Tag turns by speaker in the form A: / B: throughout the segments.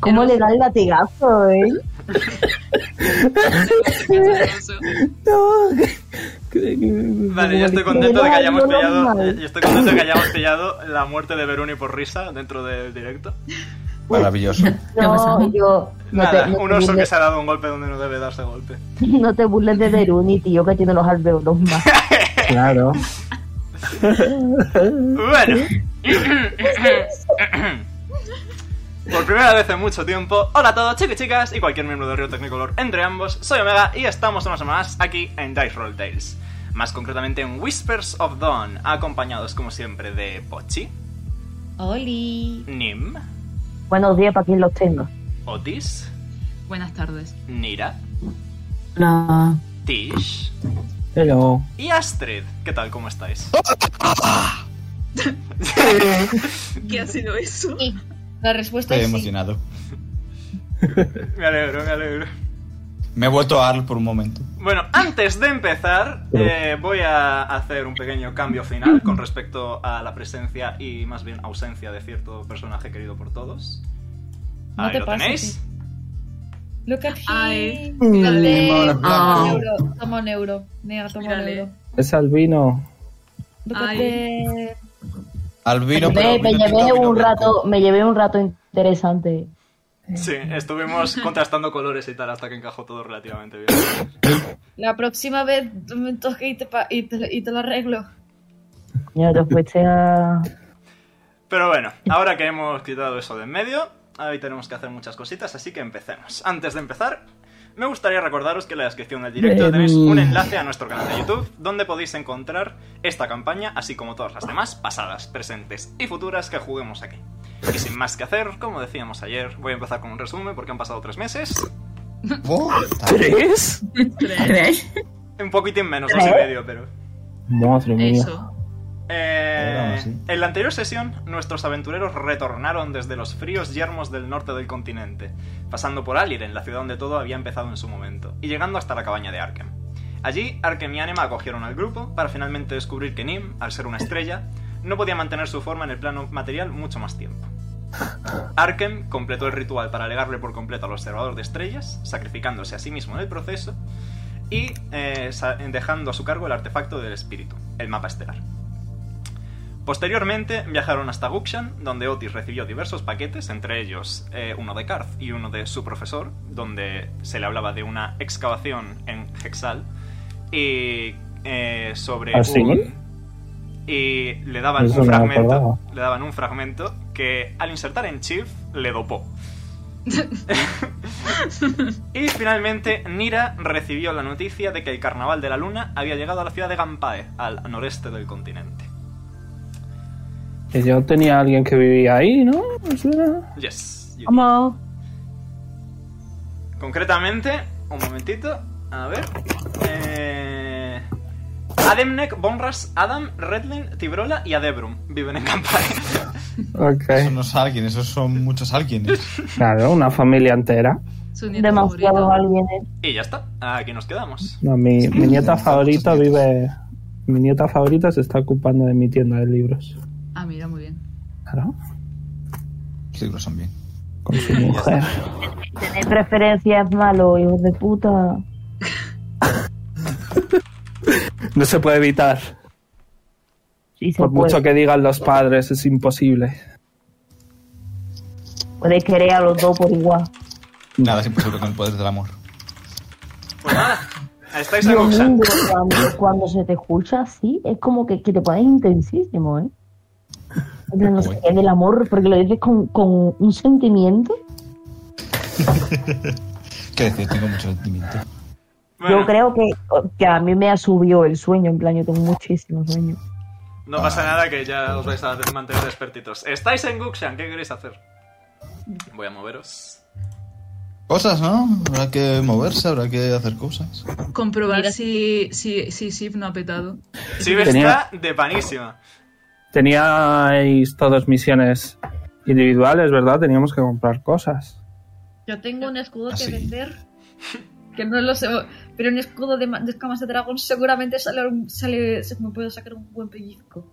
A: ¿Cómo le da el latigazo, eh?
B: No.
A: Mm,
C: Vale, yo estoy contento de que hayamos pillado. eh, Yo estoy contento de que hayamos pillado la muerte de Beruni por risa dentro del directo.
B: Maravilloso.
A: Pues, No, yo. No
C: Nada,
A: te, no
C: un
A: te
C: oso que
A: burles,
C: se ha dado un golpe donde no debe darse golpe.
A: no te burles de Deruni, tío, que tiene los alveolos más.
B: Claro.
C: Bueno. Por primera vez en mucho tiempo, hola a todos, chicos y chicas, y cualquier miembro de Río Tecnicolor entre ambos, soy Omega y estamos una semana más aquí en Dice Roll Tales. Más concretamente en Whispers of Dawn, acompañados como siempre de Pochi,
D: Oli.
C: Nim,
A: Buenos días para quien los tenga.
C: Otis,
E: Buenas tardes.
C: Nira,
E: Hola.
C: Tish
B: Hello.
C: y Astrid. ¿Qué tal? ¿Cómo estáis?
E: ¿Qué ha sido eso?
D: Sí, la respuesta
F: Pues
G: Estoy
D: es sí.
G: emocionado.
C: Me alegro, me alegro.
G: Me he vuelto a Arl por un momento.
C: Bueno, antes de empezar, eh, voy a hacer un pequeño cambio final con respecto a la presencia y más bien ausencia de cierto personaje querido por todos.
D: No
C: Ahí
D: te
C: lo
D: pases,
C: tenéis.
D: Look at him.
E: Ay,
D: Dale.
G: mírale.
D: Toma
G: Ah.
D: un euro. Toma un euro. Nea, toma un
E: Mírale.
D: euro.
B: Es albino.
D: Look at
E: Ay.
D: the-
G: Albino,
A: me,
G: pero
A: me
G: albino tinto,
A: llevé
G: albino
A: un
G: blanco.
A: rato, me llevé un rato interesante.
C: Sí, estuvimos contrastando colores y tal hasta que encajó todo relativamente bien.
D: La próxima vez tú me toques y te, pa- y te- y te lo arreglo.
A: Yo te fuiste a.
C: Pero bueno, ahora que hemos quitado eso de en medio, ahí tenemos que hacer muchas cositas, así que empecemos. Antes de empezar, me gustaría recordaros que en la descripción del directo
B: Ven.
C: tenéis un enlace a nuestro canal de YouTube, donde podéis encontrar esta campaña, así como todas las demás, pasadas, presentes y futuras que juguemos aquí. Y sin más que hacer, como decíamos ayer, voy a empezar con un resumen porque han pasado tres meses.
G: Oh, está bien.
B: ¿Tres?
C: Un poquitín menos, dos y medio, pero...
B: Madre mía.
E: Eso.
C: Eh,
G: Vamos, sí.
C: en la anterior sesión, nuestros aventureros retornaron desde los fríos yermos del norte del continente, pasando por Aliren, la ciudad donde todo había empezado en su momento, y llegando hasta la cabaña de Arkham. Allí, Arkham y Anima acogieron al grupo para finalmente descubrir que Nim, al ser una estrella, no podía mantener su forma en el plano material mucho más tiempo. Arkham completó el ritual para alegarle por completo al observador de estrellas, sacrificándose a sí mismo en el proceso y eh, sa- dejando a su cargo el artefacto del espíritu, el mapa estelar. Posteriormente viajaron hasta Guxan, donde Otis recibió diversos paquetes, entre ellos eh, uno de Karth y uno de su profesor, donde se le hablaba de una excavación en Hexal y eh, sobre
B: ¿Ah, sí?
C: un- y le daban
B: Eso
C: un
B: no me
C: fragmento,
B: acordaba.
C: le daban un fragmento que al insertar en Chief le dopó. y finalmente Nira recibió la noticia de que el carnaval de la luna había llegado a la ciudad de Gampae, al noreste del continente.
B: Que yo tenía a alguien que vivía ahí, ¿no? ¿Me suena?
C: Yes. you did.
A: Vamos.
C: Concretamente, un momentito, a ver. eh, Ademnek, Bonras, Adam, Redlin, Tibrola y Adebrum viven en Gampae.
G: Eso
B: Ok.
G: no es alguien, esos son muchos alguienes.
B: Claro, una familia entera.
E: Su nieto
A: Demasiados
E: favorito.
A: alguienes.
C: y ya está, aquí nos quedamos.
B: No, mi, mi nieta
G: sí,
B: favorita
G: muchos nietos.
B: vive. Mi nieta favorita se está ocupando de mi tienda de libros.
E: Ah, mira, muy bien.
B: Claro.
G: Los libros son bien.
B: Con su mujer.
A: Tener preferencias es malo, hijos de puta.
B: No se puede evitar.
A: Sí, se
B: Por
A: puede.
B: mucho que digan los padres, es imposible.
A: Puedes querer a los dos por igual.
G: Nada es imposible con el poder del amor.
C: Pues nada, estáis en
A: Dios
C: Guxan.
A: mío, cuando, cuando se te escucha así, es como que, que te pones intensísimo, ¿eh? Pero no sé
G: Uy.
A: qué del amor, porque lo dices con, con un sentimiento.
G: ¿Qué decir? Tengo mucho sentimiento.
C: Bueno,
A: Yo creo que, que a mí me subió el sueño, en plan, yo tengo muchísimo sueño.
C: no pasa nada que ya os vais a mantener despertitos. Estáis en Guxan, ¿qué queréis hacer? Voy a moveros.
G: Cosas, ¿no? Habrá que moverse, habrá que hacer cosas.
E: Comprobar
D: Mira.
E: si, si, si Sif no ha petado.
C: Sib está
B: Tenía-
C: de panísima.
B: Teníais todos misiones individuales, ¿verdad? Teníamos que comprar cosas.
D: Yo tengo un escudo
G: Así.
D: que vender. Que no lo sé. Pero un escudo de, ma- de escamas de dragón seguramente sale, un- sale, se me puede sacar un buen pellizco.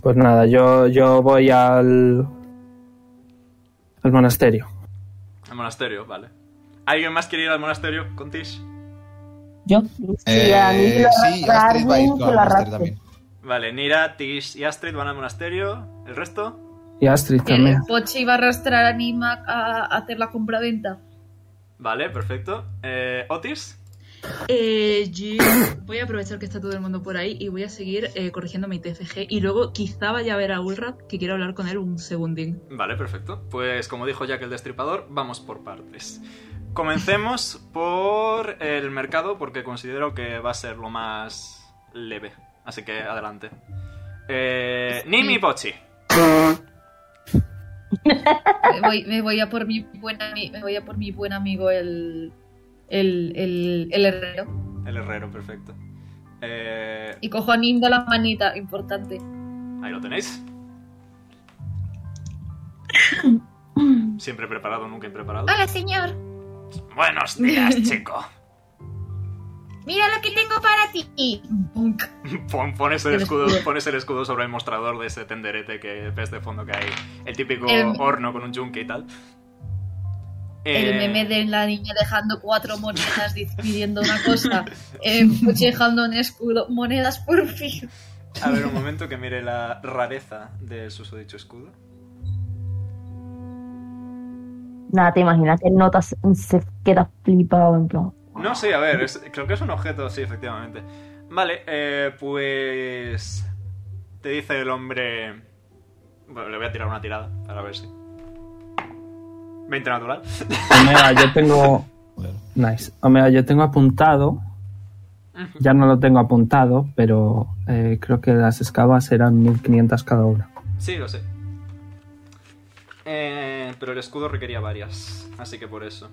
B: Pues nada, yo, yo voy al, al monasterio.
C: monasterio, vale. ¿Alguien más quiere ir al monasterio con Tish?
A: Yo.
G: Eh, sí, Astrid va a ir con el máster también.
C: Vale, Nira, Tish y Astrid van al monasterio. ¿El resto?
B: Y Astrid
D: Que el
B: también.
D: Pochi iba a arrastrar a Nima a a hacer la compra-venta.
C: Vale, perfecto. Eh, ¿Otis?
E: Eh, yo voy a aprovechar que está todo el mundo por ahí y voy a seguir eh, corrigiendo mi TFG. Y luego quizá vaya a ver a Ulrap, que quiero hablar con él un segundín.
C: Vale, perfecto. Pues como dijo Jack el Destripador, vamos por partes. Comencemos por el mercado porque considero que va a ser lo más leve. Así que adelante. Eh, Nimi Pochi.
D: Me voy, me voy a por mi buen ami- me voy a por mi buen amigo el el, el, el herrero.
C: El herrero, perfecto. Eh,
D: Y cojo a Nim de la manita, importante.
C: ahí lo tenéis. Siempre preparado, nunca impreparado.
H: Hola, señor.
C: Buenos días, chico.
H: Mira lo que tengo para ti.
D: Bonk.
C: Pon- pones, el
D: El
C: escudo,
D: escudo.
C: pones el escudo sobre el mostrador de ese tenderete que ves de fondo que hay. El típico
D: El-
C: horno con un yunque y tal.
D: El
C: Eh,
D: meme de la niña dejando cuatro monedas dic- pidiendo una cosa. Eh, Pochi dejando un escudo. Monedas por fin.
C: A ver, un momento que mire la rareza del susodicho escudo.
A: Nada, te imaginas que notas se queda flipado en plan.
C: No, sí, a ver, es- creo que es un objeto, sí, efectivamente. Vale, eh, pues. Te dice el hombre. Bueno, le voy a tirar una tirada para ver si. 20 natural.
B: Omega, yo tengo.
G: Joder.
B: Nice. Omega, yo tengo apuntado. Ya no lo tengo apuntado, pero eh, creo que las escabas eran 1500 cada una.
C: Sí, lo sé. Eh, pero el escudo requería varias, así que por eso.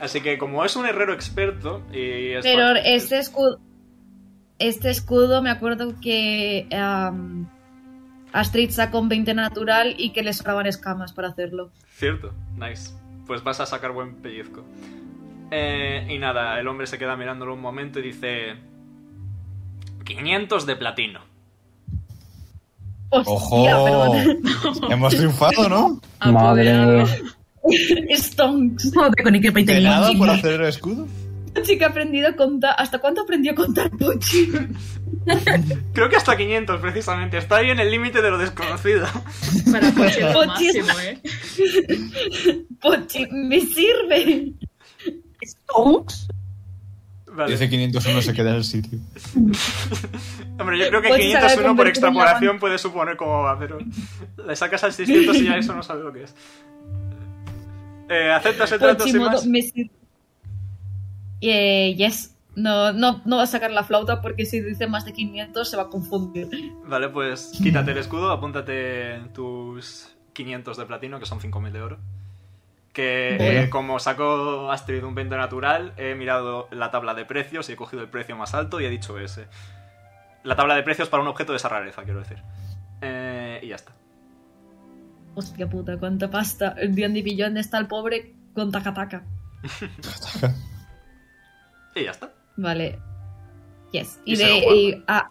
C: Así que como es un herrero experto y es
D: Pero
C: fácil-
D: este escudo. Este escudo, me acuerdo que. am, Astrid sacó un 20 natural y que le sobraban escamas para hacerlo.
C: Cierto, nice. Pues vas a sacar buen pellizco. Eh, y nada, el hombre se queda mirándolo un momento y dice... 500 de platino.
D: Hostia,
G: ¡Ojo!
D: perdón.
G: Hemos triunfado, ¿no?
E: Apoderado.
D: Stonks.
E: Joder, con Iker
G: De
E: Peitelín.
G: nada por hacer el escudo.
D: Pochi que ha aprendido a contar. ¿Hasta cuánto aprendió a contar Pochi?
C: Creo que hasta 500 precisamente. Está ahí en el límite de lo desconocido.
E: Para Pochi es lo
D: Pochi.
E: máximo, ¿eh?
C: ¿eh?
D: Pochi, me sirve.
A: ¿Stonks?
C: Vale.
G: Dice 501 se queda en el sitio.
C: Hombre, yo creo que
D: Pues se habrá
C: 501 por
D: convertido en la
C: extrapolación puede suponer cómo va, pero le sacas al 600 y ya eso no sabe lo que es. Eh, ¿Aceptas el trato
D: Pochi,
C: sin
D: modo
C: más?
D: me sirve. Eh, yes. No, no, no va a sacar la flauta porque si dice más de 500 se va a confundir.
C: Vale, pues quítate el escudo, apúntate tus 500 de platino, que son 5.000 de oro. Que eh,
G: Bueno.
C: como sacó Astrid un 20 natural, he mirado la tabla de precios y he cogido el precio más alto y he dicho ese. La tabla de precios para un objeto de esa rareza, quiero decir. Eh, y ya está.
D: Hostia puta, cuánta pasta. El Dion de Billón está el pobre con tacataca.
C: Y ya está.
D: Vale. Yes. Y,
C: Y se
D: de,
C: lo guarda.
D: y- ah,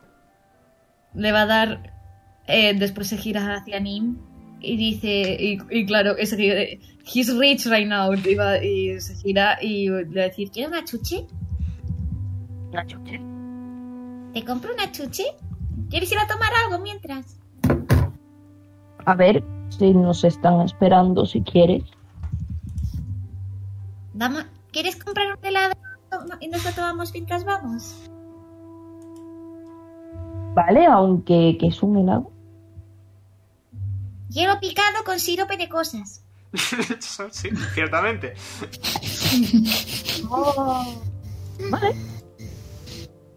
D: le va a dar. eh, después se gira hacia Nim y dice. Y, y claro, es, que, eh, he's rich right now. Y, va- y se gira y le va a decir:
H: ¿Quieres una chuche? ¿Te compro una chuche? ¿Quieres ir a tomar algo mientras?
A: A ver si nos están esperando, si quieres.
H: Dama, ¿Quieres comprar un helado y nos lo tomamos mientras vamos?
A: ¿Vale? Aunque que es un helado.
H: Hielo picado con sirope de cosas.
C: sí, ciertamente.
A: Vale.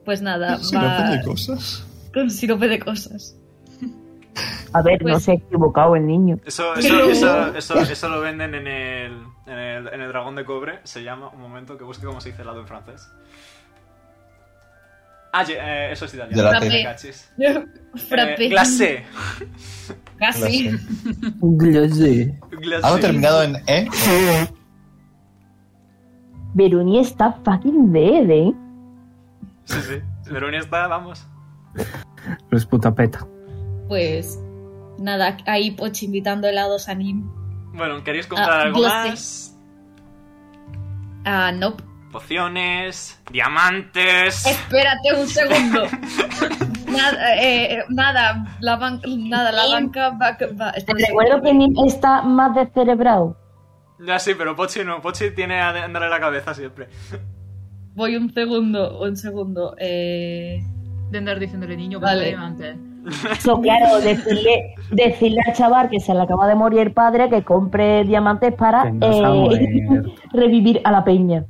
D: Pues nada,
G: Si no
D: va
G: puede cosas.
D: con sirope de cosas.
A: A ver, no
D: Pues-
A: se ha equivocado el niño.
C: Eso, eso, eso, eso, eso lo venden en el, en, el, en el dragón de cobre. Se llama, un momento, que busque cómo se dice helado en francés. Ah, ye- eh, eso es italiano.
G: Gelaté.
C: Me cachis.
D: Frappé.
C: Eh, glacé.
D: Casi.
C: Glacé.
G: ¿Algo terminado en E?
A: Veruni está fucking dead, ¿eh?
C: Sí, sí. Verónica está, vamos.
B: Los puta peta.
D: Pues nada, ahí Pochi invitando helados a Nim.
C: Bueno, ¿queréis comprar
D: Ah,
C: algo
D: glacé.
C: más?
D: Ah, nope.
C: Pociones, diamantes.
D: Espérate un segundo. nada, eh, eh, nada, la, ban- nada, la banca va... va- está-
A: Te recuerdo que Nim está más descerebrado.
C: Ya sí, pero Pochi no. Pochi tiene a andarle la cabeza siempre.
D: Voy un segundo, un segundo. Eh...
E: De andar diciéndole niño que
D: Vale.
E: te levantes.
A: So, claro, decirle, decirle al chaval que se le acaba de morir el padre que compre diamantes para
B: Que no se va a
A: eh,
B: morir.
A: revivir a la peña.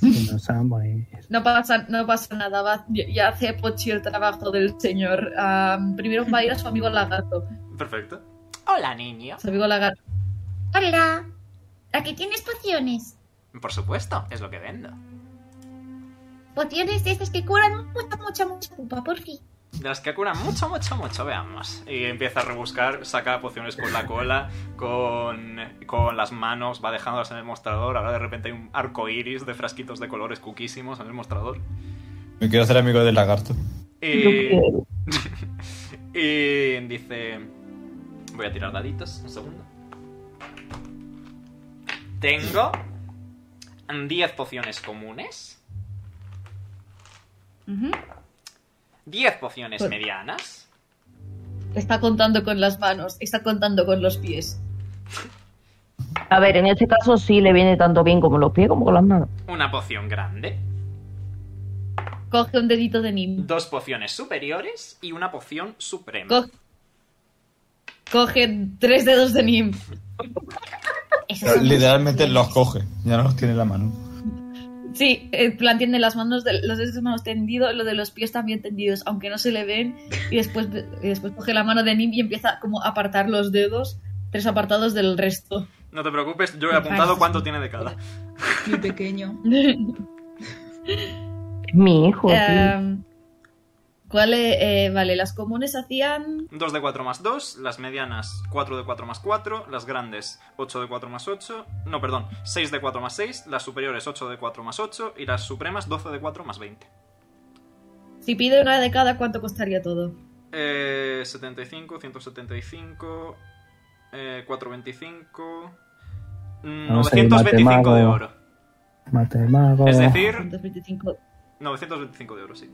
B: Que no se va a morir.
D: No pasa, no pasa nada, va- ya hace Pochi el trabajo del señor. Ah, primero va a ir a su amigo lagarto.
C: Perfecto. Hola, niño.
D: Su amigo lagarto.
H: Hola. Aquí tienes pociones.
C: Por supuesto, es lo que vendo.
H: Pociones de estas que curan mucha, mucha, mucha culpa, por fin.
C: De las que curan mucho, mucho, mucho, veamos. Y empieza a rebuscar, saca pociones con la cola, con, con las manos, va dejándolas en el mostrador. Ahora de repente hay un arco iris de frasquitos de colores cuquísimos en el mostrador.
G: Me quiero hacer amigo del lagarto.
A: Yo
C: Y,
A: creo.
C: y dice: Voy a tirar daditos, un segundo. Tengo 10 pociones comunes,
D: Ujú.
C: 10 pociones
D: Pues-
C: medianas,
D: Está contando con las manos, está contando con los pies.
A: A ver, en este caso sí le viene tanto bien como los pies como con las manos.
C: una poción grande,
D: Coge un dedito de Nim.
C: dos pociones superiores y una poción suprema.
D: Co- coge tres dedos de Nim.
H: Eso
G: Pero Literalmente los coge, ya no los tiene en la mano.
D: Sí, en plan tiene las manos, de, los dedos de manos tendidos, lo de los pies también tendidos, aunque no se le ven. Y después, y después coge la mano de Nim y empieza como a apartar los dedos, tres apartados del resto.
C: No te preocupes, yo he apuntado cuánto tiene de cada.
E: Mi pequeño.
D: Eh,
A: Es mi hijo. tío.
D: Em, ¿Cuál es? eh, vale, las comunes hacían
C: 2 de 4 más 2, las medianas 4 de 4 más 4, las grandes 8 de 4 más 8, no, perdón, 6 de 4 más 6, las superiores 8 de 4 más 8 y las supremas 12 de 4 más 20.
D: Si pide una de cada, ¿cuánto costaría todo?
C: Eh, 75, 175, eh, 425, mm,
B: Vamos a ir
C: 925 de
B: matemago.
C: oro.
B: Mate de mago.
C: Es decir,
D: 125.
C: 925 de oro, sí.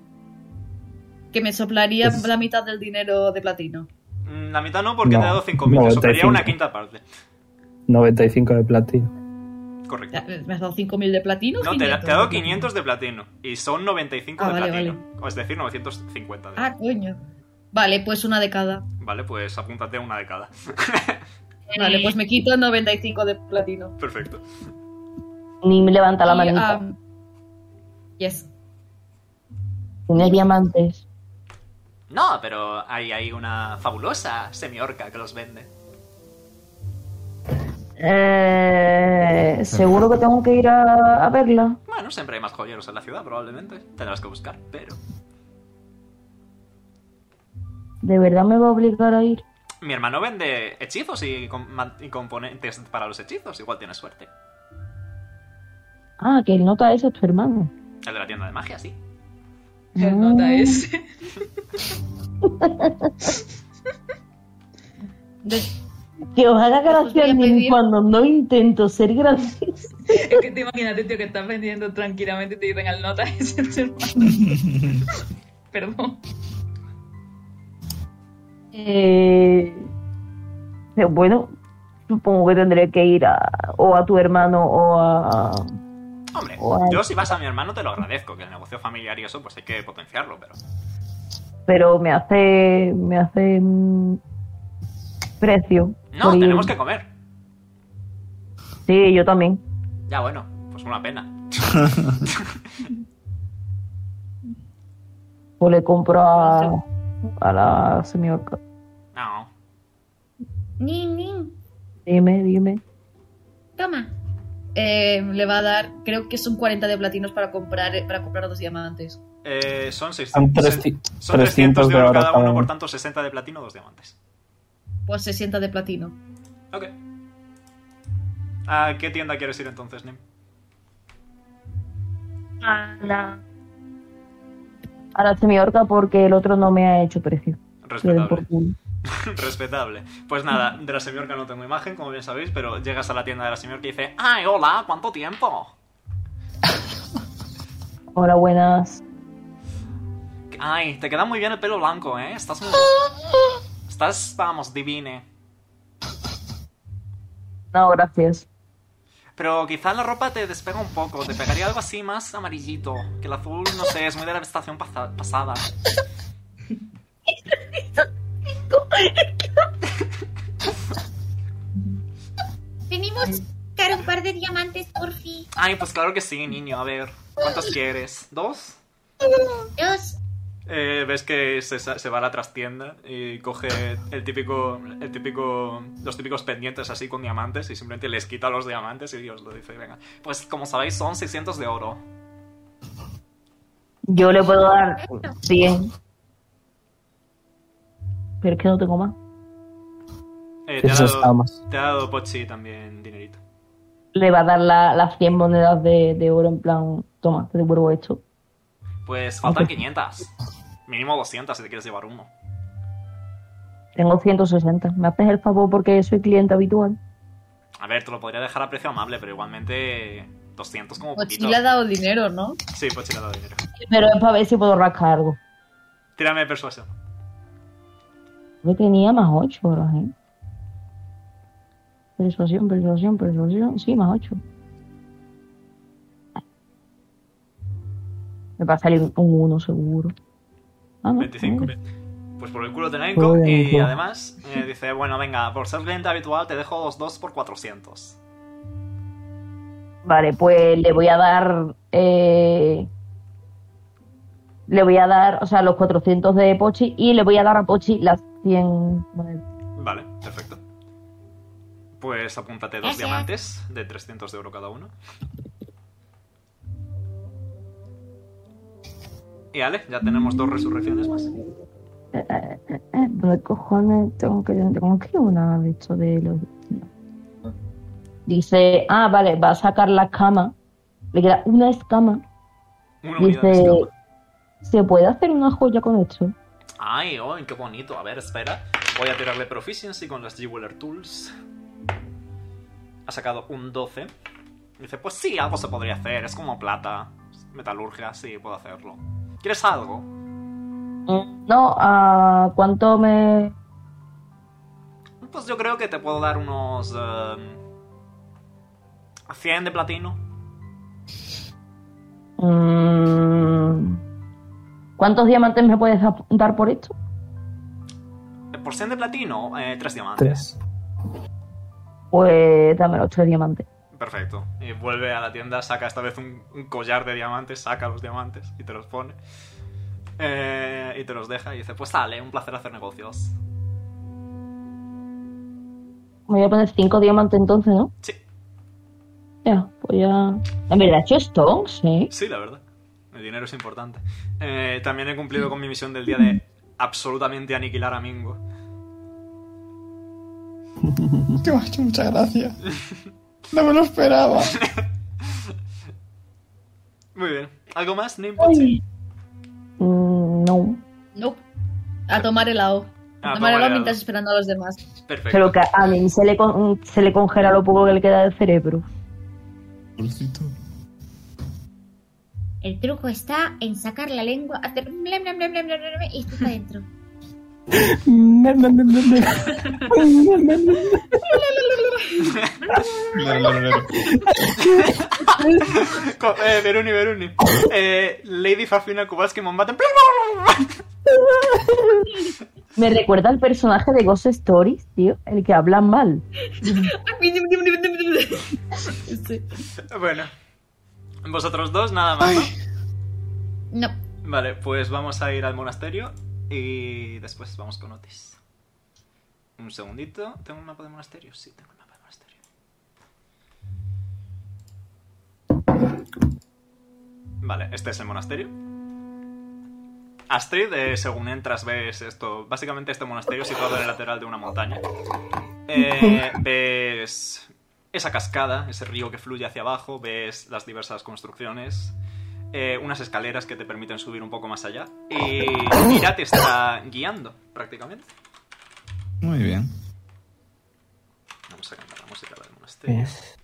D: Que me soplaría
B: Es-
D: la mitad del dinero de platino.
C: Mm, La mitad no, porque
B: No,
C: te he dado 5.000, te
B: 95.
C: sobraría una quinta parte.
B: 95 de platino.
C: Correcto.
D: Ya, eh, ¿Me has dado 5.000 de platino?
C: No, te, te he dado 500 de platino y son 95
D: Ah,
C: de
D: vale,
C: platino. Es decir, 950 de
D: Ah, coño. Vale, pues una de cada.
C: Vale, pues apúntate a una de cada.
D: Vale, pues me quito 95 de platino.
C: Perfecto.
A: Nim levanta la
D: Y,
A: manita.
D: ah, yes.
A: Tiene diamantes.
C: No, pero hay, hay una fabulosa semiorca que los vende.
A: Eh, seguro que tengo que ir a, a verla.
C: Bueno, siempre hay más joyeros en la ciudad, probablemente. Tendrás que buscar, pero...
A: De verdad me va a obligar a ir.
C: Mi hermano vende hechizos y, com- man- y componentes para los hechizos. Igual tienes suerte.
A: Ah, que él nota eso es tu hermano. Ah.
C: El de la tienda de magia, sí.
E: ¿Qué nota es?
D: De-
A: Que os haga
D: Pues voy
A: gracia
D: a
A: Nim,
D: pedir-
A: cuando no intento ser gracioso.
E: Es que te imagínate, tío, que estás vendiendo tranquilamente y te dicen al nota ese es el Perdón.
A: Eh, pero bueno, supongo que tendré que ir a, o a tu hermano o a...
C: Hombre,
A: Guay.
C: yo si vas a mi hermano te lo agradezco, que el negocio familiar y eso pues hay que potenciarlo, pero...
A: Pero me hace... Me hace... mm, precio.
C: No,
A: por ir.
C: tenemos que comer.
A: Sí, yo también.
C: Ya bueno, pues una pena.
A: O le compro a, a la semiorca.
C: No.
H: Nin, nin.
A: Dime, dime.
H: Toma.
D: eh, le va a dar, creo que son 40 de platinos para comprar, para comprar dos diamantes.
C: Eh, son 600,
B: Son, tres-
C: son
B: 300
C: de oro cada uno,
B: uno.
C: por tanto 60 de platino, dos diamantes.
D: Pues 60 de platino.
C: Ok. ¿A qué tienda quieres ir entonces, Nim?
A: A la semiorca porque el otro no me ha hecho precio. Le den por
C: Respetable.
A: culo.
C: Respetable. Pues nada, de la semiorca no tengo imagen, como bien sabéis, pero llegas a la tienda de la semiorca y dice ¡Ay, hola! ¿Cuánto tiempo?
A: Hola, buenas.
C: Ay, te queda muy bien el pelo blanco, ¿eh? Estás muy... Estás, vamos, divine.
A: No, gracias.
C: Pero quizás la ropa te despega un poco. Te pegaría algo así más amarillito. Que el azul, no sé, es muy de la estación pasa- pasada.
H: Venimos a buscar un par de diamantes, por fin.
C: Ay, pues claro que sí, niño. A ver, ¿cuántos quieres? ¿Dos?
H: Dos.
C: Eh, ves que se, sa- se va a la trastienda y coge el típico, el típico, los típicos pendientes así con diamantes y simplemente les quita los diamantes y os lo dice, venga. Pues como sabéis son 600 de oro.
A: Yo le puedo dar 100. Pero es que no tengo más.
C: Eh, te, ha
B: Eso está
C: dado,
B: más.
C: te ha dado Pochi también dinerito.
A: Le va a dar la- las 100 monedas de, de oro en plan, toma, te devuelvo esto.
C: Pues faltan
A: Ok.
C: 500. Mínimo 200 si te quieres llevar uno.
A: Tengo 160. ¿Me haces el favor porque soy cliente habitual?
C: A ver, te lo podría dejar a precio amable, pero igualmente 200 como poquito.
D: Mochi le ha dado dinero, ¿no?
C: Sí, Pochi le ha dado dinero.
A: Pero es para ver si puedo rascar algo.
C: Tírame de persuasión.
A: Yo tenía más 8 horas, ¿eh? Persuasión, persuasión, persuasión. Sí, más 8. Me va a salir un 1 seguro. Ah, no,
F: Mm.
C: 25.
A: joder.
C: Pues por el culo te la
A: Por
C: enco
A: el
C: y
A: culo.
C: además eh, dice, bueno, venga, por ser cliente habitual te dejo los dos por 400.
A: Vale, pues le voy a dar. Eh, le voy a dar, o sea, los 400 de Pochi y le voy a dar a Pochi las 100 monedas.
C: Vale, perfecto. Pues apúntate dos
H: Gracias.
C: diamantes de 300 de oro cada uno. Y Ale, ya tenemos dos resurrecciones más.
A: Eh, eh, eh, eh, ¿Dónde cojones tengo que, tengo que ir una de esto de los... Dice, ah, vale, va a sacar la escama. Le queda una escama.
C: Una unidad de
A: Dice,
C: escama.
A: ¿se puede hacer una joya con esto?
C: Ay, oh, qué bonito. A ver, espera. Voy a tirarle proficiency con las Jeweler Tools. Ha sacado un 12. Dice, pues sí, algo se podría hacer. Es como plata. Metalurgia, sí, puedo hacerlo. ¿Quieres algo?
A: Mm, No, ¿a cuánto me...?
C: Pues yo creo que te puedo dar unos... em, 100 de platino.
A: Mm, ¿Cuántos diamantes me puedes ap- dar por esto?
C: Eh, Por 100 de platino, eh, 3 diamantes.
B: Tres.
A: Pues dame los tres diamantes.
C: Perfecto. Y vuelve a la tienda, saca esta vez un, un collar de diamantes, saca los diamantes y te los pone. Eh, y te los deja y dice, pues dale, un placer hacer negocios.
A: Me voy a poner cinco diamantes entonces, ¿no?
C: Sí,
A: Ya, pues ya... En verdad, he hecho stones, ¿eh?
C: sí, la verdad. El dinero es importante. Eh, también he cumplido con mi misión del día de absolutamente aniquilar a Mingo.
G: Qué macho, muchas gracias. No me lo esperaba.
C: Muy bien. ¿Algo más? No importa.
A: Ay. Mm, no.
D: Nope. A tomar helado.
C: Ah,
D: A tomar helado
C: helado.
D: mientras esperando a los demás.
C: Perfecto.
A: Pero que a mí se le, con- se le congela lo poco que le queda del cerebro.
G: Pobrecito.
H: El truco está en sacar la lengua, hacer blem, blem, blem, blem, blem, blem, y está adentro.
G: Lero, lero, lero.
C: Co- eh, Veruni, Veruni. Eh, Lady Fafina Kubalski Mombaten.
A: Me recuerda al personaje de Ghost Stories, tío, el que habla mal.
D: Sí.
C: Bueno. Vosotros dos, nada más. ¿no?
D: No.
C: Vale, pues vamos a ir al monasterio y después vamos con Otis. Un segundito. ¿Tengo un mapa de monasterio? Sí, tengo un mapa de monasterio. Vale, este es el monasterio. Astrid, eh, según entras, ves esto. Básicamente este monasterio situado en el lateral de una montaña. Eh, ves esa cascada, ese río que fluye hacia abajo, ves las diversas construcciones, eh, unas escaleras que te permiten subir un poco más allá. Y Mira te está guiando, prácticamente.
G: Muy bien.
C: Vamos a cantar la música del monasterio.
B: Tres.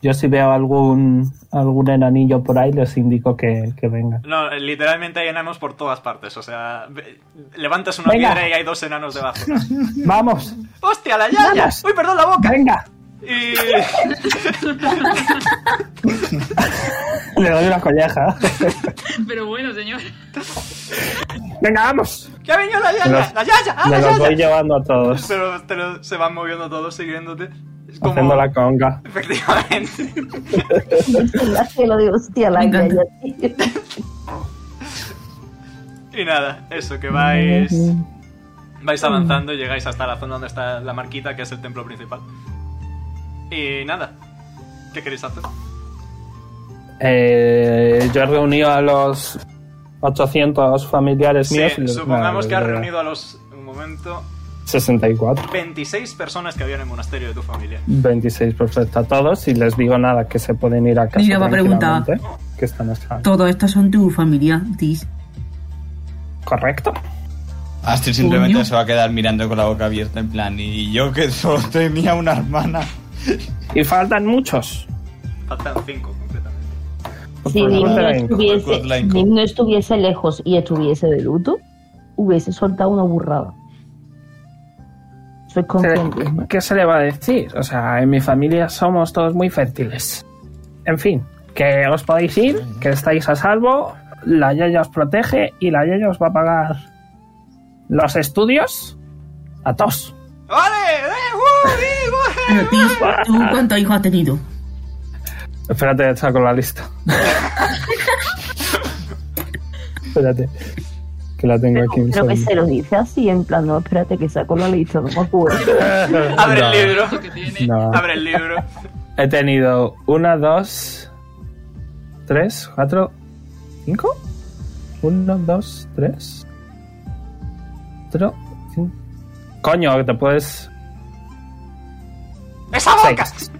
B: Yo si veo algún, algún enanillo por ahí, les indico que, que venga.
C: No, literalmente hay enanos por todas partes. O sea, ve- levantas una
B: Venga.
C: piedra y hay dos enanos debajo.
B: ¡Vamos!
C: ¡Hostia, la yaya!
B: Vamos.
C: ¡Uy, perdón, la boca!
B: ¡Venga!
C: Y...
B: Le doy una colleja.
E: Pero bueno, señor.
B: ¡Venga, vamos!
C: ¡Que ha venido la yaya!
B: Me los-
C: ¡La yaya! ¡Ah,
B: Me
C: la
B: los voy
C: yaya!
B: llevando a todos.
C: Pero te lo- se van moviendo todos siguiéndote. Es como...
B: Haciendo la conga.
C: Efectivamente.
A: que lo digo, hostia, la
F: Me
A: idea
F: encanta.
A: ya-
C: Y nada, eso, que vais... Vais avanzando, llegáis hasta la zona donde está la marquita, que es el templo principal. Y nada, ¿qué queréis hacer?
B: Pues Eh, yo he reunido a los 800 familiares
C: Sí,
B: míos. y les-
C: supongamos
B: no,
C: que has
B: eh,
C: reunido a los... Un momento...
B: 64.
C: 26 personas que había en el monasterio de tu familia.
B: 26 perfecto a todos y les digo nada, que se pueden ir a casa.
F: Mira, va a preguntar.
B: tranquilamente, Que están esperando.
F: Todo esto son tus familiares.
B: Correcto.
G: Astrid simplemente
F: Coño.
G: se va a quedar mirando con la boca abierta en plan, y yo que solo tenía una hermana.
B: Y faltan muchos.
C: Faltan 5 completamente.
B: Pues
A: Si
B: por
A: Nim
B: favor,
A: no,
B: Telen.
A: estuviese,
G: Hotline.
A: Nim no estuviese lejos y estuviese de luto, hubiese soltado una burrada. Soy consciente.
B: Se- ¿Qué se le va a decir? O sea, en mi familia somos todos muy fértiles. En fin, que os podéis ir, que estáis a salvo, la Yaya os protege y la Yaya os va a pagar los estudios a todos.
C: ¡Vale! ¡Eh! ¡Uh! ¡Sí! ¡Uh!
F: Pero Tis, ¿tú
B: Ah.
F: cuántos hijos has tenido?
B: Espérate, saco la lista. Espérate, que la tengo aquí.
A: Creo que se lo dice así, en plan, no, espérate que saco la lista, no me acuerdo.
C: Abre
B: No.
C: el libro.
E: Que tiene.
B: No.
C: Abre el libro.
B: He tenido una, dos, tres, cuatro, cinco. Uno, dos, tres. Cuatro, cinco. Coño, que te puedes.
C: ¡Esa boca!
B: Seis.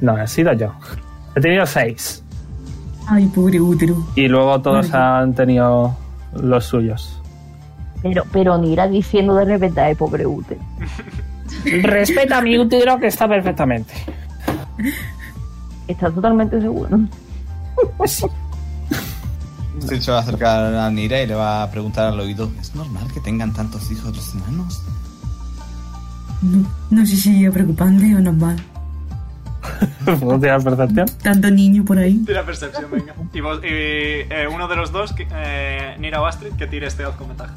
B: No, he sido yo. He tenido seis.
F: Ay, pobre útero.
B: Y luego todos
F: Ay.
B: han tenido los suyos.
A: Pero, pero Nira diciendo de repente, ay, pobre Ute.
B: Respeta a mi útero que está perfectamente.
A: Está totalmente seguro.
B: Pues
G: Astrid se va a acercar a Nira y le va a preguntar al oído, ¿es normal que tengan tantos hijos los enanos?
F: No, no sé si es preocupante o normal.
B: ¿Puedo tirar percepción?
F: Tanto niño por ahí.
C: Tira percepción, venga. Y, vos- y, eh, uno de los dos, que- eh, Nira o Astrid, que tire Stealth con ventaja.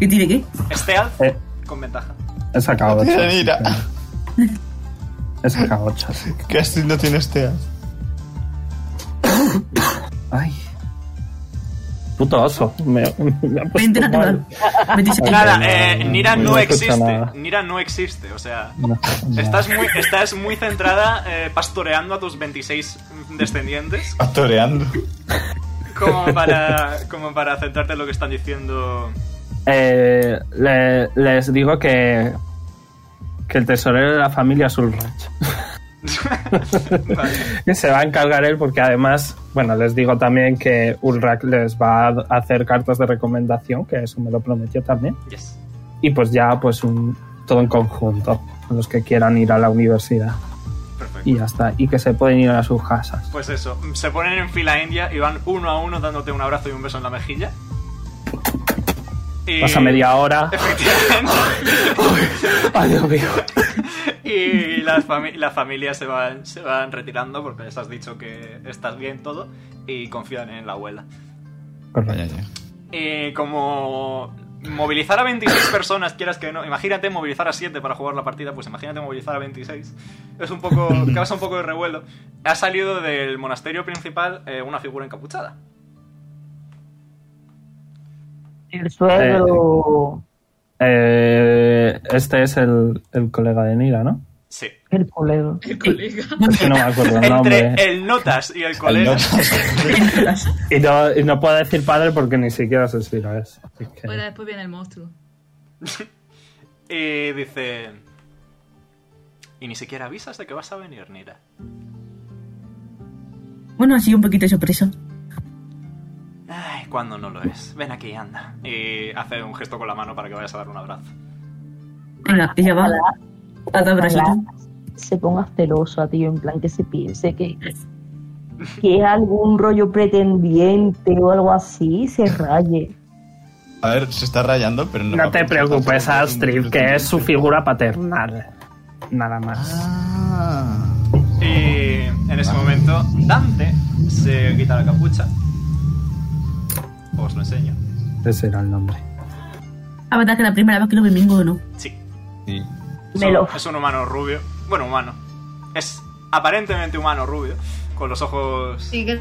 F: ¿Qué tiene qué?
C: Stealth
B: Eh.
C: con ventaja.
B: He sacado ocho.
G: Mira, mira.
B: He sacado ocho, así que-
G: Que Astrid no tiene esteas.
B: Ay. Puto oso. Me, me ha puesto
F: Veinte natural.
B: mal.
F: 26.
C: Nada,
B: no,
C: eh,
B: no,
C: Nira
B: no
C: no
B: escucha
C: existe.
B: nada.
C: Nira no existe, o sea.
B: No, no.
C: Estás muy, estás muy centrada eh, pastoreando a tus 26 descendientes
G: Pastoreando.
C: como para, como para centrarte en lo que están diciendo.
B: Eh, le- les digo que que el tesorero de la familia es Ulrich.
C: Vale.
B: Que se va a encargar él porque además, bueno, les digo también que Ulrich les va a hacer cartas de recomendación, que eso me lo prometió también.
C: Yes.
B: Y pues ya, pues un, todo en conjunto, los que quieran ir a la universidad.
C: Perfecto.
B: Y ya está, y que se pueden ir a sus casas.
C: Pues eso, se ponen en fila india y van uno a uno dándote un abrazo y un beso en la mejilla. Y...
B: Pasa media hora.
C: Efectivamente.
B: Ay, Dios mío.
C: y las, fami- las familias se van, se van retirando porque les has dicho que estás bien todo y confían en la abuela.
G: Vaya, ya.
C: Eh, como movilizar a 26 personas, quieras que no, imagínate movilizar a 7 para jugar la partida, pues imagínate movilizar a 26. Es un poco, causa un poco de revuelo. Ha salido del monasterio principal eh, una figura encapuchada.
A: El suegro,
B: Eh, este es el, el colega de Nira, ¿no?
C: Sí.
A: el colega.
E: El colega.
B: Es que no me acuerdo el nombre.
C: Entre el notas y el colega.
B: Y no, y no puedo decir padre porque ni siquiera se esfira es. Así que-
E: Ahora después viene el monstruo.
C: Y dice... Y ni siquiera avisas de que vas a venir, Nira.
F: Bueno, ha sido un poquito de sorpresa.
C: Ay, cuando no lo es. Ven aquí, anda. Y hace un gesto con la mano para que vayas a dar un abrazo.
F: Venga, que ya va. A dar bracito.
A: se ponga celosa, tío, en plan que se piense que, que es algún rollo pretendiente o algo así, se raye.
G: A ver, se está rayando, pero no.
B: No
G: va
B: te
G: a pensar
B: preocupes,
G: tampoco.
B: Astrid, que es su figura paternal. Nada más.
G: Ah.
C: Y en ese momento, Dante se quita la capucha. Os lo enseño.
B: Ese era el nombre.
F: La Ah, verdad que la primera vez que lo vi mingo, ¿no?
C: Sí.
G: Sí.
C: Es
A: Me
C: un-
A: lo-
C: Es un humano rubio. Bueno, humano. Es aparentemente humano rubio. Con los ojos
D: Sigue,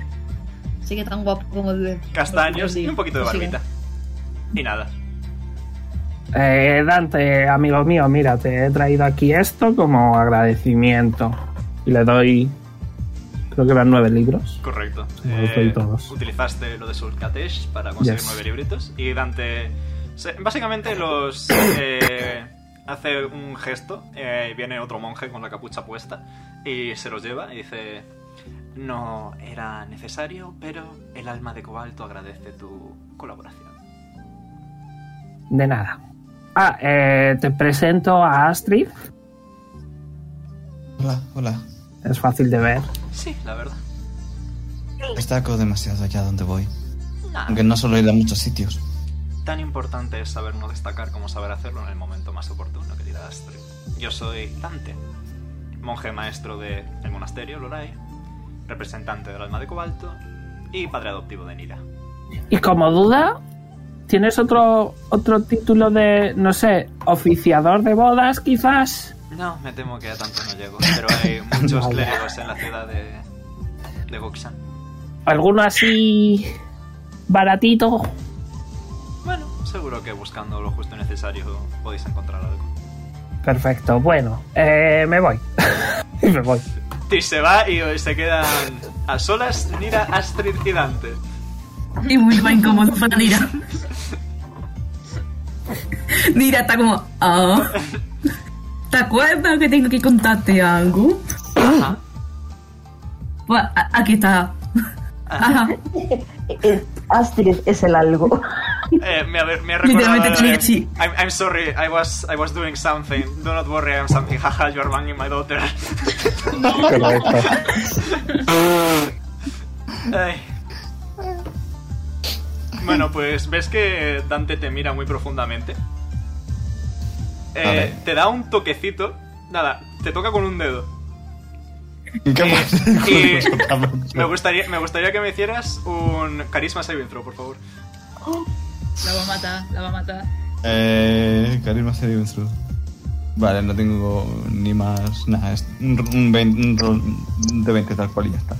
D: sigue tan guapo como el de.
C: castaños y un poquito de
D: Sigue.
C: barbita. Y nada.
B: Eh, Dante, amigo mío, mira, te he traído aquí esto como agradecimiento. Y le doy. Creo que eran nueve libros.
C: Correcto. Eh,
B: Me los doy todos.
C: utilizaste lo de Surkatesh para conseguir
B: Yes.
C: nueve libritos y Dante se- básicamente los eh, hace un gesto, eh, viene otro monje con la capucha puesta y se los lleva y dice no era necesario, pero el alma de cobalto agradece tu colaboración.
B: De nada. Ah, eh, te presento a Astrid.
G: Hola, hola.
B: Es fácil de ver.
C: Sí, la verdad.
G: Destaco demasiado allá donde voy.
C: Nada.
G: Aunque no suelo ir a muchos sitios.
C: Tan importante es saber no destacar como saber hacerlo en el momento más oportuno, querida Astrid. Yo soy Dante, monje maestro del monasterio Lorae, representante del alma de cobalto y padre adoptivo de Nira.
B: Y como duda, ¿tienes otro, otro título de, no sé, oficiador de bodas, quizás?
C: No, me temo que a tanto no llego, pero hay muchos
B: Vaya.
C: clérigos en la ciudad de, de Goxan.
B: ¿Alguno así baratito?
C: Bueno, seguro que buscando lo justo y necesario podéis encontrar algo.
B: Perfecto, bueno, eh, me voy. Y me voy.
C: Y se va y se quedan a solas Nira, Astrid y Dante.
F: Y muy más incómodo para Dira. Dira está como, ah. ¿Te acuerdas que tengo que contarte algo? Pues a- aquí está. Ajá.
A: El Astrid es el algo.
C: Eh, me, ha, me ha recordado
F: Literalmente
C: lo
F: tenía
C: de-
F: así.
C: I'm, I'm sorry, I was, I was doing something. Do not worry, I'm something. Haha, you are banging my daughter. Ay. Bueno, pues ves que Dante te mira muy profundamente. Eh,
G: Vale.
C: Te da un toquecito. Nada, te toca con un dedo. Eh,
G: ¿Qué más?
C: y-
G: Exactamente.
C: Me gustaría, me gustaría que me hicieras un carisma saving throw, por favor.
E: La va a matar, la va a matar.
G: Eh, carisma sería un through. Vale, no tengo ni más nada. Es un, un 20, un rol de 20 tal cual y ya está.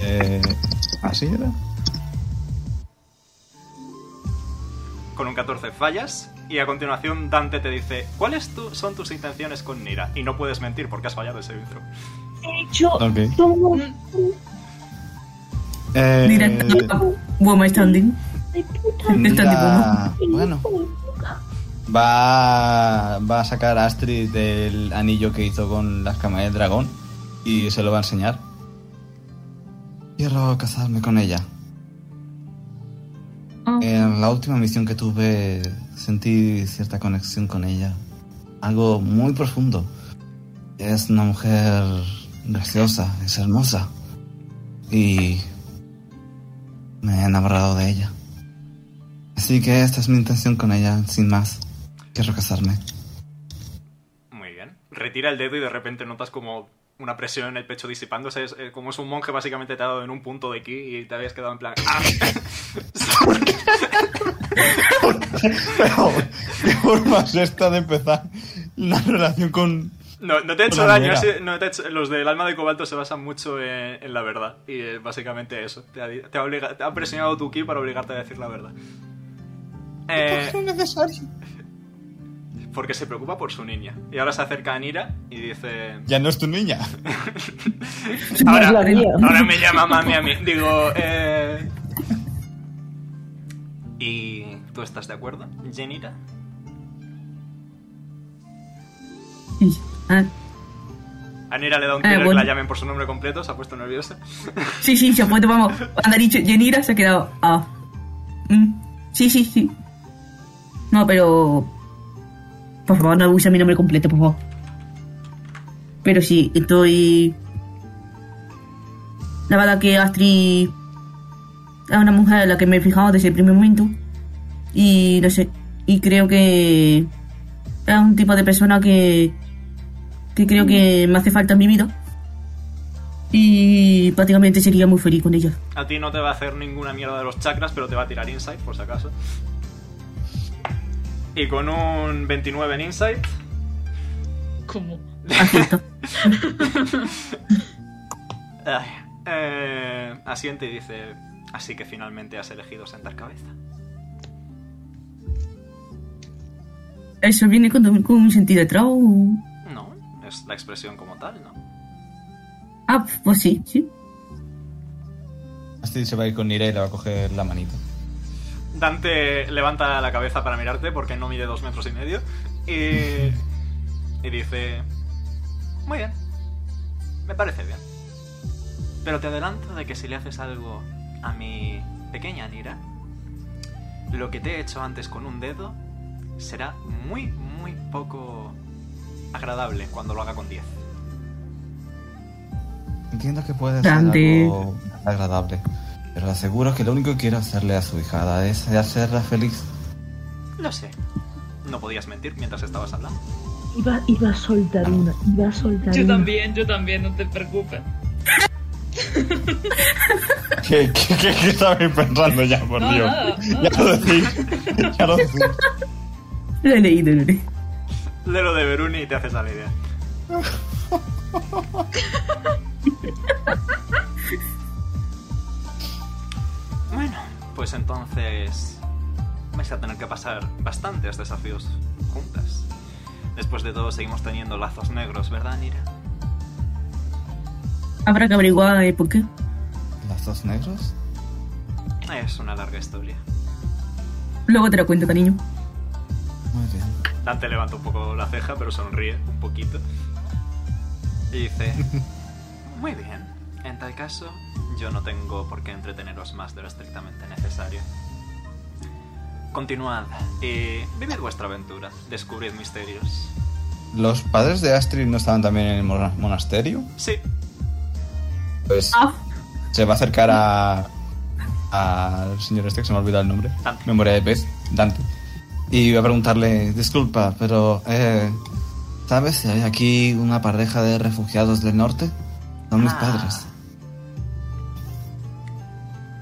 G: Eh, ¿Así era?
C: Con un 14 fallas. Y a continuación Dante te dice, ¿cuáles tu- son tus intenciones con Nira? Y no puedes mentir porque has fallado el saving throw.
A: Yo
G: Ok.
A: todo
G: Eh,
F: Dira está woman standing. Está tipo,
G: Mira, bueno. Va, va a sacar a Astrid del anillo que hizo con las camas del dragón y se lo va a enseñar. Quiero casarme con ella. En la última misión que tuve sentí cierta conexión con ella. Algo muy profundo. Es una mujer graciosa, es hermosa. Y me he enamorado de ella. Así que esta es mi intención con ella, sin más. Quiero casarme.
C: Muy bien. Retira el dedo y de repente notas como una presión en el pecho disipándose. Es, eh, como es un monje, básicamente te ha dado en un punto de ki y te habías quedado en plan. "Ah".
G: Pero, ¿qué forma es esta de empezar una relación con...?
C: No, no te ha hecho
G: Una
C: daño.
G: mierda.
C: sí, no te ha hecho- los del alma de cobalto se basan mucho en, en la verdad. Y es básicamente eso. Te ha, di- te ha obliga- te ha presionado tu ki para obligarte a decir la verdad.
G: Pues
C: Eh, porque se preocupa por su niña. Y ahora se acerca a Nira y dice.
G: Ya no es tu niña.
C: Ahora,
A: es la mía.
C: ahora me llama mami a mí. Digo, eh... ¿Y tú estás de acuerdo, Jenita?
F: Sí. Ah,
C: A Nira le da un
F: Ah,
C: tiro que
F: bueno.
C: la llamen por su nombre completo, se ha puesto nerviosa.
F: sí, sí, se ha puesto, vamos. Anda, dicho, Yenira se ha quedado, ah. Mm, Sí, sí, sí. No, pero. Por favor, no use mi nombre completo, por favor. Pero sí, estoy. La verdad que Astrid es una mujer a la que me he fijado desde el primer momento. Y no sé. Y creo que es un tipo de persona que. que creo que me hace falta en mi vida. Y prácticamente sería muy feliz con ella.
C: A ti no te va a hacer ninguna mierda de los chakras, pero te va a tirar insight, por si acaso. Y con un 29 en insight,
E: ¿Cómo?
F: Acierto.
C: Ay, eh, asiente y dice, así que finalmente has elegido sentar cabeza.
F: Eso viene con, con un sentido de trabajo.
C: No, es la expresión como tal, ¿no?
F: Ah, pues sí, sí.
G: Astrid se va a ir con Nira y le va a coger la manita.
C: Dante levanta la cabeza para mirarte porque no mide dos metros y medio y, y dice, muy bien, me parece bien. Pero te adelanto de que si le haces algo a mi pequeña Nira, lo que te he hecho antes con un dedo será muy, muy poco agradable cuando lo haga con 10.
G: Entiendo que puede
F: Grande.
G: ser algo agradable, pero le aseguro que lo único que quiero hacerle a su hijada es hacerla feliz.
C: Lo sé. No podías mentir mientras estabas hablando.
I: Iba, iba a soltar una, iba a soltar
E: Yo
I: una.
E: también, yo también, no te preocupes.
G: ¿Qué, qué, qué, qué estabais pensando ya, por
E: No,
G: Dios?
E: nada, nada.
G: Ya lo decís. Ya lo decís.
F: Lo he leído, lo he leído.
C: De lo de Beruni y te haces a la idea. bueno, pues entonces vais a tener que pasar bastantes desafíos juntas. Después de todo seguimos teniendo lazos negros, ¿verdad, Nira?
F: Habrá que averiguar eh, por qué.
G: ¿Lazos negros?
C: Es una larga historia.
F: Luego te lo cuento, cariño.
G: Muy bien.
C: Dante levanta un poco la ceja, pero sonríe un poquito. Y dice, muy bien, en tal caso yo no tengo por qué entreteneros más de lo estrictamente necesario. Continuad y vivid vuestra aventura, descubrid misterios.
G: ¿Los padres de Astrid no estaban también en el mona- monasterio?
C: Sí,
G: Pues
F: Ah.
G: se va a acercar a. al señor este que se me ha olvidado el nombre.
C: Dante.
G: Memoria de pez, Dante. Y voy a preguntarle: Disculpa, pero. Eh, ¿Sabes si hay aquí una pareja de refugiados del norte? Son mis
C: Ah.
G: padres.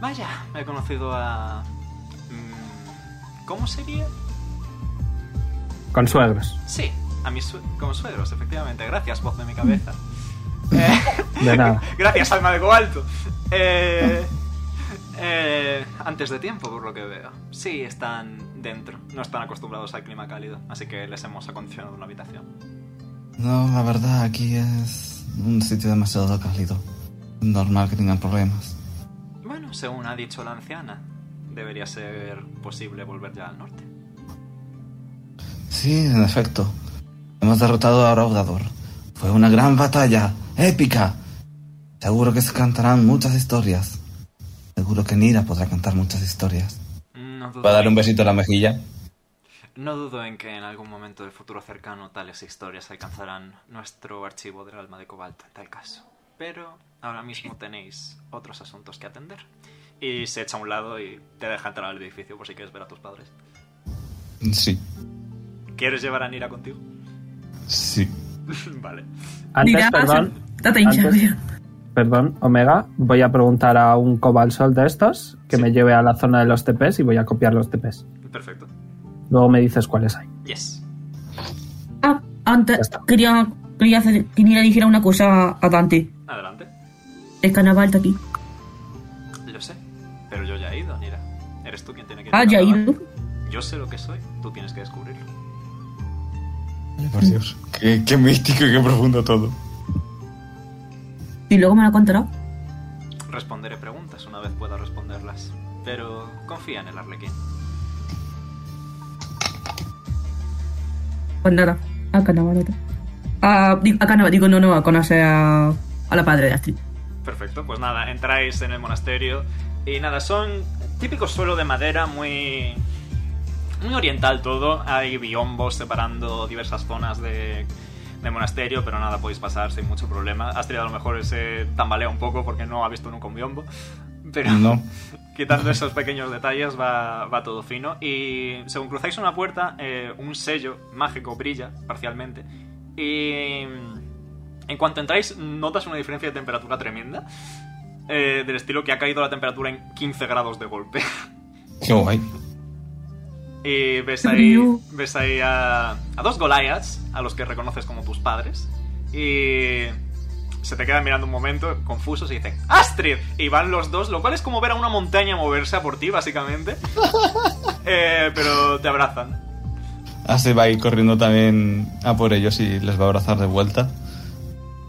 C: vaya, he conocido a... mm, ¿Cómo sería?
B: Con suegros.
C: Sí, a mis sue- consuegros, efectivamente. Gracias, voz de mi cabeza. Eh,
B: De nada.
C: Gracias, alma de cobalto. Eh, eh, antes de tiempo, por lo que veo. Sí, están dentro. No están acostumbrados al clima cálido, así que les hemos acondicionado una habitación.
G: No, la verdad, aquí es un sitio demasiado cálido. Normal que tengan problemas.
C: Bueno, según ha dicho la anciana, debería ser posible volver ya al norte.
G: Sí, en efecto. Hemos derrotado a Raudador. Fue una gran batalla, épica. Seguro que se cantarán muchas historias. Seguro que Nira podrá cantar muchas historias.
C: No dudo,
G: Va a dar un
C: en,
G: besito a la mejilla.
C: no dudo en que en algún momento del futuro cercano tales historias alcanzarán nuestro archivo del alma de cobalto en tal caso. Pero ahora mismo tenéis otros asuntos que atender. Y se echa a un lado y te deja entrar al edificio por si quieres ver a tus padres.
G: Sí,
C: ¿Quieres llevar a Nira contigo?
G: sí.
C: vale.
B: Antes,
F: Mira,
B: perdón,
F: Date hincha,
B: Antes-
F: mira.
B: perdón, Omega, voy a preguntar a un cobalsol de estos que
C: Sí.
B: me lleve a la zona de los TPs y voy a copiar los TPs.
C: Perfecto.
B: Luego me dices cuáles hay.
C: Yes.
F: Ah,
B: Ya
F: antes
B: está.
F: quería, quería hacer, que Nira dijera una cosa a Dante.
C: Adelante.
F: El carnaval está aquí.
C: Lo sé. Pero yo ya he ido, Nira. Eres tú quien tiene que ir
F: Ah,
C: a
F: ya he
C: Canadá.
F: ido.
C: Yo sé lo que soy. Tú tienes que descubrirlo.
G: Por Dios. Qué, qué místico y qué profundo todo.
F: Y luego me lo contará.
C: Responderé preguntas una vez pueda responderlas. Pero confía en el arlequín.
F: Pues nada, a carnaval. otra. Ah, digo, a carnaval, digo, no, no, a conocer a, a la padre de Astrid.
C: Perfecto, pues nada, entráis en el monasterio y nada, son típicos suelo de madera muy muy oriental todo, hay biombos separando diversas zonas de de monasterio, pero nada, podéis pasar sin mucho problema. Astrid a lo mejor se tambalea un poco porque no ha visto nunca un biombo, pero
G: No.
C: quitando esos pequeños detalles va, va todo fino. Y según cruzáis una puerta, eh, un sello mágico brilla parcialmente. Y mm, en cuanto entráis, notas una diferencia de temperatura tremenda. eh, del estilo que ha caído la temperatura en 15 grados de golpe.
G: Qué guay.
C: Y ves ahí,
F: No.
C: ves ahí a, a dos Goliaths, a los que reconoces como tus padres, y se te quedan mirando un momento confusos y dicen ¡Astrid! Y van los dos, lo cual es como ver a una montaña moverse a por ti, básicamente. Eh, pero te abrazan.
G: Así va a ir corriendo también a Ah, por ellos y les va a abrazar de vuelta.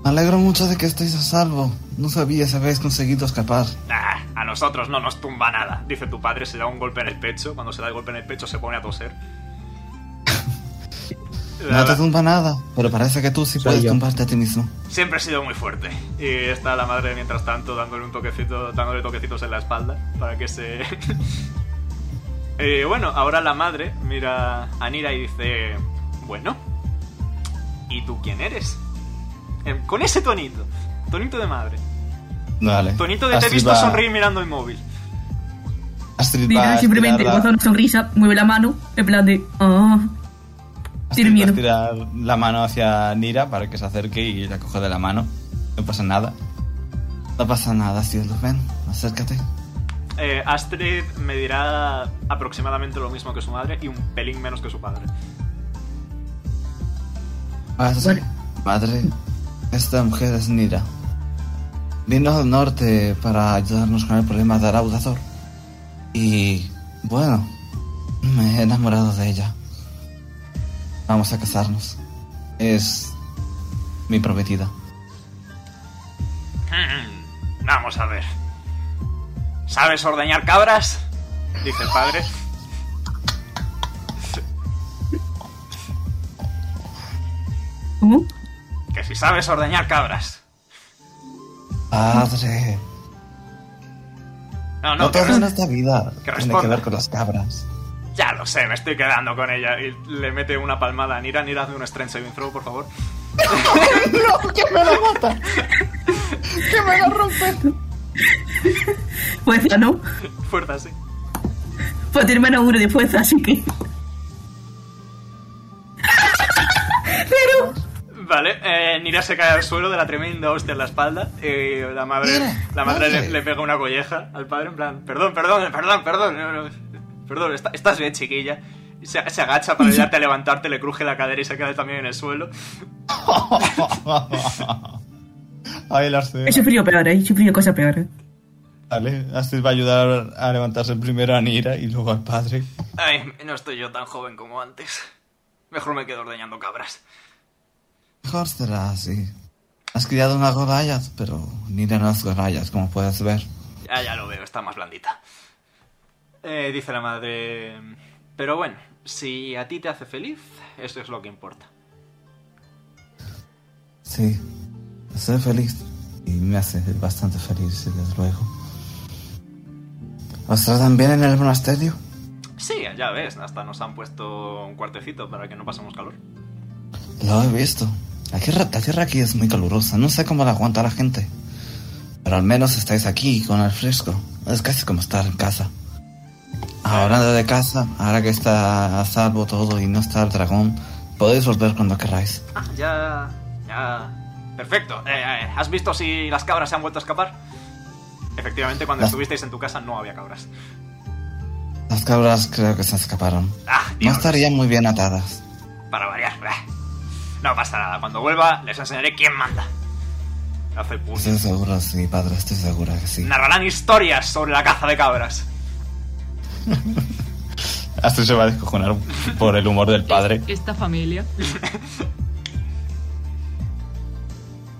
G: Me alegro mucho de que estéis a salvo. No sabía si habéis conseguido escapar.
C: "Ah, a nosotros no nos tumba nada, dice tu padre, se da un golpe en el pecho, cuando se da el golpe en el pecho se pone a toser.
G: No te tumba nada, pero parece que tú sí
B: Soy
G: puedes
B: yo.
G: tumbarte a ti mismo.
C: Siempre he sido muy fuerte. Y está la madre mientras tanto dándole un toquecito, dándole toquecitos en la espalda para que se. Eh, bueno, ahora la madre mira a Nira y dice: Bueno, ¿y tú quién eres? Em, con ese tonito, tonito de madre,
G: Vale.
C: tonito de te he
G: Astrid
C: visto
G: va-
C: sonreír mirando el móvil.
G: Astrid va
F: Mira,
G: a
F: simplemente
G: estirar
F: goza una sonrisa, mueve la mano, en plan de. "Ah". Tiene
G: Astrid va
F: miedo.
G: a tirar la mano hacia Nira para que se acerque y la coge de la mano. No pasa nada. No pasa nada, cielo. Ven, acércate.
C: Eh, Astrid medirá aproximadamente lo mismo que su madre y un pelín menos que su padre.
G: Madre,
F: Bueno.
G: madre, esta mujer es Nira. Vino del norte para ayudarnos con el problema de Araudazor. Y bueno, me he enamorado de ella. Vamos a casarnos. Es mi prometida.
C: Hmm, Vamos a ver. ¿Sabes ordeñar cabras? Dice el padre.
F: ¿Cómo?
C: Que si sabes ordeñar cabras.
G: Padre,
C: No, no,
G: no
C: que
G: todo
C: res-
G: en esta vida
C: que
G: tiene que
C: responda.
G: ver con las cabras.
C: ya lo sé, me estoy quedando con ella. Y le mete una palmada a Nira. Nira, hazme un strength saving throw, por favor.
F: Fuerza, ¿no?
C: Fuerza, sí.
F: Pues tiene menos uno de fuerza, así que.
C: Vale, eh, Nira se cae al suelo de la tremenda hostia en la espalda. Y la madre,
G: Nira,
C: la madre le,
G: madre.
C: le pega una colleja al padre, en plan: Perdón, perdón, perdón, perdón. no, no, perdón, está- estás bien, chiquilla. Y Se, se agacha para ayudarte a levantarte, le cruje la cadera y se queda también en el suelo.
G: Ay, la escena.
F: He sufrido peor, ¿eh? he sufrido cosas peores.
G: Vale, Astrid va a ayudar a levantarse primero a Nira y luego al padre.
C: Ay, no estoy yo tan joven como antes. Mejor me quedo ordeñando cabras.
G: Mejor será así. Has criado una Goliath, pero Nira no es Goliath, como puedes ver.
C: Ya, ya lo veo, está más blandita. Eh, dice la madre. Pero bueno, si a ti te hace feliz, eso es lo que importa.
G: Sí, soy feliz. Y me hace bastante feliz, desde luego. ¿Os tratan bien en el monasterio?
C: Sí, ya ves, hasta nos han puesto un cuartecito para que no pasemos calor.
G: Lo he visto. La tierra, la tierra aquí es muy calurosa, no sé cómo la aguanta la gente. Pero al menos estáis aquí con el fresco. Es casi como estar en casa. Ahora de casa, ahora que está a salvo todo y no está el dragón, podéis volver cuando queráis.
C: Ah, ya. Ya. Perfecto. Eh, eh, ¿Has visto si las cabras se han vuelto a escapar? Efectivamente, cuando
G: Las-
C: estuvisteis en tu casa no había cabras.
G: Las cabras creo que se escaparon.
C: Ah,
G: No
C: diablos.
G: estarían muy bien atadas.
C: Para variar. bah. No pasa nada. Cuando vuelva, les enseñaré quién manda. Hace puño.
G: Estoy segura, sí, padre, estoy segura que sí.
C: Narrarán historias sobre la caza de cabras.
G: Astrid se va a descojonar por el humor del
E: Esta familia.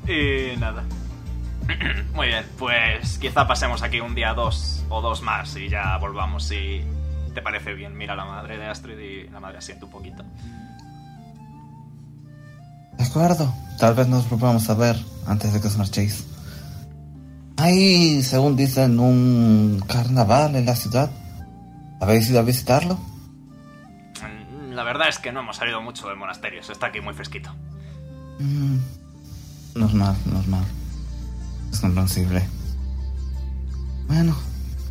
C: Y Eh, nada. Muy bien, pues quizá pasemos aquí un día dos o dos más y ya volvamos. Si te parece bien, mira a la madre de Astrid y la madre asiente un poquito.
G: De acuerdo, tal vez nos volvamos a ver antes de que os marchéis. Hay, según dicen, un carnaval en la ciudad. ¿Habéis ido a visitarlo?
C: Mm, La verdad es que no hemos salido mucho del monasterio, se está aquí muy fresquito.
G: Mm, Normal, normal. Es comprensible. Bueno,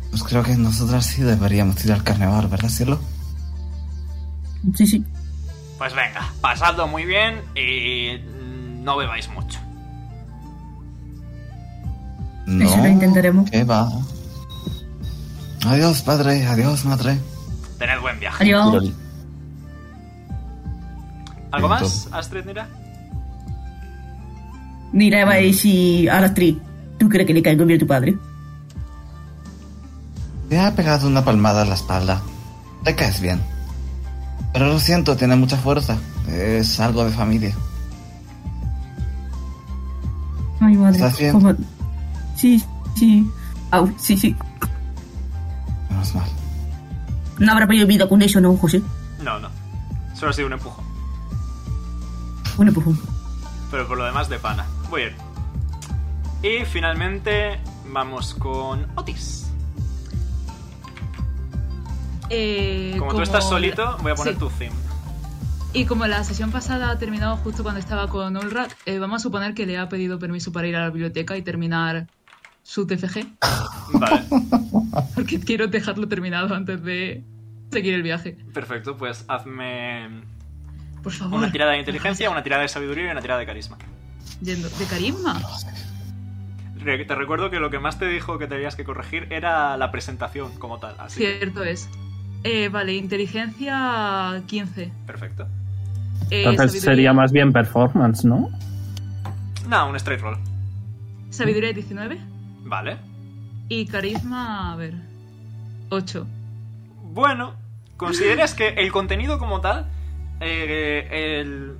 G: pues creo que nosotras sí deberíamos tirar al carnaval, ¿verdad, cielo?
F: Sí, sí.
C: Pues venga, pasadlo muy bien y mm, no bebáis mucho.
G: No.
F: Eso lo intentaremos.
G: ¿Qué va? Adiós, padre. Adiós, madre.
C: Tened buen viaje.
F: Adiós.
C: ¿Algo más,
G: Entonces-
C: Astrid, Nira?
F: Mira, va, y si a las tres, ¿tú crees que le caigo bien a tu padre?
G: Te ha pegado una palmada a la espalda. Te caes bien. Pero lo siento, tiene mucha fuerza. Es algo de familia.
F: Ay, madre.
G: ¿Estás bien?
F: cómo- Sí, sí. Au, sí, sí.
G: Menos mal.
F: No habrá pedido vida con eso, ¿no, José?
C: No, no. Solo ha sido un empujón.
F: Bueno, pues... um,
C: Pero por lo demás, de pana. Muy bien. Y finalmente, vamos con Otis.
E: Eh,
C: Como, tú estás
E: la-
C: solito, voy a poner
E: sí.
C: tu theme.
E: Y como la sesión pasada ha terminado justo cuando estaba con Ulrat, eh, vamos a suponer que le ha pedido permiso para ir a la biblioteca y terminar su TFG,
C: Vale.
E: porque quiero dejarlo terminado antes de seguir el viaje.
C: Perfecto, pues hazme
E: Por favor.
C: una tirada de inteligencia, una tirada de sabiduría y una tirada de carisma.
E: Yendo- ¿De carisma?
C: Re- Te recuerdo que lo que más te dijo que tenías que corregir era la presentación como tal. Así que,
E: Cierto es. Eh, vale, inteligencia 15.
C: perfecto.
E: Eh,
B: Entonces
E: sabiduría-
B: sería más bien performance, ¿no?
C: No, un straight roll.
E: Sabiduría 19
C: Vale.
E: y carisma, a ver, 8.
C: Bueno, consideras que el contenido como tal, eh, el,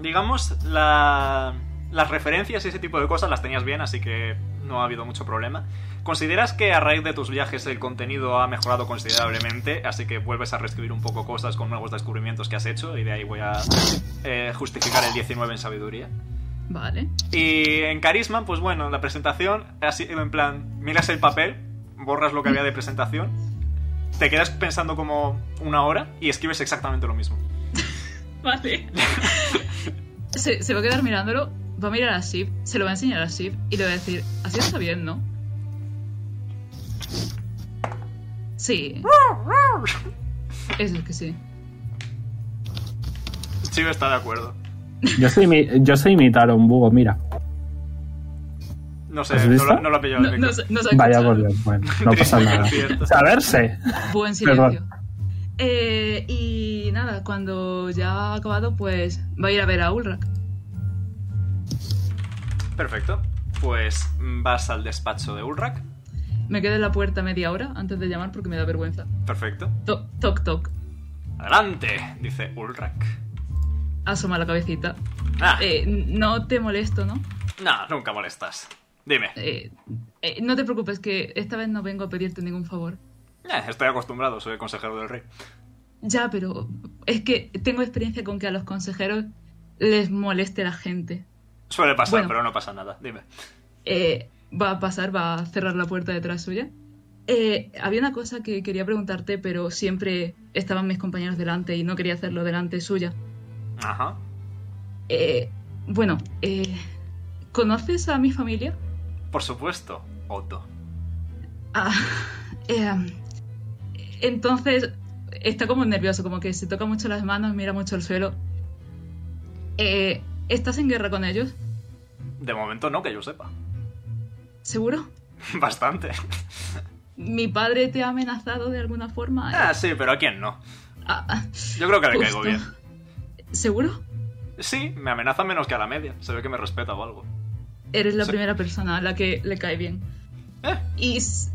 C: digamos, la- las referencias y ese tipo de cosas las tenías bien, así que no ha habido mucho problema. Consideras que a raíz de tus viajes el contenido ha mejorado considerablemente, así que vuelves a reescribir un poco cosas con nuevos descubrimientos que has hecho y de ahí voy a eh, justificar el 19 en sabiduría.
E: Vale.
C: Y en carisma, pues bueno, la presentación ha sido en plan, miras el papel, borras lo que había de presentación, te quedas pensando como una hora y escribes exactamente lo mismo.
E: Vale. se, se va a quedar mirándolo, va a mirar a Shiv, se lo va a enseñar a Shiv y le va a decir, así está bien, ¿no? Sí. Eso es que sí.
C: Chivo está de acuerdo.
B: Yo sé, imi- yo sé imitar a un búho, mira.
C: No sé,
B: ¿Has
C: no
B: visto?
C: lo, no lo ha pillado
E: No,
C: el
E: no
C: micro.
E: se- no se ha
B: Vaya
E: escuchado.
B: por Dios, bueno, no pasa
C: Triste,
B: nada.
C: cierto.
B: Saberse.
E: Buen silencio. Eh, y nada, cuando ya ha acabado, pues va a ir a ver a Ulrak.
C: Perfecto. Pues vas al despacho de Ulrak.
E: Me quedo en la puerta media hora antes de llamar porque me da vergüenza.
C: Perfecto.
E: Toc, toc, toc.
C: Adelante, dice Ulrak.
E: Asoma la cabecita.
C: Ah,
E: Eh, no te molesto, ¿no?
C: no, nunca molestas. Dime.
E: Eh, eh, no te preocupes, que esta vez no vengo a pedirte ningún favor.
C: Eh, estoy acostumbrado, soy el consejero del rey.
E: Ya, pero es que tengo experiencia con que a los consejeros les moleste la gente.
C: Suele pasar,
E: Bueno.
C: pero no pasa nada. Dime.
E: Eh, va a pasar, va a cerrar la puerta detrás suya. Eh, había una cosa que quería preguntarte, pero siempre estaban mis compañeros delante y no quería hacerlo delante suya.
C: Ajá.
E: Eh, bueno, eh, ¿conoces a mi familia?
C: Por supuesto, Otto.
E: Ah, eh, entonces está como nervioso, como que se toca mucho las manos, mira mucho el suelo. Eh, ¿Estás en guerra con ellos?
C: De momento no, que yo sepa.
E: ¿Seguro?
C: Bastante.
E: ¿Mi padre te ha amenazado de alguna forma?
C: Ah, sí, pero ¿a quién no?
E: Ah, ah,
C: Yo creo que le caigo
E: justo.
C: bien.
E: ¿Seguro?
C: Sí, me amenaza menos que a la media. Se ve que me respeta o algo.
E: Eres la
C: Sí.
E: primera persona a la que le cae bien.
C: Eh,
E: Y s-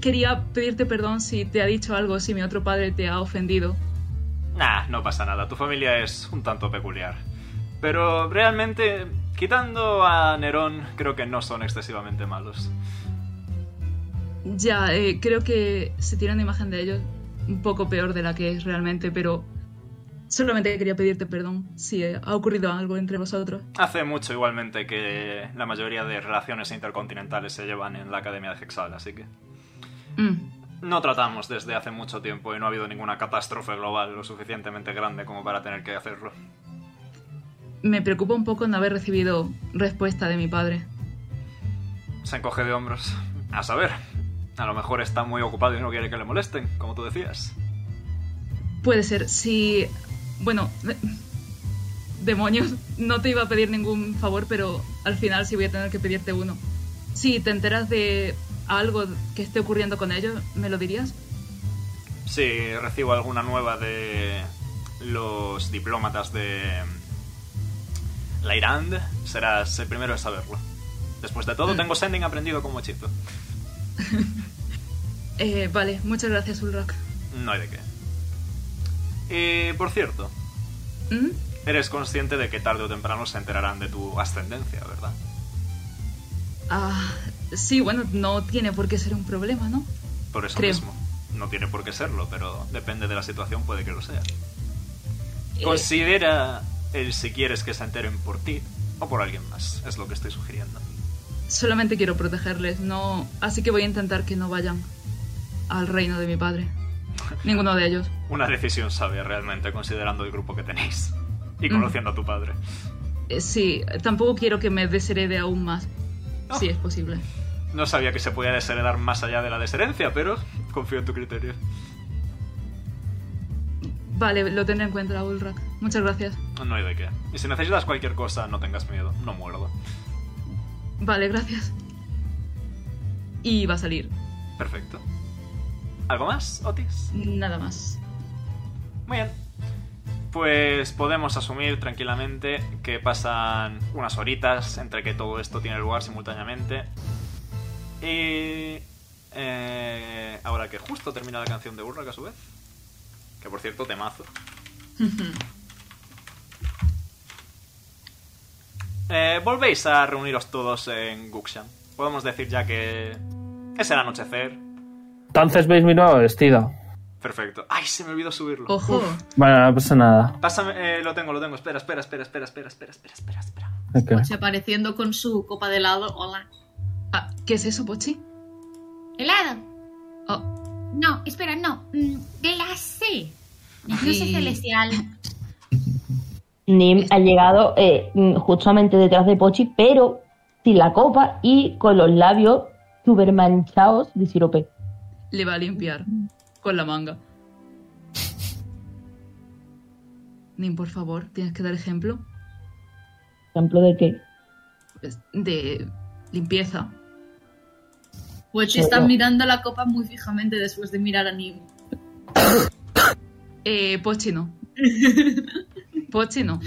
E: quería pedirte perdón si te ha dicho algo, si mi otro padre te ha ofendido.
C: nah, no pasa nada. Tu familia es un tanto peculiar. Pero realmente, quitando a Nerón, creo que no son excesivamente malos.
E: Ya, eh, creo que se tiene una imagen de ellos un poco peor de la que es realmente, pero solamente quería pedirte perdón si eh, ha ocurrido algo entre vosotros.
C: Hace mucho igualmente que la mayoría de relaciones intercontinentales se llevan en la Academia de Hexal, así que...
E: Mm,
C: No tratamos desde hace mucho tiempo y no ha habido ninguna catástrofe global lo suficientemente grande como para tener que hacerlo.
E: me preocupa un poco no haber recibido respuesta de mi padre.
C: Se encoge de hombros. A saber, a lo mejor está muy ocupado y no quiere que le molesten, como tú decías.
E: Puede ser, si... Bueno, de- demonios, no te iba a pedir ningún favor, pero al final sí voy a tener que pedirte uno. Si te enteras de algo que esté ocurriendo con ellos, ¿me lo dirías?
C: Si recibo alguna nueva de los diplomatas de la Irand, serás el primero en saberlo. Después de todo, tengo sending aprendido como hechizo.
E: Eh, vale, muchas gracias, Ulrak.
C: No hay de qué. Eh, por cierto,
E: ¿Mm?
C: eres consciente de que tarde o temprano se enterarán de tu ascendencia, ¿verdad?
E: Ah, sí, bueno, no tiene por qué ser un problema, ¿no?
C: Por eso
E: Creo.
C: mismo. No tiene por qué serlo, pero depende de la situación, puede que lo sea.
E: Eh,
C: Considera el si quieres que se enteren por ti o por alguien más. Es lo que estoy sugiriendo.
E: Solamente quiero protegerles, no. Así que voy a intentar que no vayan al reino de mi padre. Ninguno de ellos.
C: Una decisión sabia realmente, considerando el grupo que tenéis.
E: Mm.
C: Y conociendo a tu padre.
E: Eh, sí, tampoco quiero que me desherede aún más.
C: Ah.
E: Si es posible.
C: No sabía que se podía desheredar más allá de la desherencia, pero confío en tu criterio.
E: Vale, lo tendré en cuenta, Ulrak. Muchas gracias.
C: No hay de qué. Y si necesitas cualquier cosa, no tengas miedo. No muerdo.
E: Vale, gracias. Y va a salir.
C: Perfecto. ¿Algo más, Otis?
E: Nada más.
C: Muy bien. Pues podemos asumir tranquilamente que pasan unas horitas entre que todo esto tiene lugar simultáneamente. Y... eh, ahora que justo termina la canción de Urrak a su vez. Que por cierto, temazo. Eh, volvéis a reuniros todos en Guxan. Podemos decir ya que... Es el anochecer.
B: Entonces veis mi nuevo vestido.
C: Perfecto. ¡Ay, se me olvidó subirlo!
E: Ojo.
B: Bueno, no pasa nada.
C: Pásame, eh, lo tengo, lo tengo. Espera, espera, espera, espera, espera, espera, espera, espera, espera.
B: Ok.
D: Pochi apareciendo con su copa de helado. Hola.
E: Ah, ¿Qué es eso, Pochi?
H: Helado.
E: Ah,
H: No, espera, no. Mm, Glacé. La dulce
E: Sí.
H: celestial.
A: Nim ha llegado eh, mm, justamente detrás de Pochi, pero sin la copa y con los labios super manchados de sirope.
E: le va a limpiar con la manga. Nim, por favor, tienes que dar ejemplo
A: ¿Ejemplo de qué?
E: pues, de limpieza. Pues
D: Pochi está mirando la copa muy fijamente después de mirar a Nim.
E: Eh, Pochi no. Pochi no.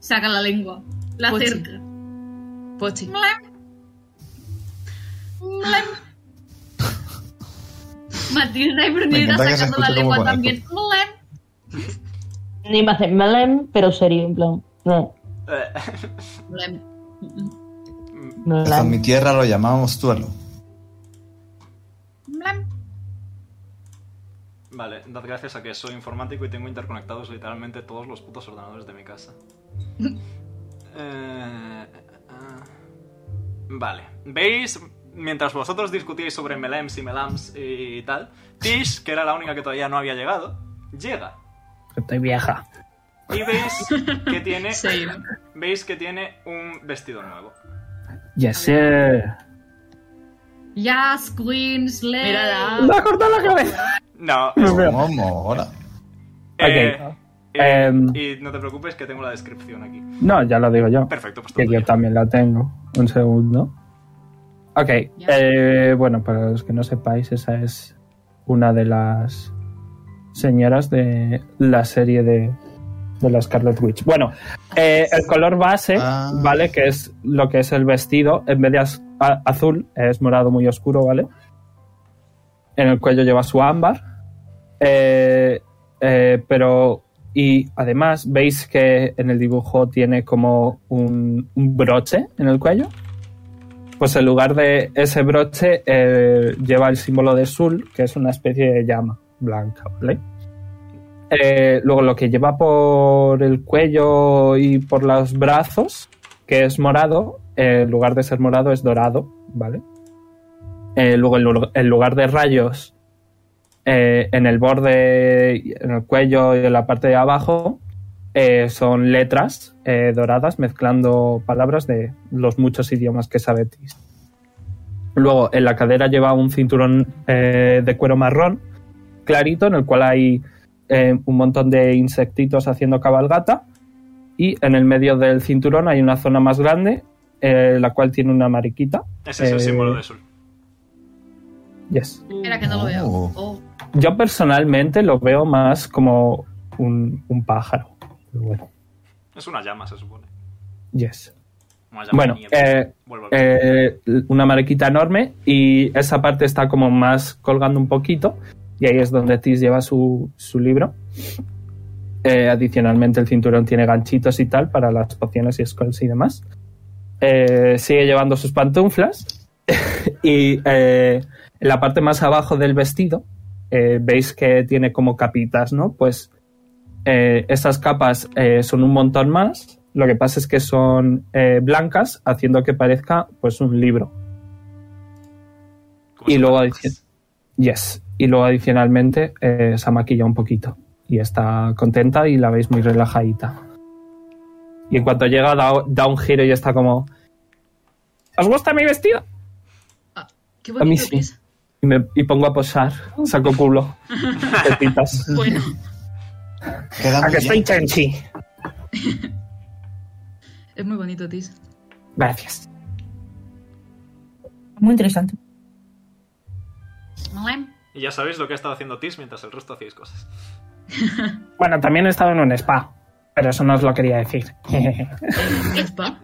D: Saca la lengua. La
E: Pochi.
D: acerca.
E: Pochi.
D: Matilda y Brunilda
G: encanta que se
D: sacando la
G: escuche como
D: lengua
G: conejo.
D: también. Glem.
A: Nim hace melem, pero serio, en plan. No,
C: Eh,
D: Glem.
A: no,
G: Hasta en mi tierra lo llamábamos tuelo.
C: Vale, dad gracias a que soy informático y tengo interconectados literalmente todos los putos ordenadores de mi casa. Eh, ah. vale, ¿veis? Mientras vosotros discutíais sobre melems y melams y tal, Tish, que era la única que todavía no había llegado, llega.
B: Estoy vieja.
C: Y veis que tiene,
E: Sí.
C: veis que tiene un vestido nuevo.
B: Yes, sir.
D: Yas, Queen, Slay. Ah.
E: Mírala.
B: ¡Me ha cortado la cabeza!
C: No,
G: ¿Cómo? Ahora.
C: eh,
B: Ok. Ah.
C: eh,
B: Em.
C: y no te preocupes que tengo la descripción aquí.
B: No, ya lo digo yo.
C: Perfecto, pues todo
B: Que yo
C: tuyo.
B: también la tengo. Un segundo. Ok. eh, bueno, para los que no sepáis, esa es una de las señoras de la serie de, de la Scarlet Witch. Bueno, eh, el color base,
G: Ah.
B: ¿vale? Que es lo que es el vestido. En vez de az- a- azul, es morado muy oscuro, ¿vale? En el cuello lleva su ámbar. Eh, eh, pero. Y además, veis que en el dibujo tiene como un, un broche en el cuello. Pues en lugar de ese broche, eh, lleva el símbolo de Sul, que es una especie de llama blanca, ¿vale? Eh, luego lo que lleva por el cuello y por los brazos, que es morado, eh, en lugar de ser morado es dorado, ¿vale? Eh, luego en lu- en lugar de rayos, eh, en el borde, y en el cuello y en la parte de abajo, eh, son letras eh, doradas mezclando palabras de los muchos idiomas que sabe Tis. Luego, en la cadera lleva un cinturón eh, de cuero marrón clarito, en el cual hay eh, un montón de insectitos haciendo cabalgata. Y en el medio del cinturón hay una zona más grande, eh, la cual tiene una mariquita.
C: Ese es
B: Eh,
C: el símbolo de Sul.
B: Yes.
D: Era que no lo veo.
G: Oh.
D: Oh.
B: Yo personalmente lo veo más como un, un pájaro. Pero bueno,
C: Es una llama, se supone.
B: yes.
C: Una llama
B: Bueno,
C: de nieve.
B: eh,
C: pues, Vuelvo a ver.
B: eh, una mariquita enorme y esa parte está como más colgando un poquito y ahí es donde Tis lleva su, su libro. Eh, adicionalmente el cinturón tiene ganchitos y tal para las pociones y scrolls y demás. Eh, sigue llevando sus pantuflas y eh, en la parte más abajo del vestido eh, veis que tiene como capitas, ¿no? Pues eh, estas capas eh, son un montón más. Lo que pasa es que son eh, blancas, haciendo que parezca pues un libro.
C: ¿Cómo
B: y
C: se
B: luego
C: llama?
B: adici- Yes. Y luego adicionalmente eh, se ha maquillado un poquito. Y está contenta y la veis muy relajadita. Y en cuanto llega da, da un giro y está como... ¿Os gusta mi vestido?
E: Qué
B: A mí
E: bonito
B: sí.
E: que es.
B: Y, me, y pongo a posar. Saco culo. Tetitas.
E: Bueno,
G: Queda
B: a
G: muy
B: que
G: bien.
B: estoy chanchi.
E: es muy bonito, Tis.
B: Gracias.
F: Muy interesante.
C: Y ya sabéis lo que ha estado haciendo Tis mientras el resto hacéis cosas.
B: Bueno, también he estado en un spa. Pero eso no os lo quería decir.
E: Spa.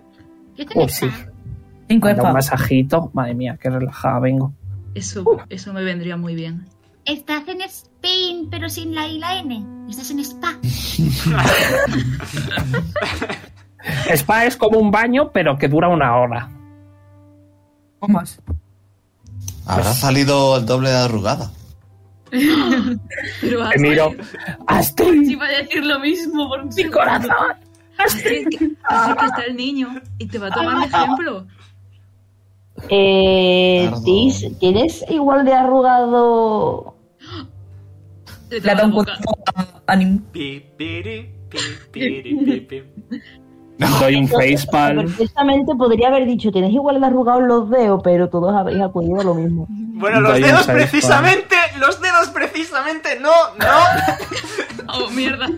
H: Yo
G: Oh,
H: tengo
B: Uy, Oh, sí.
F: Cinco
B: Me da un
F: espadas.
B: masajito. Madre mía, qué relajada vengo.
E: Eso,
G: Uh.
E: eso me vendría muy bien.
H: Estás en Spain, pero sin la I y la N. Estás en Spa.
B: Spa es como un baño, pero que dura una hora.
F: O más.
G: Habrá
B: Pues-
G: salido el doble de arrugada.
F: Ah,
E: Pero
B: Te
E: Astrid,
B: miro.
D: Sí,
B: ¡Astrid!
D: voy a decir lo mismo por un
B: ¡Mi corazón!
E: Astrid, que- así que está el niño y te va a tomar de
B: Ah.
E: ejemplo.
A: Eh,
G: Tardo.
A: Tis, ¿tienes igual de arrugado?
E: Le
F: Le ha dado
E: toma la
F: un
E: boca.
F: cuerpo a- a Nim.
C: Pi, piri, pi, piri, pi, pi.
B: Doy un facepalm.
A: Perfectamente podría haber dicho, tienes igual de arrugado los dedos, pero todos habéis acudido a lo mismo.
C: Bueno, los
B: Doy un
C: dedos
B: sidespan.
C: precisamente, los dedos precisamente, no, no.
E: Oh, mierda.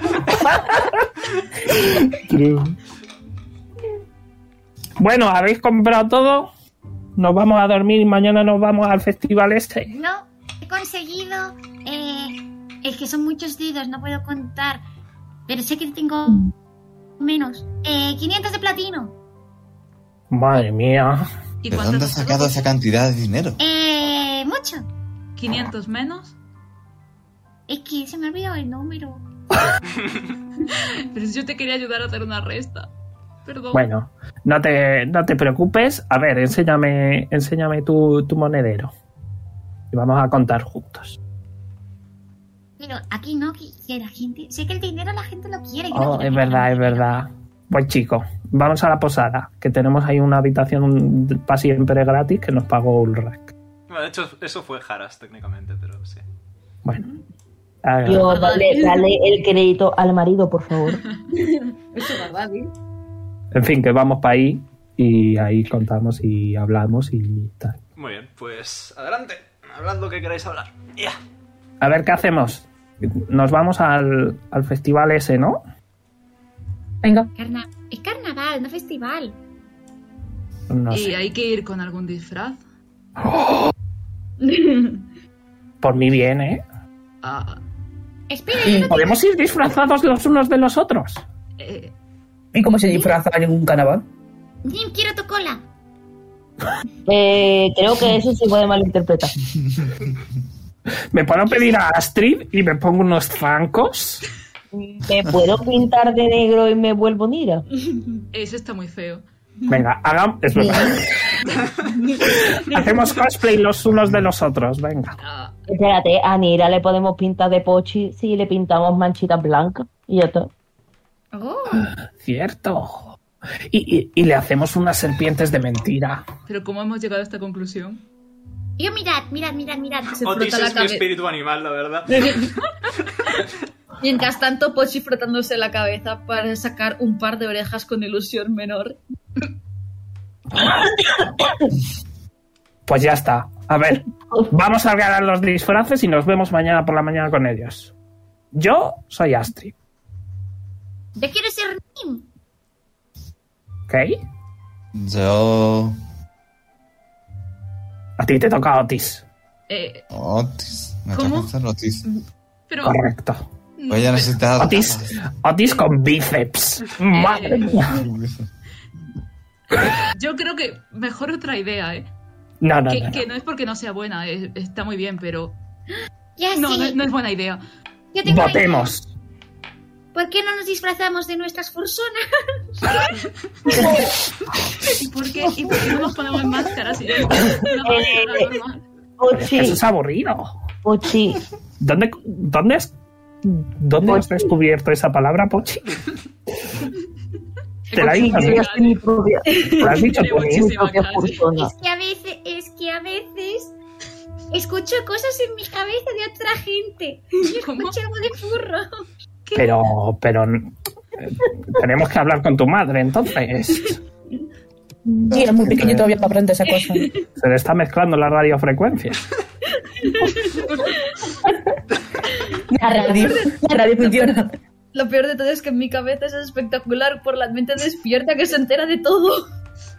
B: Bueno, ¿habéis comprado todo? Nos vamos a dormir y mañana nos vamos al festival este.
H: No, he conseguido. Eh, es que son muchos dedos, no puedo contar. Pero sé que tengo menos. Eh, 500 de platino.
B: Madre mía.
E: ¿Y
G: ¿De dónde
E: cuánto
G: has sacado esa cantidad de dinero?
H: Eh, mucho.
E: 500 menos.
H: Es que se me ha olvidado el número.
E: Pero si yo te quería ayudar a hacer una resta. Perdón.
B: Bueno, no te, no te preocupes. A ver, enséñame, enséñame tu, tu monedero. Y vamos a contar juntos.
H: Pero aquí no, que, que la gente. Sé que el dinero la gente lo quiere. yo no
B: Oh,
H: quiero
B: es
H: que-
B: verdad, es verdad. Pues chico, vamos a la posada, que tenemos ahí una habitación para siempre gratis que nos pagó Ulrak.
C: Bueno, de hecho, eso fue Haras técnicamente, pero sí.
B: Bueno. Ah,
A: Yo, dale, dale el crédito al marido, por favor.
D: Eso es verdad, ¿eh?
B: En fin, que vamos para ahí y ahí contamos y hablamos y tal.
C: Muy bien, pues adelante. Hablad lo que queráis hablar. Ya.
B: A ver, ¿qué hacemos? Nos vamos al, al festival ese, ¿no?
F: Venga.
H: Carna- es carnaval, no festival.
B: No
E: y
B: sé,
E: hay que ir con algún disfraz.
B: por mi bien, ¿eh?
E: Ah,
H: Espera,
F: Y-
H: yo no te-
B: ¿Podemos ir disfrazados los unos de los otros?
E: eh,
F: ¿Y cómo se disfraza en un carnaval?
H: Jim, quiero tu cola.
A: Eh, creo que eso se puede malinterpretar.
B: ¿Me puedo pedir a Astrid y me pongo unos zancos?
A: ¿Me puedo pintar de negro y me vuelvo Nira?
E: ese está muy feo.
B: Venga, hagamos. Es verdad. Hacemos cosplay los unos de los otros, venga.
E: Ah,
A: Espérate, a Nira le podemos pintar de pochi si le pintamos manchitas blancas. Y ya está.
H: Oh,
B: Cierto. Y, y- y le hacemos unas serpientes de mentira.
E: pero ¿cómo hemos llegado a esta conclusión?
H: yo mirad, mirad, mirad, mirad.
D: Se
C: Otis
D: frota la
C: es mi
D: cabeza.
C: espíritu animal, la verdad.
D: Mientras tanto, Pochi frotándose la cabeza para sacar un par de orejas con ilusión menor.
B: Pues ya está. A ver, vamos a ganar los disfraces y nos vemos mañana por la mañana con ellos. Yo soy Astrid,
H: Yo quiero ser Nim.
B: ¿ok?
G: Yo.
B: A ti te toca Otis.
E: Eh,
G: Otis. Me
E: ¿Cómo? Mm,
G: toca hacer Otis.
E: pero
B: Correcto.
G: Voy a necesitar.
B: Otis, Otis con bíceps.
E: eh,
B: Madre mía.
E: yo creo que mejor otra idea, ¿eh?
B: No, no,
E: que,
B: no. no.
E: que no es porque no sea buena, es- está muy bien, pero
H: Ya
E: no,
H: sí.
E: no, no es buena idea.
H: Yo tengo una idea.
B: Votemos.
H: ¿Por qué no nos disfrazamos de nuestras fursonas?
E: ¿Y por qué, y por qué no nos ponemos máscaras si ya no una máscara normal?
B: Eso
A: Pochi,
B: es aburrido.
A: Pochi,
B: ¿Dónde, dónde, es- dónde has
A: Pochi.
B: descubierto esa palabra, Pochi? Te la
E: Muchísima
B: digo,
A: yo soy mi propia,
B: Lo has dicho
E: Tiene
B: tú ¿eh? mismo.
A: mi propia
E: calle.
A: persona.
H: Es que a veces, es que a veces escucho cosas en mi cabeza de otra gente.
E: ¿Cómo?
H: Escucho algo de furro.
B: Pero, pero eh, tenemos que hablar con tu madre, entonces.
J: Sí, era muy pequeño todavía para aprender esa cosa.
B: Se le está mezclando la radiofrecuencia.
J: La radio. La radio funciona.
D: Lo peor de todo es que en mi cabeza es espectacular por la mente despierta que se entera de todo.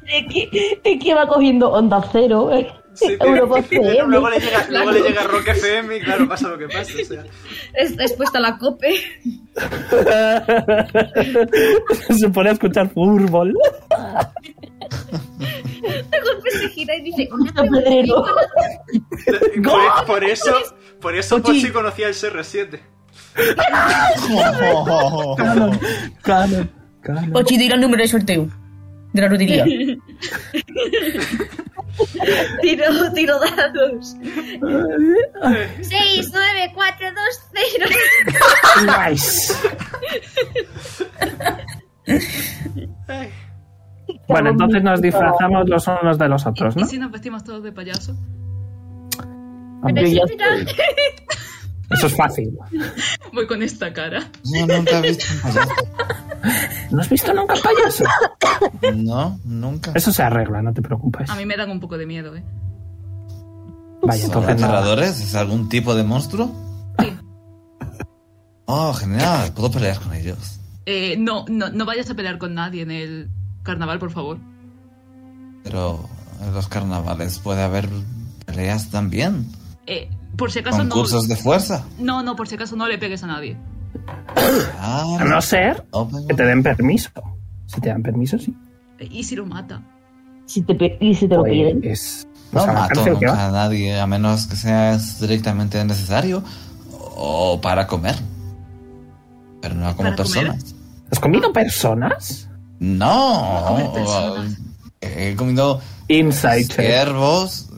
A: Es que, es que va cogiendo onda cero. eh.
C: Sí, pero-
A: Europa
C: pero luego
A: FM.
C: le llega, luego le llega Rock FM y claro, pasa lo que pasa. O sea,
D: Es, es puesta la cope.
B: Se pone a escuchar fútbol.
D: De golpe se gira y dice:
A: Una pedrero.
C: por, por eso, por eso
B: Pochi.
C: Pochi conocía el CR7.
B: Claro, claro.
J: Pochi, dirá el número de sorteo. De la lotería.
D: Tiro, tiro dados.
H: 6, 9, 4, 2, 0.
B: Nice. Bueno, entonces nos disfrazamos los unos de los otros,
E: ¿Y
B: ¿no?
E: si nos vestimos todos de payaso?
B: Ah,
A: Yo
B: pues
A: ya
B: Eso es fácil.
E: Voy con esta cara.
G: Yo nunca he visto un payaso.
B: ¿No has visto nunca un payaso?
G: No, nunca.
B: Eso se arregla, no te preocupes.
A: Ah,
E: A mí me dan un poco de miedo, ¿eh?
B: Vaya,
G: ¿Son
B: entonces nada.
G: aterradores? ¿Es algún tipo de monstruo?
E: Sí.
G: Oh, genial. Puedo pelear con ellos.
E: Eh, no, no, no vayas a pelear con nadie en el carnaval, por favor.
G: Pero en los carnavales puede haber peleas también.
E: Eh, por si acaso no.
G: Concursos de fuerza.
E: No, no, por si acaso no le pegues a nadie.
G: Ah,
B: A no ser
G: no, pero-
B: que te den permiso. Si te dan permiso, sí.
E: Eh, ¿Y si lo mata?
A: Si te, pe- y si te lo
B: Pues
A: piden.
B: es- pues
G: No
B: a la
G: mato
B: cárcel que
G: nunca
B: va.
G: a nadie, a menos que sea estrictamente necesario o para comer. Pero no como
E: ¿Para comer?
G: personas.
B: ¿Has comido personas?
G: No.
E: comer personas.
G: He comido
B: Inside check.
G: ciervos.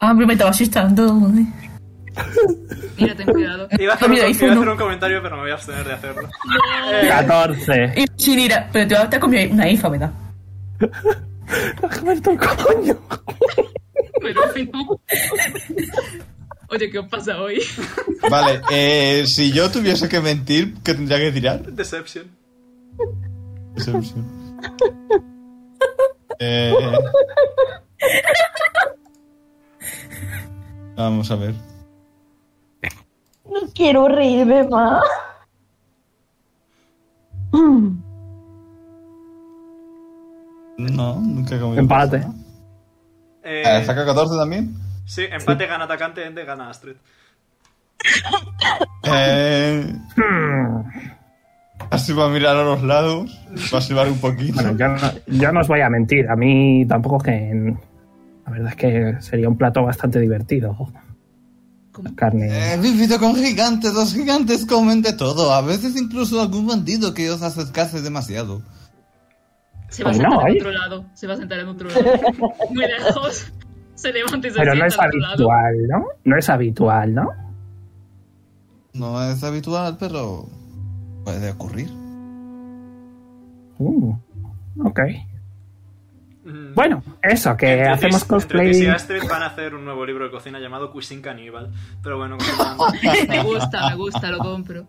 J: Ah, me estaba asustando.
E: Mira, ten cuidado. Ah,
C: Iba a hacer un,
J: Mira, hizo
C: iba a hacer
J: uno.
C: un comentario, pero me voy a abstener de hacerlo. Eh,
B: 14.
J: Y sin ir a- Pero te vas a estar con mi- una IFA, ¿verdad?
B: Roberto, coño.
E: Pero no. Oye, ¿qué os pasa hoy?
G: Vale, eh, si yo tuviese que mentir, ¿qué tendría que tirar?
C: Deception.
G: Decepción. Eh, vamos a ver.
A: No quiero reírme más.
G: No, nunca he comido.
B: Empate.
C: Eh,
G: Eh, ¿Saca 14 también?
C: sí, empate gana atacante, ende gana Astrid.
G: Eh, así va a mirar a los lados. Va a silbar un poquito.
B: Bueno, yo no, yo no os voy a mentir. A mí tampoco es que. La verdad es que sería un plato bastante divertido. Carne.
G: He vivido con gigantes, los gigantes comen de todo, a veces incluso algún bandido que os acercase demasiado.
E: Se va a
B: Pues
E: sentar
B: no,
E: en
B: ¿eh?
E: otro lado. Se va a sentar en otro lado. Muy lejos. Se levanta y se
B: Pero no
E: sienta
B: es
E: en otro lado.
B: habitual, ¿no? No es habitual, ¿no?
G: No es habitual, pero puede ocurrir.
B: Uh, ok.
C: Mm,
B: Bueno, eso, que
C: entre
B: hacemos
C: Tris- Entre Tris y
B: cosplay.
C: Astrid van a hacer un nuevo libro de cocina llamado Cuisine Caníbal. Pero bueno, continuando.
E: Me gusta, me gusta, lo compro.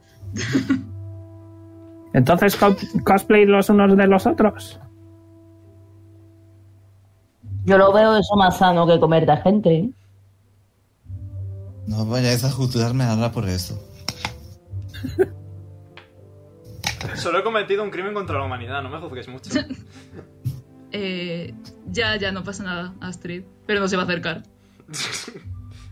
B: Entonces, co- cosplay los unos de los otros.
A: Yo lo veo eso más sano que comer de gente. ¿eh?
G: No vayáis a juzgarme ahora por eso.
C: Solo he cometido un crimen contra la humanidad, no me juzguéis mucho.
E: Eh, ya, ya, no pasa nada, Astrid. Pero no se va a acercar.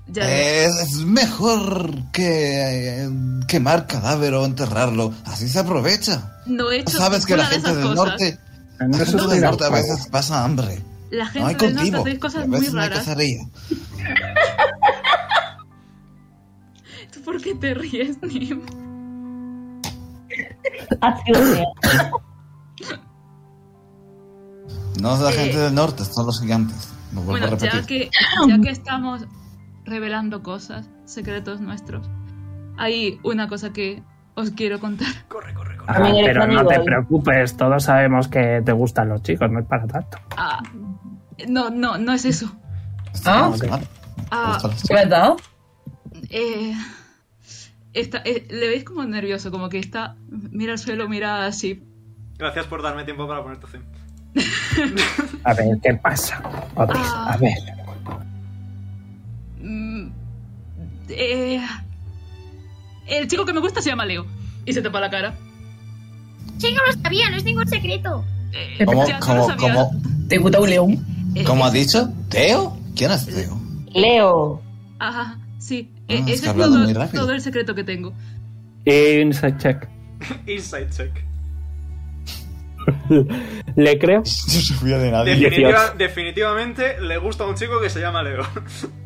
E: Ya,
G: Eh, Es mejor que eh, quemar cadáver o enterrarlo. Así se aprovecha.
E: no he hecho
G: Sabes que la
E: ninguna de
G: gente
E: esas
G: del
E: cosas.
G: norte,
B: En
G: la
B: eso
G: gente
B: estoy
G: del
B: de
G: norte a
B: acuerdo.
G: veces pasa hambre.
E: La gente
G: No hay
E: del norte
G: cultivo.
E: hace cosas
G: a
E: muy
G: veces no hay
E: raras.
G: cacería.
E: ¿Tú por qué te ríes, Nim?
A: Así lo veo.
G: No es la
E: Eh,
G: gente del norte, son los gigantes. Lo vuelvo a
E: Bueno,
G: repetir.
E: ya que, ya que estamos revelando cosas, secretos nuestros, hay una cosa que os quiero contar.
C: Corre, corre, corre.
B: Ah,
A: También eres ¿eh?
B: pero no
A: caníbal.
B: te preocupes, todos sabemos que te gustan los chicos, no es para tanto.
E: Ah, no, no, no es eso.
G: Está
J: Ah,
G: muy
B: ok.
G: mal.
E: Ah,
G: Está-
J: ¿Qué me has dado?
E: eh, está- eh, le veis como nervioso, como que está. Mira al suelo, mira así.
C: Gracias por darme tiempo para poner tu sim.
B: A ver, ¿qué pasa? Otis,
E: Ah.
B: a ver.
E: Mm, eh, el chico que me gusta se llama Leo. Y se tapa la cara.
H: Chico, lo sabía, no es ningún secreto.
E: Eh,
G: ¿Cómo,
E: ya tú lo
G: cómo,
E: sabías.
G: cómo,
J: ¿Te gusta un león?
E: Eh,
G: cómo ha dicho? ¿Teo? ¿Quién es Teo?
A: Leo,
E: Ajá, sí.
G: Ah,
E: E-
G: es que
E: ese es
G: hablando muy
E: todo,
G: rápido.
E: todo el secreto que tengo.
B: Inside check.
C: Inside check.
B: Le creo.
G: Yo no sabía de nadie.
C: Definitiva- definitivamente le gusta a un chico que se llama Leo.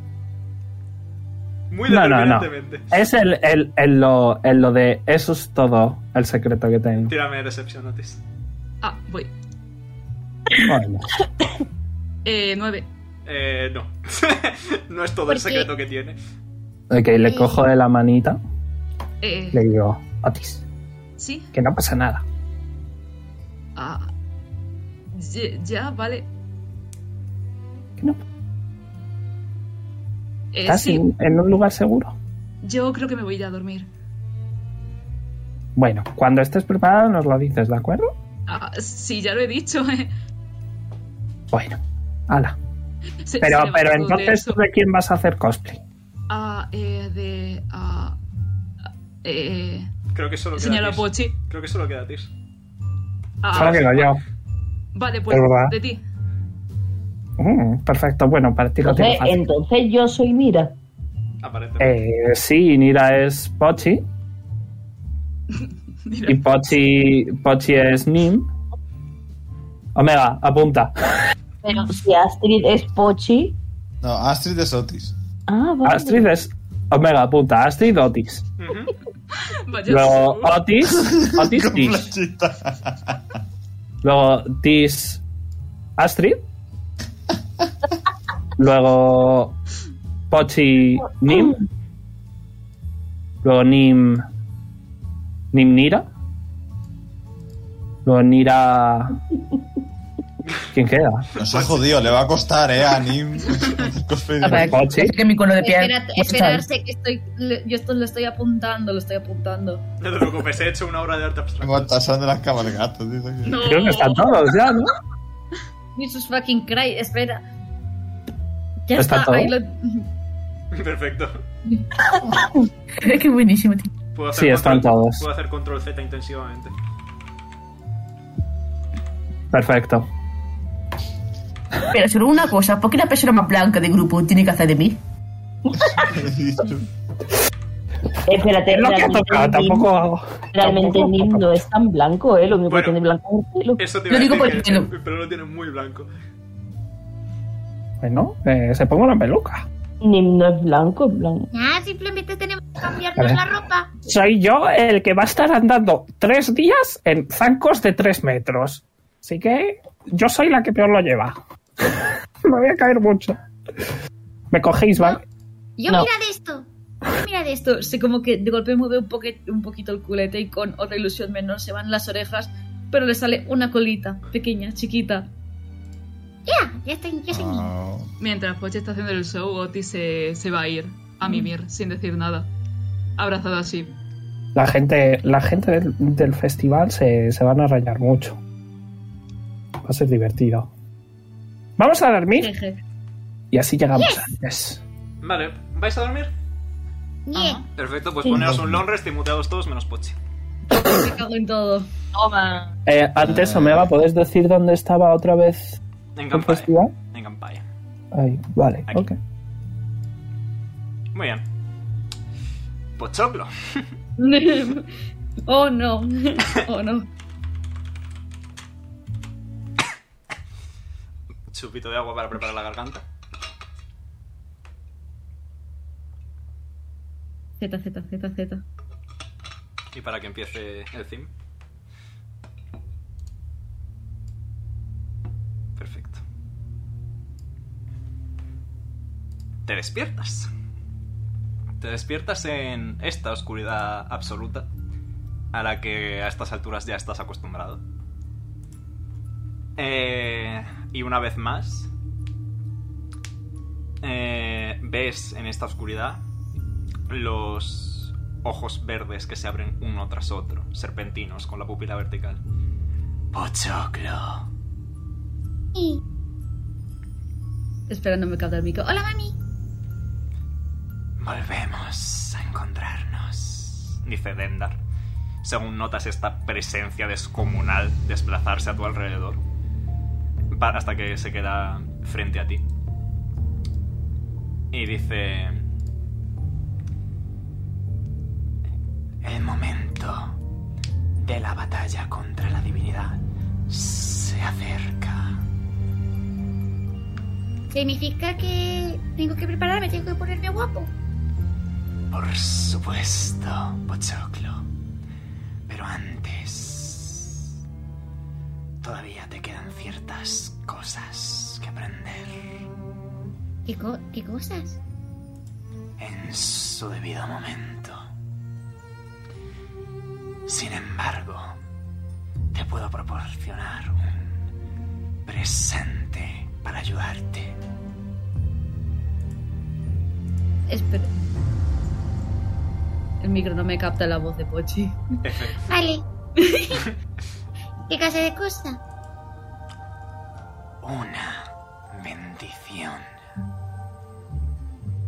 C: Muy
B: No, no, no.
C: determinantemente.
B: Es el, el- el lo, el lo de eso es todo el secreto que tengo.
C: Tírame Deception Otis.
E: Ah, voy.
B: Bueno,
E: Eh, nueve.
C: Eh, no. no es todo el
H: ¿Por qué?
C: secreto que tiene.
B: ok, le cojo de la manita,
E: Eh,
B: le digo, Otis,
E: sí.
B: que no pasa nada.
E: Ah, ye- ya, vale.
B: Que no,
E: Eh,
B: estás
E: sí,
B: en, en un lugar seguro.
E: yo creo que me voy ya a dormir.
B: Bueno, cuando estés preparado nos lo dices, ¿de acuerdo?
E: Ah, sí, ya lo he dicho. eh.
B: Bueno, ala.
E: Se-
B: Pero,
E: se
B: pero
E: levantó de
B: entonces,
E: eso.
B: ¿tú ¿de quién vas a hacer cosplay?
E: Ah, eh, de. Ah, eh,
C: Creo que solo queda
E: señala
C: Tis.
E: Pochi.
C: Creo que solo queda Tis.
E: Ah,
B: Solo digo yo.
E: Vale, pues,
B: Es verdad. ¿eh?
E: de ti.
B: Mm, perfecto, bueno, para ti lo tengo
A: entonces,
B: fácil.
A: entonces yo soy Mira.
C: Aparentemente.
B: Eh, sí, Nira es Pochi
E: Mira.
B: y Pochi, Pochi es Nim. Omega, apunta.
A: Pero si Astrid es Pochi.
G: No, Astrid es Otis.
A: Ah, vale.
B: Astrid es Omega, apunta. Astrid Otis.
C: Ujú.
E: Vaya,
B: Luego
E: tú.
B: Otis, Otis
G: Con
B: Tis.
G: flechita.
B: Luego Tis Astrid. Luego Pochi Nim. Luego Nim Nim Nira. Luego Nira. ¿Quién queda?
G: Nos ha jodido, le va a costar, eh, a Nim. Cosplay de-
J: A ver,
B: Pochi.
J: es que mi color de piel.
D: Espérate,
J: Pues, ¿sabes?
D: esperarse que estoy. le- Yo esto lo estoy apuntando, lo estoy apuntando.
C: No te preocupes, he hecho una obra de arte
G: Como
C: abstracta.
G: a Tarzán de las cabalgatas. dice que-
E: No.
B: Creo que están todos ya, ¿no?
D: Jesus fucking Christ, espera. Ya
B: ¿Está
D: está,
B: todo?
D: ahí lo.
C: Perfecto.
J: Es que es buenísimo, tío.
C: Puedo hacer
B: Sí, están
C: control-
B: todos.
C: Puedo hacer control Z intensivamente.
B: Perfecto.
J: Pero solo una cosa, ¿por qué la persona más blanca del grupo tiene que hacer de mí?
A: Eh, Espérate,
B: Es lo que ha
A: realmente
B: tocado,
A: Nim-
B: tampoco hago.
A: Realmente
B: tampoco-
A: Nim no es tan blanco, ¿eh? Lo único
C: Bueno.
A: que tiene blanco es el pelo.
C: Eso
J: Lo
C: te iba a
J: digo
C: decir
J: porque
C: que- Pero lo tiene muy blanco.
B: Bueno, eh, se pongo una peluca.
A: Nim no es blanco, es blanco.
H: Nada, simplemente tenemos que
B: A
H: cambiarnos
B: ver.
H: la ropa.
B: Soy yo el que va a estar andando tres días en zancos de tres metros. Así que yo soy la que peor lo lleva. Me voy a caer mucho. Me cogéis, ¿vale?
H: Yo
A: No.
H: mira de esto. Yo mira de esto.
D: Esto, sé como que de golpe mueve un, poque- un poquito el culete y con otra ilusión menor se van las orejas, pero le sale una colita pequeña, chiquita.
H: Ya, ya estoy, ya soy niño.
B: Ah.
E: Mientras Poche está haciendo el show, Otis se, se va a ir
H: Mm.
E: a mimir sin decir nada. Abrazado así.
B: La gente, la gente del, del festival se, se van a rayar mucho. Va a ser divertido. Vamos a dormir
D: Jeje.
B: y así llegamos antes.
C: Vale, ¿vais a dormir?
H: Yeah.
C: Perfecto, pues poneros un long rest y muteados todos menos Pochi.
D: Me cago en todo.
A: Toma.
B: Eh, antes, Omega, ¿podés decir dónde estaba otra vez
C: En
B: el
C: campaña.
B: festival?
C: En campaña.
B: Ahí, vale,
C: Aquí.
B: ok.
C: Muy bien. Pochoclo.
D: oh no. Oh no.
C: Chupito de agua para preparar la garganta.
D: Z, Z, Z, Z.
C: Y para que empiece el theme. Perfecto. Te despiertas. Te despiertas en esta oscuridad absoluta a la que a estas alturas ya estás acostumbrado. Eh, y una vez más, eh, ves en esta oscuridad los ojos verdes que se abren uno tras otro, serpentinos, con la pupila vertical. ¡Pochoclo!
H: Y-
D: Espera, no me capta el micro.
H: Hola,
D: ¡Hola!
H: mami.
C: Volvemos a encontrarnos, dice Dendar, según notas esta presencia descomunal desplazarse a tu alrededor, pa- hasta que se queda frente a ti. Y dice... El momento de la batalla contra la divinidad se acerca.
H: Significa que tengo que prepararme, tengo que ponerme guapo.
C: Por supuesto, Pochoclo. Pero antes... Todavía te quedan ciertas cosas que aprender
H: ¿Qué, co- qué cosas?
C: en su debido momento. Sin embargo, te puedo proporcionar un presente para ayudarte.
D: Espera. El micro no me capta la voz de Pochi.
H: Vale. ¿Qué clase de cosa?
C: Una bendición.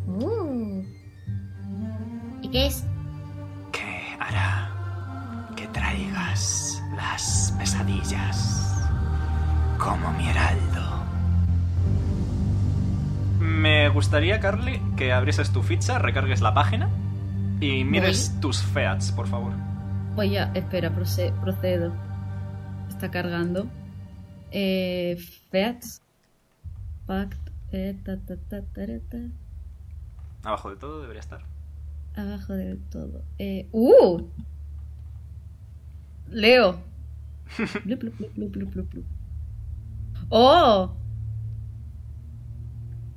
H: Uh. ¿Y qué es?
C: que hará que traigas las pesadillas como mi heraldo. Me gustaría, Carly, que abrieses tu ficha, recargues la página y mires tus feats, por favor.
D: Voy a. Pues Espera, proce- procedo. Está cargando. Eh. Feats. Pact. eh, ta, ta, ta, tara, ta.
C: Abajo de todo debería estar.
D: Abajo del todo. Eh, ¡Uh! Leo. Blup, blup, blup, blup, blup, blup, blup. ¡Oh!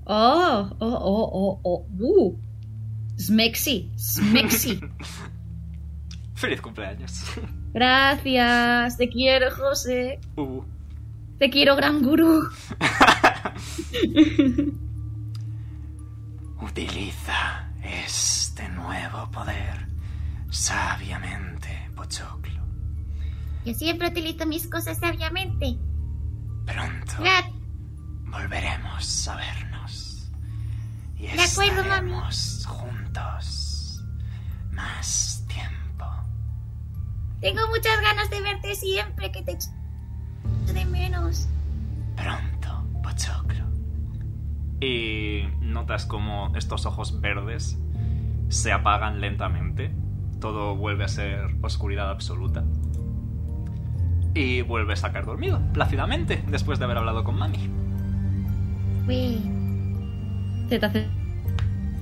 D: ¡Oh! ¡Oh, oh, oh, oh! ¡Uh! ¡Smexy! ¡Smexy!
C: ¡Feliz cumpleaños!
D: Gracias, te quiero, José.
C: Uh.
D: Te quiero, gran gurú.
C: Utiliza este nuevo poder sabiamente, Pochoclo.
H: Yo siempre utilizo mis cosas sabiamente.
C: Pronto.
H: Gra-
C: Volveremos a vernos. Y
H: De acuerdo, mami.
C: estaremos juntos más tiempo.
H: tengo muchas ganas de verte siempre, que te echo de menos.
C: Pronto, Pochoclo. Y notas como estos ojos verdes se apagan lentamente. Todo vuelve a ser oscuridad absoluta. Y vuelves a caer dormido, plácidamente, después de haber hablado con Mami.
H: Ué.
D: Z, Z.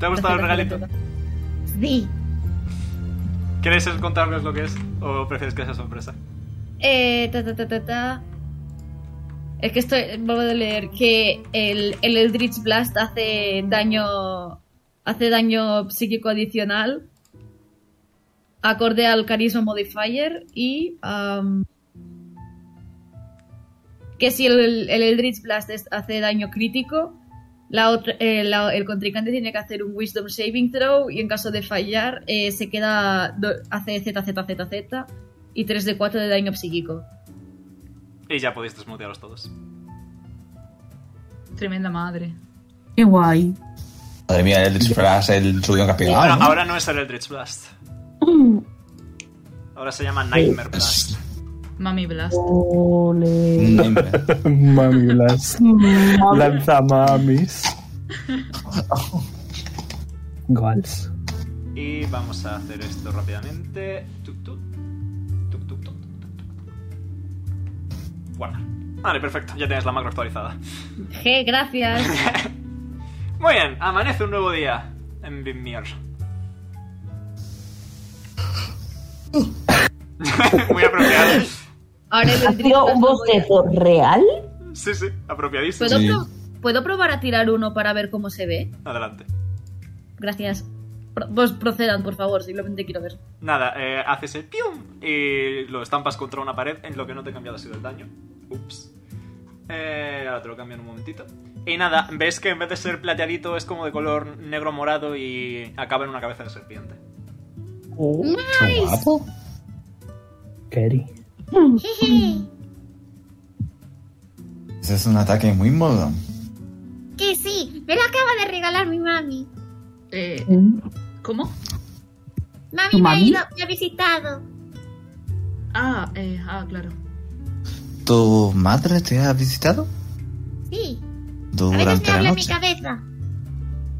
C: ¿Te ha gustado el regalito?
H: Sí.
C: ¿Queréis contarnos lo que es? ¿O prefieres que sea sorpresa?
D: Eh, ta, ta, ta, ta, ta. Es que estoy. Vamos a leer que el, el Eldritch Blast hace daño. Hace daño psíquico adicional. Acorde al Carisma Modifier y. am, um, que si el, el Eldritch Blast es- hace daño crítico, la otra- eh, la- el contrincante tiene que hacer un Wisdom Saving Throw y en caso de fallar eh, se queda do- hace ZZZZ y 3 de 4 de daño psíquico.
C: Y ya podéis desmutearos todos.
E: Tremenda madre.
F: Qué guay.
G: Madre mía, el Eldritch Blast, el subidón que has pegado,
C: Ahora,
G: ¿no?
C: ahora no es el Eldritch Blast.
H: Mm.
C: Ahora se llama Nightmare Blast.
E: Mami Blast.
A: Ole.
B: Mm.
G: Nightmare.
B: Mami las lanza mamis. Goals.
C: Y vamos a hacer esto rápidamente. Tuk, tuk. Tuk, tuk, tuk, tuk, tuk, tuk. Guardar. Vale, perfecto. Ya tienes la macro actualizada.
D: G, gracias.
C: Muy bien, amanece un nuevo día en Vimir. Muy apropiado.
D: Ahora el
A: ¿Ha
D: Eldritch
A: sido
D: Blast
A: un
D: lo voy a-
A: bostezo real?
C: Sí, sí, apropiadísimo.
D: ¿Puedo,
G: Sí.
D: pro- ¿Puedo probar a tirar uno para ver cómo se ve?
C: Adelante.
D: Gracias. Pro- vos procedan, por favor, simplemente quiero ver.
C: Nada, eh, haces el pium y lo estampas contra una pared en lo que no te he cambiado ha sido el daño. Ups. Eh, ahora te lo cambio en un momentito. Y nada, ves que en vez de ser plateadito es como de color negro morado y acaba en una cabeza de serpiente.
G: Qué guapo.
B: Kerry.
H: Jeje.
G: Ese es un ataque muy modo.
H: Que sí, me lo acaba de regalar mi mami.
E: Eh, ¿Cómo?
H: Mami
F: ¿Tu
H: me ha
F: mami?
H: ido, me ha visitado.
E: Ah, eh, ah, claro.
G: ¿Tu madre te ha visitado
H: Sí, a veces me
G: durante
H: habla
G: la
H: en mi
G: noche?
H: cabeza.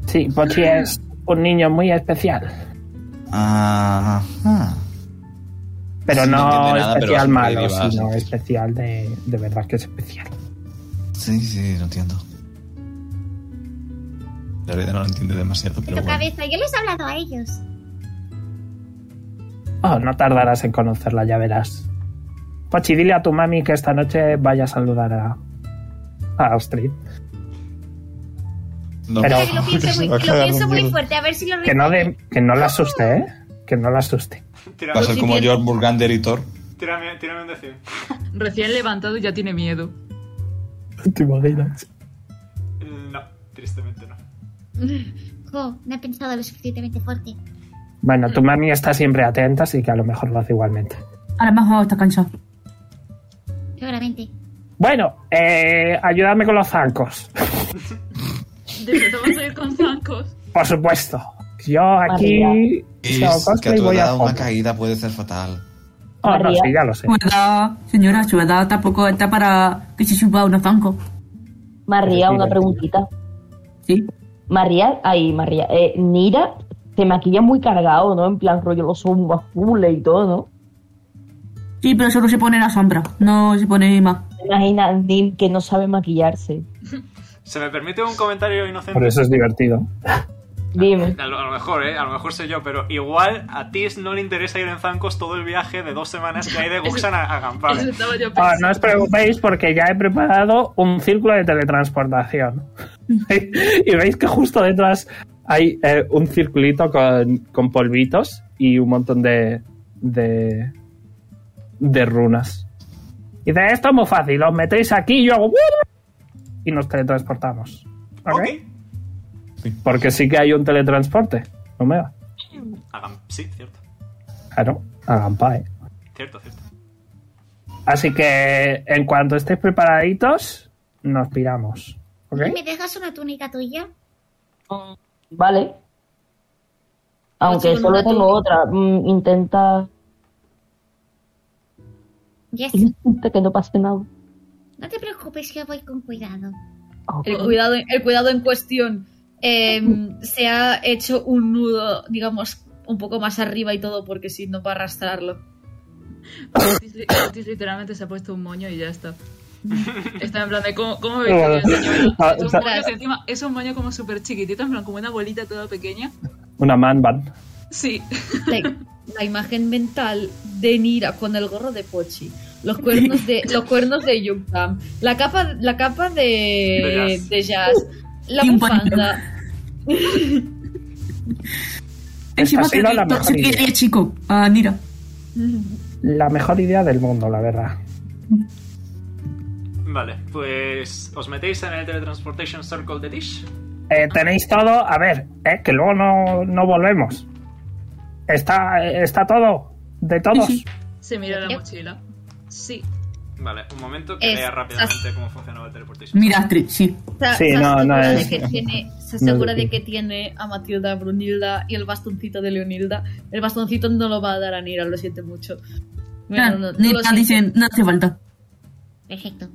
B: Sí, Pochi es un niño muy especial.
G: Ajá.
B: Pero
G: Sí, no
B: no,
G: entiende nada, pero
B: especial
G: es muy
B: malo,
G: viva,
B: sino
G: sí.
B: especial de, de verdad que es especial.
G: Sí, sí, lo entiendo. La realidad no lo entiende demasiado, pero
H: Pero
G: bueno.
H: cabeza, yo les he hablado a ellos.
B: Oh, no tardarás en conocerla, ya verás. Pochi, dile a tu mami que esta noche vaya a saludar a, a Astrid.
G: No,
B: Pero-
H: Que lo pienso muy, que lo pienso muy fuerte, a ver si lo
B: Que no,
H: recuerdo.
B: de, que no la asuste, ¿eh? Que no la asuste.
G: Va a ser
C: Tírame,
G: como George Burgander y Thor.
C: tírame, tírame un de 100.
E: Recién levantado y ya tiene miedo.
B: ¿Te imaginas?
C: No, tristemente no.
H: Jo, no he pensado lo suficientemente fuerte.
B: Bueno, tu mami está siempre atenta, así que a lo mejor lo hace igualmente.
F: A lo mejor está cansado.
H: Seguramente.
B: Bueno, eh, ayúdame con los zancos.
E: Despertamos a ir con zancos.
B: Por supuesto. Yo aquí.
G: Y
B: hago
G: es que a
B: cosplay y
G: tu
B: voy a
G: edad una
B: Hogwarts.
G: caída puede ser fatal.
B: Oh, no,
A: María.
B: sí, ya lo sé.
F: Su edad, señora, su edad tampoco está para que se suba a unos zancos.
A: María,
B: Qué
A: una
B: divertido.
A: preguntita.
F: Sí.
A: María, ahí, María. Eh, Nira se maquilla muy cargado, ¿no? En plan, rollo los ojos azules y todo, ¿no?
F: Sí, pero solo se pone la sombra, no se pone más.
A: ¿Te imaginas Nim que no sabe maquillarse?
C: ¿Se me permite un comentario inocente?
B: Por eso es divertido.
A: Dime.
C: A lo, a lo mejor, ¿eh? A lo mejor soy yo, pero igual a Tis no le interesa ir en zancos todo el viaje de dos semanas que hay de Guxan a, a Gampar.
E: Eso estaba yo
B: Ah,
E: pensando.
B: no os preocupéis porque ya he preparado un círculo de teletransportación. y veis que justo detrás hay eh, un circulito con, con polvitos y un montón de, de, de runas. Y de esto es muy fácil, os metéis aquí y yo hago... Y nos teletransportamos. ¿Ok?
C: Ok.
B: Porque sí que hay un teletransporte. No me va.
C: A Gam- Sí, cierto.
B: Claro, hagan pa, eh.
C: Cierto, cierto.
B: Así que en cuanto estéis preparaditos, nos piramos. ¿Ok?
H: ¿Me dejas una túnica tuya?
E: Oh.
A: Vale.
D: Ocho
A: Aunque
D: con
A: solo
D: una
A: tengo
D: túnica.
A: otra. Mm, intenta...
H: Yes.
A: intenta que no pase nada.
H: No te preocupes, que voy con cuidado.
D: El cuidado, el cuidado en cuestión eh, se ha hecho un nudo, digamos, un poco más arriba y todo, porque si no va a arrastrarlo.
E: Otis li- Otis literalmente se ha puesto un moño y ya está. Está en plan de cómo,
B: Ah,
E: cómo me vestía yo, señora. Es un moño que encima es un moño como súper chiquitito, en plan como una bolita toda pequeña.
B: Una manban.
E: Sí,
D: La, la imagen mental de Nira con el gorro de Pochi, los cuernos de los cuernos de Yuktam, la capa la capa
C: De jazz.
D: de de jazz, la
F: Y un
D: bufanda.
B: Esta ha
F: Encima que
B: sido la
F: no
B: mejor
F: se
B: idea.
F: quería chico. Ah, mira.
B: La mejor idea del mundo, la verdad.
C: Vale, pues os metéis en el Teletransportation Circle de Tish.
B: Eh, tenéis todo, a ver, eh, que luego no, no volvemos. Está, está todo, de todos.
E: Se mira la
D: ¿Yo?
E: mochila. Sí.
C: Vale, un momento que
D: Es-
C: vea rápidamente cómo funcionaba el Teleportation.
F: Mira, Astrid, sí.
D: Sa-
B: Sí,
D: se
B: no, no
D: asegura de
B: es-
D: que tiene-
B: no
D: se
B: es
D: asegura
B: de
D: de que tiene a Matilda, a Brunilda y el bastoncito de Leonilda. El bastoncito no lo va a dar a Nira, lo siento mucho.
E: Ah,
D: Bueno,
F: Claro,
D: no- no
F: ni
D: lo
F: tan
D: siento.
F: dicen, no hace falta.
H: Perfecto.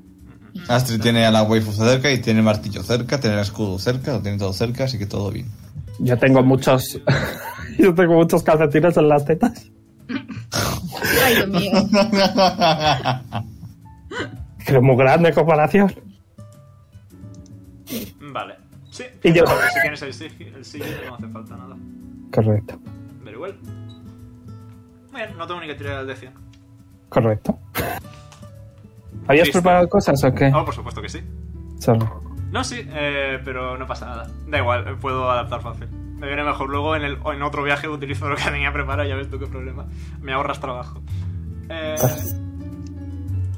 G: Astrid tiene a la waifu cerca y tiene el martillo cerca, tiene el escudo cerca, lo tiene todo cerca, así que todo bien.
B: Yo tengo muchos. yo tengo muchos calcetines en las tetas.
D: Ay, Dios mío.
B: Que es muy grande comparación.
C: Vale. Sí,
B: Y yo-
C: si quieres el, sí- el siguiente no hace falta nada.
B: Correcto,
C: Very well. Bien, no tengo ni que tirar el de 100.
B: correcto. ¿Habías
C: Listo.
B: preparado cosas o qué?
C: Oh, por supuesto que sí.
B: Sorry.
C: No, sí, eh, pero no pasa nada. Da igual, eh, puedo adaptar fácil. Me viene mejor luego en, el, o en otro viaje utilizo lo que tenía preparado, ya ves tú qué problema. Me ahorras trabajo. Eh,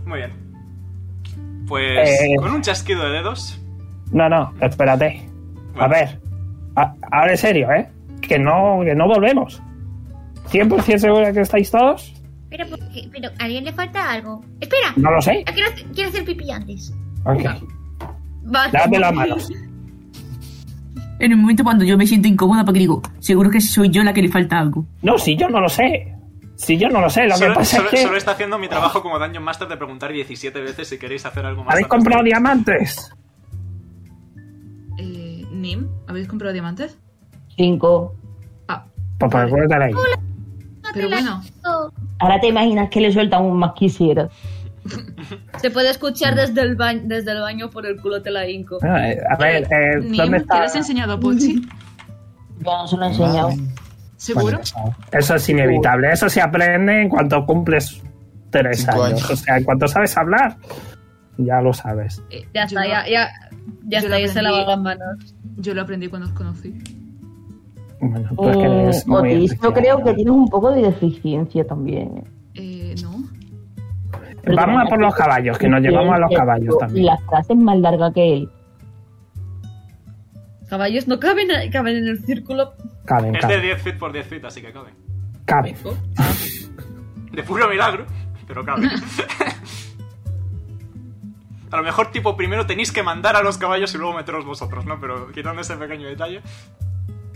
C: muy bien. Pues
B: Eh.
C: con un chasquido de dedos.
B: No, no, espérate. A
C: Bueno.
B: ver, a- ahora en serio, ¿eh? Que no, que no volvemos. ¿100% segura que estáis todos?
H: Pero, ¿por qué? Pero, ¿a alguien le falta algo? ¡Espera!
B: No lo sé.
H: Ah, Quiero, hacer- quiero hacer pipí antes.
B: Ok,
D: Ah, Va-
B: dadme las manos.
F: En el momento cuando yo me siento incómoda porque digo, seguro que soy yo la que le falta algo.
B: No, si yo no lo sé. Si yo no lo sé, Eh, lo que
C: Solo,
B: pasa
C: solo-
B: es que...
C: solo está haciendo mi trabajo como Dungeon Master de preguntar 17 veces si queréis hacer algo más.
B: ¿Habéis
C: antes
B: comprado
C: de-
B: diamantes?
E: Eh, Nim, ¿habéis comprado diamantes?
A: Cinco.
E: Ah,
B: Papá,
E: Vale.
B: acuérdate pues, ahí.
E: pero bueno.
A: Ahora te imaginas que le sueltan un más quisiera.
D: Se puede escuchar desde el, ba- desde el baño por el culo te la hinco.
B: Ah, eh, A ver, eh,
E: Nim,
B: ¿dónde
E: ¿qué
B: está?
E: le has enseñado a Pochi?
A: Yo no se lo he enseñado.
E: ¿Seguro?
B: Eso es inevitable. Eso se aprende en cuanto cumples tres
G: Cinco
B: años.
G: años.
B: O sea, en cuanto sabes hablar, ya lo sabes.
E: Eh,
D: Ya
E: yo
D: está,
E: lo-
D: ya, ya, ya
E: yo
D: está,
E: lo
D: ya se
E: aprendí.
D: lava las manos.
E: Yo lo aprendí cuando os conocí.
B: Bueno, pues que eres
A: Mm,
B: muy
A: Otis, yo
B: especial.
A: creo que tienes un poco de deficiencia también.
E: Eh, no.
B: Vamos a por los caballos, que nos llevamos a los caballos
A: Y
B: también.
A: la frase es más larga que él.
D: Caballos no caben, ahí, caben en el círculo.
B: Caben,
C: Es de
B: caben.
C: 10 feet por 10 feet, así que cabe.
B: caben.
C: De puro milagro, pero cabe. A lo mejor, tipo, primero tenéis que mandar a los caballos y luego meteros vosotros, ¿no? Pero quitando ese pequeño detalle.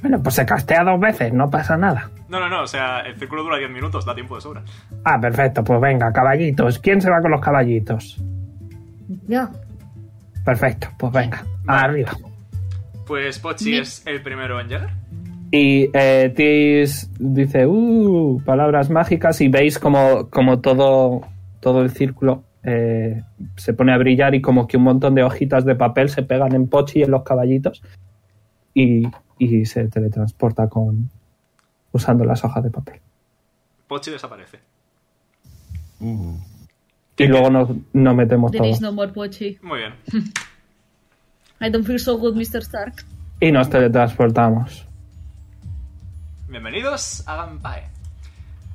B: Bueno, pues se castea dos veces, no pasa nada.
C: No, no, no, o sea, el círculo dura 10 minutos, da tiempo de sobra.
B: Ah, perfecto, pues venga, caballitos. ¿Quién se va con los caballitos?
H: Yo.
B: Perfecto, pues venga, arriba.
C: Pues Pochi es el primero en llegar.
B: Y eh, Tis dice, uh, palabras mágicas y veis como, como todo, todo el círculo eh, se pone a brillar y como que un montón de hojitas de papel se pegan en Pochi y en los caballitos y, y se teletransporta con usando las hojas de papel.
C: Pochi desaparece.
G: Uh,
B: Y luego nos, nos metemos
D: There is
B: todos.
D: no more Pochi.
C: Muy bien.
D: I don't feel so good, Mr. Stark.
B: Y nos teletransportamos.
C: Bienvenidos a Gampae.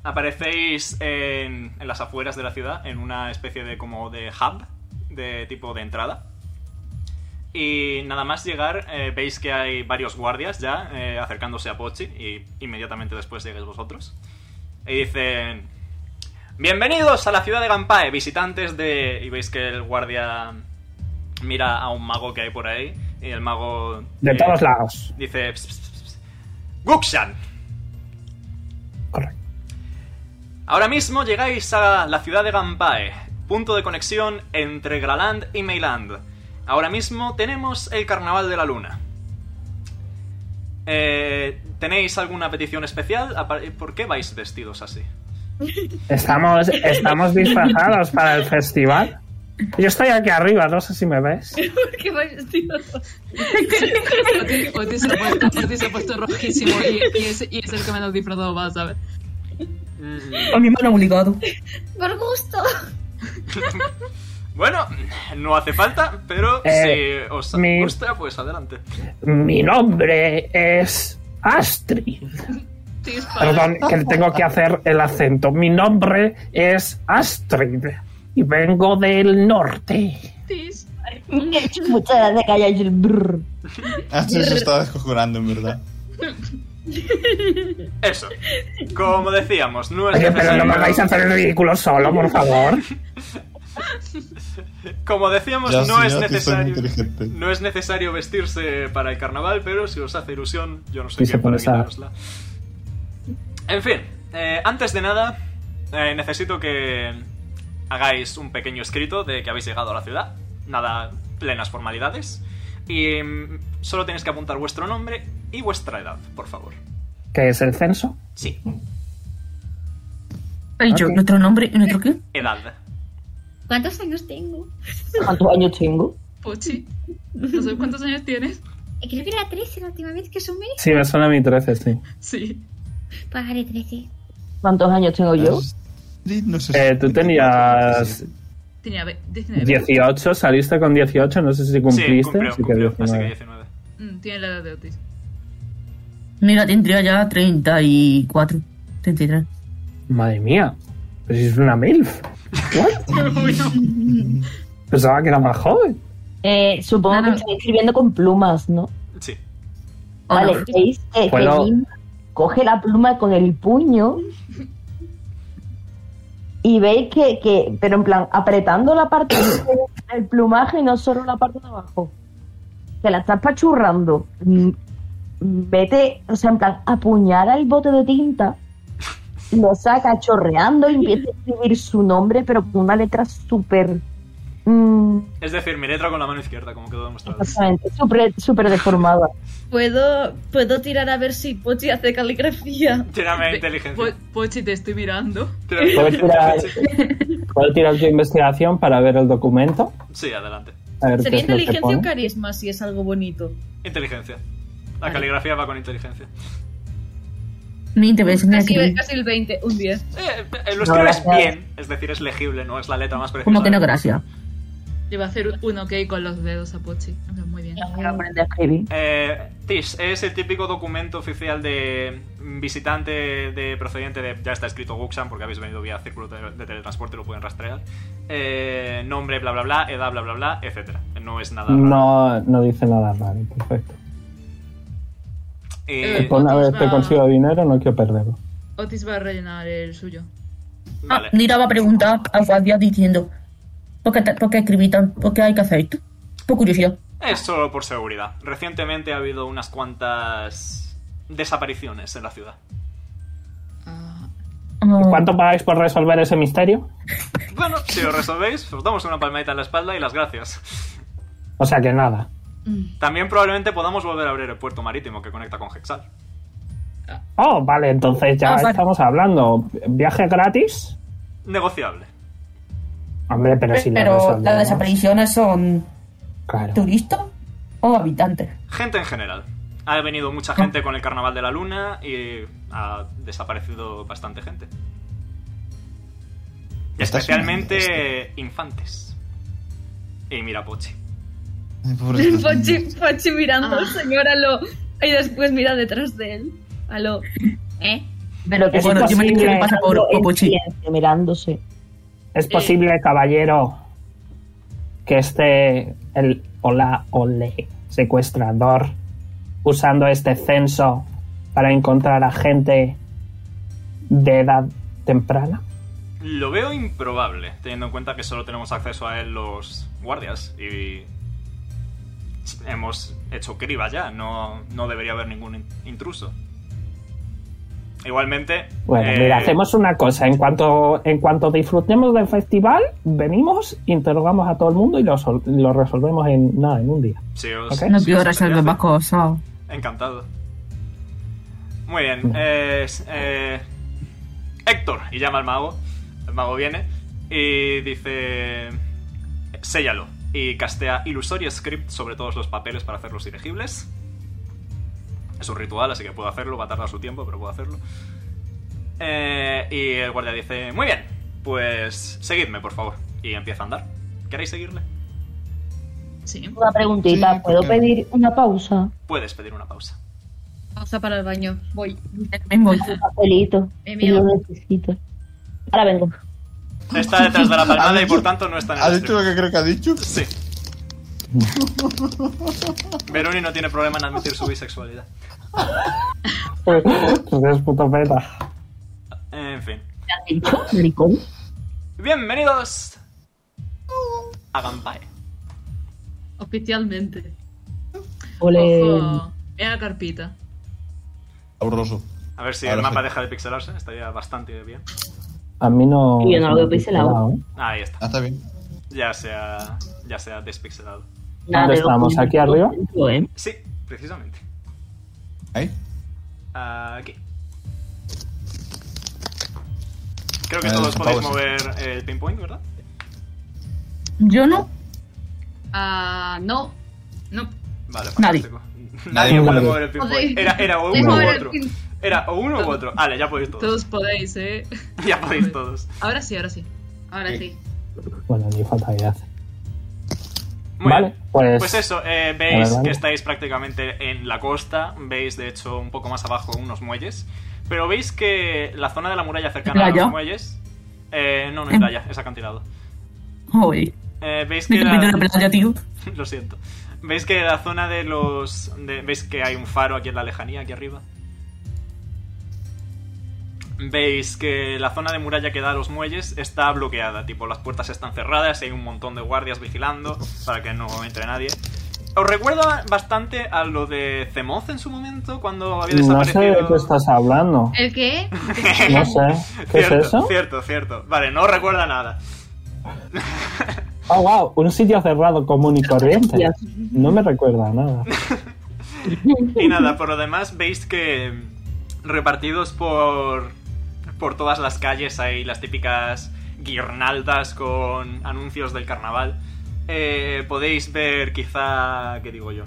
C: Aparecéis en, en las afueras de la ciudad, en una especie de como de hub, de tipo de entrada. Y nada más llegar, eh, veis que hay varios guardias ya eh, acercándose a Pochi y inmediatamente después llegáis vosotros. Y dicen... Bienvenidos a la ciudad de Gampae, visitantes de... Y veis que el guardia mira a un mago que hay por ahí. Y el mago...
B: De
C: eh,
B: todos lados.
C: Dice... "Ps, ps, ps, ps, Guxan,
B: Correcto.
C: Ahora mismo llegáis a la ciudad de Gampae, punto de conexión entre Graland y Meiland. Ahora mismo tenemos el Carnaval de la Luna. Eh, ¿Tenéis alguna petición especial? Apa- ¿Por qué vais vestidos así?
B: Estamos, estamos disfrazados para el festival. Yo estoy aquí arriba, no sé si me ves.
D: Qué vaya- tío.
E: Oti- Otis se ha puesto, Otis se ha puesto rojísimo y, y es, y es el que menos disfrazado va, ¿sabes?
C: Mm.
F: A Oh, mi mano obligado.
H: Por gusto.
C: Bueno, no hace falta, pero
B: Eh,
C: si os
B: mi-
C: gusta, pues adelante.
B: Mi nombre es Astrid.
E: Tis, para-
B: Perdón, que tengo que hacer el acento. Mi nombre es Astrid y vengo del norte.
E: Tis.
A: Muchas gracias, calla. y el brrr.
G: Así se estaba descojonando, en verdad.
C: Eso. Como decíamos, no es
B: Oye, pero no me
C: necesario.
B: vais a hacer el ridículo solo, por favor.
C: Como decíamos,
G: Ya,
C: no es
G: señora, que soy muy
C: necesario.
G: inteligente.
C: No es necesario vestirse para el carnaval, pero si os hace ilusión, yo no sé
B: Sí,
C: qué
B: se
C: para
B: puede saber.
C: quitárosla. En fin, eh, antes de nada, eh, necesito que hagáis un pequeño escrito de que habéis llegado a la ciudad. Nada, plenas formalidades. Y mm, solo tenéis que apuntar vuestro nombre y vuestra edad, por favor.
B: ¿Qué es el censo?
C: Sí,
F: Ha dicho
B: Ok.
F: nuestro nombre y nuestro qué.
C: edad.
H: ¿Cuántos años tengo?
A: ¿Cuántos años tengo?
E: Pochi. No sé cuántos años tienes.
H: Eh, Creo que era 13 la última vez que sumé.
B: Sí, me suena a mi 13, sí.
E: Sí.
H: Pues haré 13.
A: ¿Cuántos años tengo yo?
G: No sé si-
B: Eh, tú tenías
E: Tenía ve- 19.
B: 18, saliste con 18, no sé si cumpliste.
C: sí, cumplió,
B: así que
C: cumplió,
B: 19.
C: así que 19.
E: Mm, tiene la edad de Otis.
F: Mira, tendría ya 34, 33.
B: Madre mía, pues es una MILF. ¿What? Pensaba que era más joven.
A: Eh, supongo
F: Claro.
A: que estoy escribiendo con plumas, ¿no? Ah,
C: Sí.
A: Vale,
F: Honor.
A: veis que, que
B: Puedo-
A: Jim coge la pluma con el puño y veis que, que pero en plan, apretando la parte del plumaje y no solo la parte de abajo. Que la estás pachurrando. Mm, Vete, o sea, en plan, apuñala el bote de tinta, lo saca chorreando y empieza a escribir su nombre, pero con una letra súper. mm,
C: Es decir, mi letra con la mano izquierda, como quedó demostrado.
A: exactamente, súper súper deformada.
D: ¿Puedo, puedo tirar a ver si Pochi hace caligrafía.
C: Tírame
E: Ve-
C: inteligencia.
E: Po- Pochi, te estoy mirando.
C: Tírame
B: Puedo tirar,
C: inteligencia.
B: puedo tirar tu investigación para ver el documento.
C: Sí, adelante.
B: A ver
D: Sería
B: qué es lo que
D: inteligencia o
B: pone.
D: carisma si es algo bonito.
C: Inteligencia. La
D: Vale.
C: caligrafía va con inteligencia.
F: Ni te ves, ni
D: Casi,
F: aquí.
D: casi el 20, un 10.
C: Eh, eh, lo
A: No,
C: escribes
A: gracias.
C: bien, es decir, es legible, no es la letra más precisa.
F: Como que no, gracias.
E: Le va a hacer un ok con los dedos a Pochi. En plan, Muy bien.
A: Voy a aprender a escribir.
C: Eh, Tis, es el típico documento oficial de visitante de procedente de. Ya está escrito Guxan porque habéis venido vía círculo de, de teletransporte, lo pueden rastrear. Eh, nombre, bla bla bla, edad, bla bla bla, etcétera. No es nada. raro.
B: Mm. No, no dice nada raro, perfecto.
C: Eh,
E: Eh,
B: Pon a ver,
E: va-
B: te consigo dinero, no quiero perderlo.
E: Otis va a rellenar el suyo.
C: vale.
F: Ah, Nira va a preguntar a Fadia diciendo: ¿Por qué, ta- por qué escribí tan.? ¿Por qué hay que hacer esto? Por curiosidad.
C: Es solo por seguridad. Recientemente ha habido unas cuantas desapariciones en la ciudad.
E: Ah,
F: Ah,
B: ¿Cuánto pagáis por resolver ese misterio?
C: Bueno, si lo resolvéis, os damos una palmadita en la espalda y las gracias.
B: O sea que nada.
C: También probablemente podamos volver a abrir el puerto marítimo que conecta con Hexal.
B: Oh, vale, entonces ya
F: Ah, vale.
B: estamos hablando. ¿Viaje gratis?
C: Negociable.
B: Hombre, pero si lo
J: Pero
B: resolvemos.
J: las desapariciones son
B: Claro.
J: turistas o habitantes.
C: Gente en general. Ha venido mucha gente con el carnaval de la luna y ha desaparecido bastante gente.
G: Está sonando
F: Este-
C: Especialmente infantes. Y mira, Poche.
G: Ay, pobrecito.
D: Pochi, Pochi mirando
E: Ah.
D: al señor a lo. Y después mira detrás de él. A lo. ¿Eh?
A: Pero que
F: Bueno,
A: es
F: yo me tengo que
A: posible
F: pasar por-
A: hacerlo
F: por
A: en
F: Pochi.
A: silencio, mirándose. Eh.
B: Es posible, caballero, que esté el hola ole secuestrador usando este censo para encontrar a gente de edad temprana.
C: Lo veo improbable, teniendo en cuenta que solo tenemos acceso a él los guardias y hemos hecho criba ya, no, no debería haber ningún in- intruso. Igualmente...
B: Bueno,
C: eh,
B: mira, hacemos una cosa. En cuanto, en cuanto disfrutemos del festival, venimos, interrogamos a todo el mundo y lo, sol- lo resolvemos en nada, en un día.
C: si os-
B: Ok.
C: si
F: Pues No
C: os
F: quiero resolver
C: apetece.
F: más cosas.
C: Encantado. Muy bien. eh, s- eh, Héctor, y llama al mago. El mago viene y dice... Séllalo. Y castea Illusory Script sobre todos los papeles para hacerlos ilegibles. Es un ritual, así que puedo hacerlo. Va a tardar su tiempo, pero puedo hacerlo. Eh, y el guardia dice... Muy bien. Pues seguidme, por favor. Y empieza a andar. ¿Queréis seguirle?
E: sí.
A: Una preguntita,
G: Sí,
A: ¿puedo
G: porque-
A: pedir una pausa?
C: Puedes pedir una pausa.
D: Pausa para el baño. Voy.
F: Me voy.
A: Un papelito,
D: Eh,
A: que
D: mira.
A: lo necesito. Ahora vengo.
C: Está detrás de la palmada y por tanto no está en el
G: ¿Ha dicho
C: strip.
G: lo que creo que ha dicho?
C: Sí. Veroni no tiene problema en admitir su bisexualidad.
B: Pues, es puto peta.
C: En fin.
I: dicho, maricón?
C: Bienvenidos a Gampae.
E: Oficialmente.
I: Ole.
E: Ojo. Mira la carpita.
G: Sabroso.
C: A ver si
G: Ahora
C: el mapa
G: sí.
C: deja de pixelarse, estaría bastante bien.
B: A mí no.
I: Y yo no lo veo pixelado.
B: ¿eh?
C: Ahí está.
G: Ah, está bien.
C: Ya se ha, ya se ha despixelado.
I: Nada,
B: ¿Dónde
I: de lo
B: estamos?
I: que yo
B: ¿Aquí
I: no
B: arriba?
I: siento, ¿eh?
C: Sí, precisamente.
G: Ahí.
C: Aquí. Creo que
G: Ah,
C: todos podéis
G: pausa.
C: mover el pinpoint, ¿verdad?
J: Yo no.
E: Ah, no. No.
C: Vale,
J: Nadie.
C: fantástico.
G: Nadie
C: Nadie puede
G: puede.
C: mover el pinpoint.
E: Podéis-
C: Era, era o
E: podéis
C: uno
E: mover
C: u
E: el
C: otro.
E: pin-
C: Era o uno u otro. Vale, ya podéis todos.
E: Todos podéis, ¿eh?
C: Ya podéis todos.
E: Ahora sí, ahora sí. Ahora sí.
B: Bueno, ni fatalidad.
C: Muy
B: vale,
C: bien.
B: pues.
C: Pues eso, eh,
B: Vale,
C: veis
B: vale.
C: que estáis prácticamente en la costa, veis de hecho un poco más abajo unos muelles, pero veis que la zona de la muralla cercana a
J: ¿Playa?
C: los muelles... Eh, no, no es
J: Em.
C: playa, es acantilado.
J: Joder.
C: Eh, veis
J: Me
C: que
J: he perdido
C: la,
J: la playa, tío.
C: Lo siento. ¿Veis que la zona de los... de- ¿Veis que hay un faro aquí en la lejanía, aquí arriba? Veis que la zona de muralla que da a los muelles está bloqueada, tipo las puertas están cerradas y hay un montón de guardias vigilando para que no entre nadie. Os recuerda bastante a lo de Zemoz en su momento, cuando había
B: No sé
C: desaparecido...
B: de qué estás hablando.
D: ¿El qué?
B: No sé. ¿Qué es
C: cierto,
B: eso?
C: cierto, cierto. Vale, no os recuerda nada.
B: Oh, wow. Un sitio cerrado común y corriente. No me recuerda a nada.
C: Y nada, por lo demás veis que em, repartidos por por todas las calles hay las típicas guirnaldas con anuncios del carnaval. Eh, podéis ver quizá, ¿qué digo yo?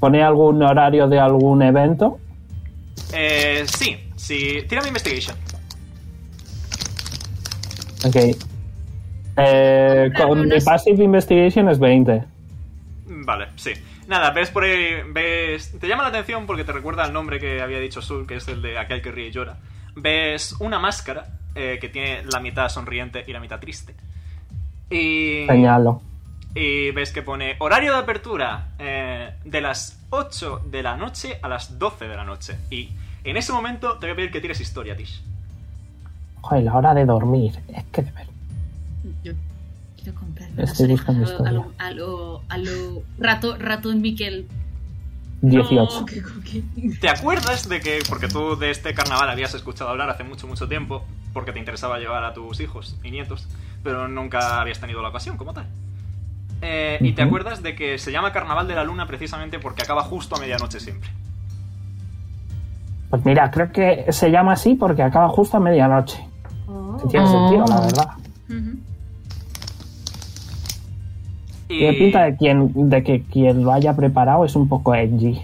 B: ¿Pone algún horario de algún evento?
C: Eh, sí, sí, tira mi investigation.
B: Ok. Eh, con mi Passive Investigation es 20.
C: Vale, sí. Nada, ves por ahí, ves... Te llama la atención porque te recuerda el nombre que había dicho Sul, que es el de aquel que ríe y llora. Ves una máscara eh, que tiene la mitad sonriente y la mitad triste. Y...
B: Señalo.
C: Y ves que pone horario de apertura eh, de las 8 de la noche a las 12 de la noche. Y en ese momento te voy a pedir que tires historia, Tish.
B: Joder, la hora de dormir. Es que de ver.
D: Yo quiero comprar
B: Estoy buscando
D: a lo, a lo,
B: historia.
D: a lo, a lo- rato, ratón Miquel.
B: 18.
E: No, qué coquín.
C: ¿Te acuerdas de que, porque tú de este carnaval habías escuchado hablar hace mucho, mucho tiempo, porque te interesaba llevar a tus hijos y nietos, pero nunca habías tenido la ocasión como tal? Eh, Y te
B: Ujú.
C: acuerdas de que se llama Carnaval de la Luna precisamente porque acaba justo a medianoche siempre.
B: Pues mira, creo que se llama así porque acaba justo a medianoche. Que tiene
J: Oh.
B: sentido, la verdad.
E: Ujú.
C: Y
B: Tiene pinta de, quien, de que quien lo haya preparado es un poco edgy.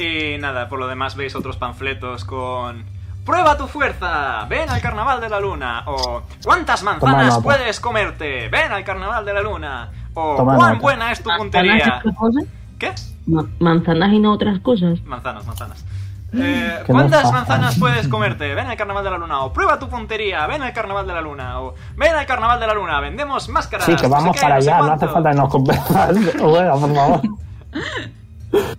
C: Y nada, por lo demás veis otros panfletos con ¡Prueba tu fuerza! ¡Ven al carnaval de la luna! O ¿Cuántas manzanas
B: nota.
C: puedes comerte? ¡Ven al carnaval de la luna! O
B: Toma
C: ¿Cuán
B: nota.
C: buena es tu puntería?
I: ¿Manzanas y otras cosas?
C: ¿Qué?
I: Ma- ¿Manzanas y no otras cosas?
C: Manzanas, manzanas. Eh,
B: Mm, Que no
C: ¿Cuántas
B: pasa.
C: manzanas puedes comerte? Ven al carnaval de la luna. O prueba tu puntería. Ven al carnaval de la luna. O ven al carnaval de la luna. Vendemos máscaras.
B: Sí, que
C: no sé
B: vamos
C: qué,
B: para
C: no sé
B: allá, no
C: cuánto".
B: hace falta que nos convenzas. Bueno, por favor.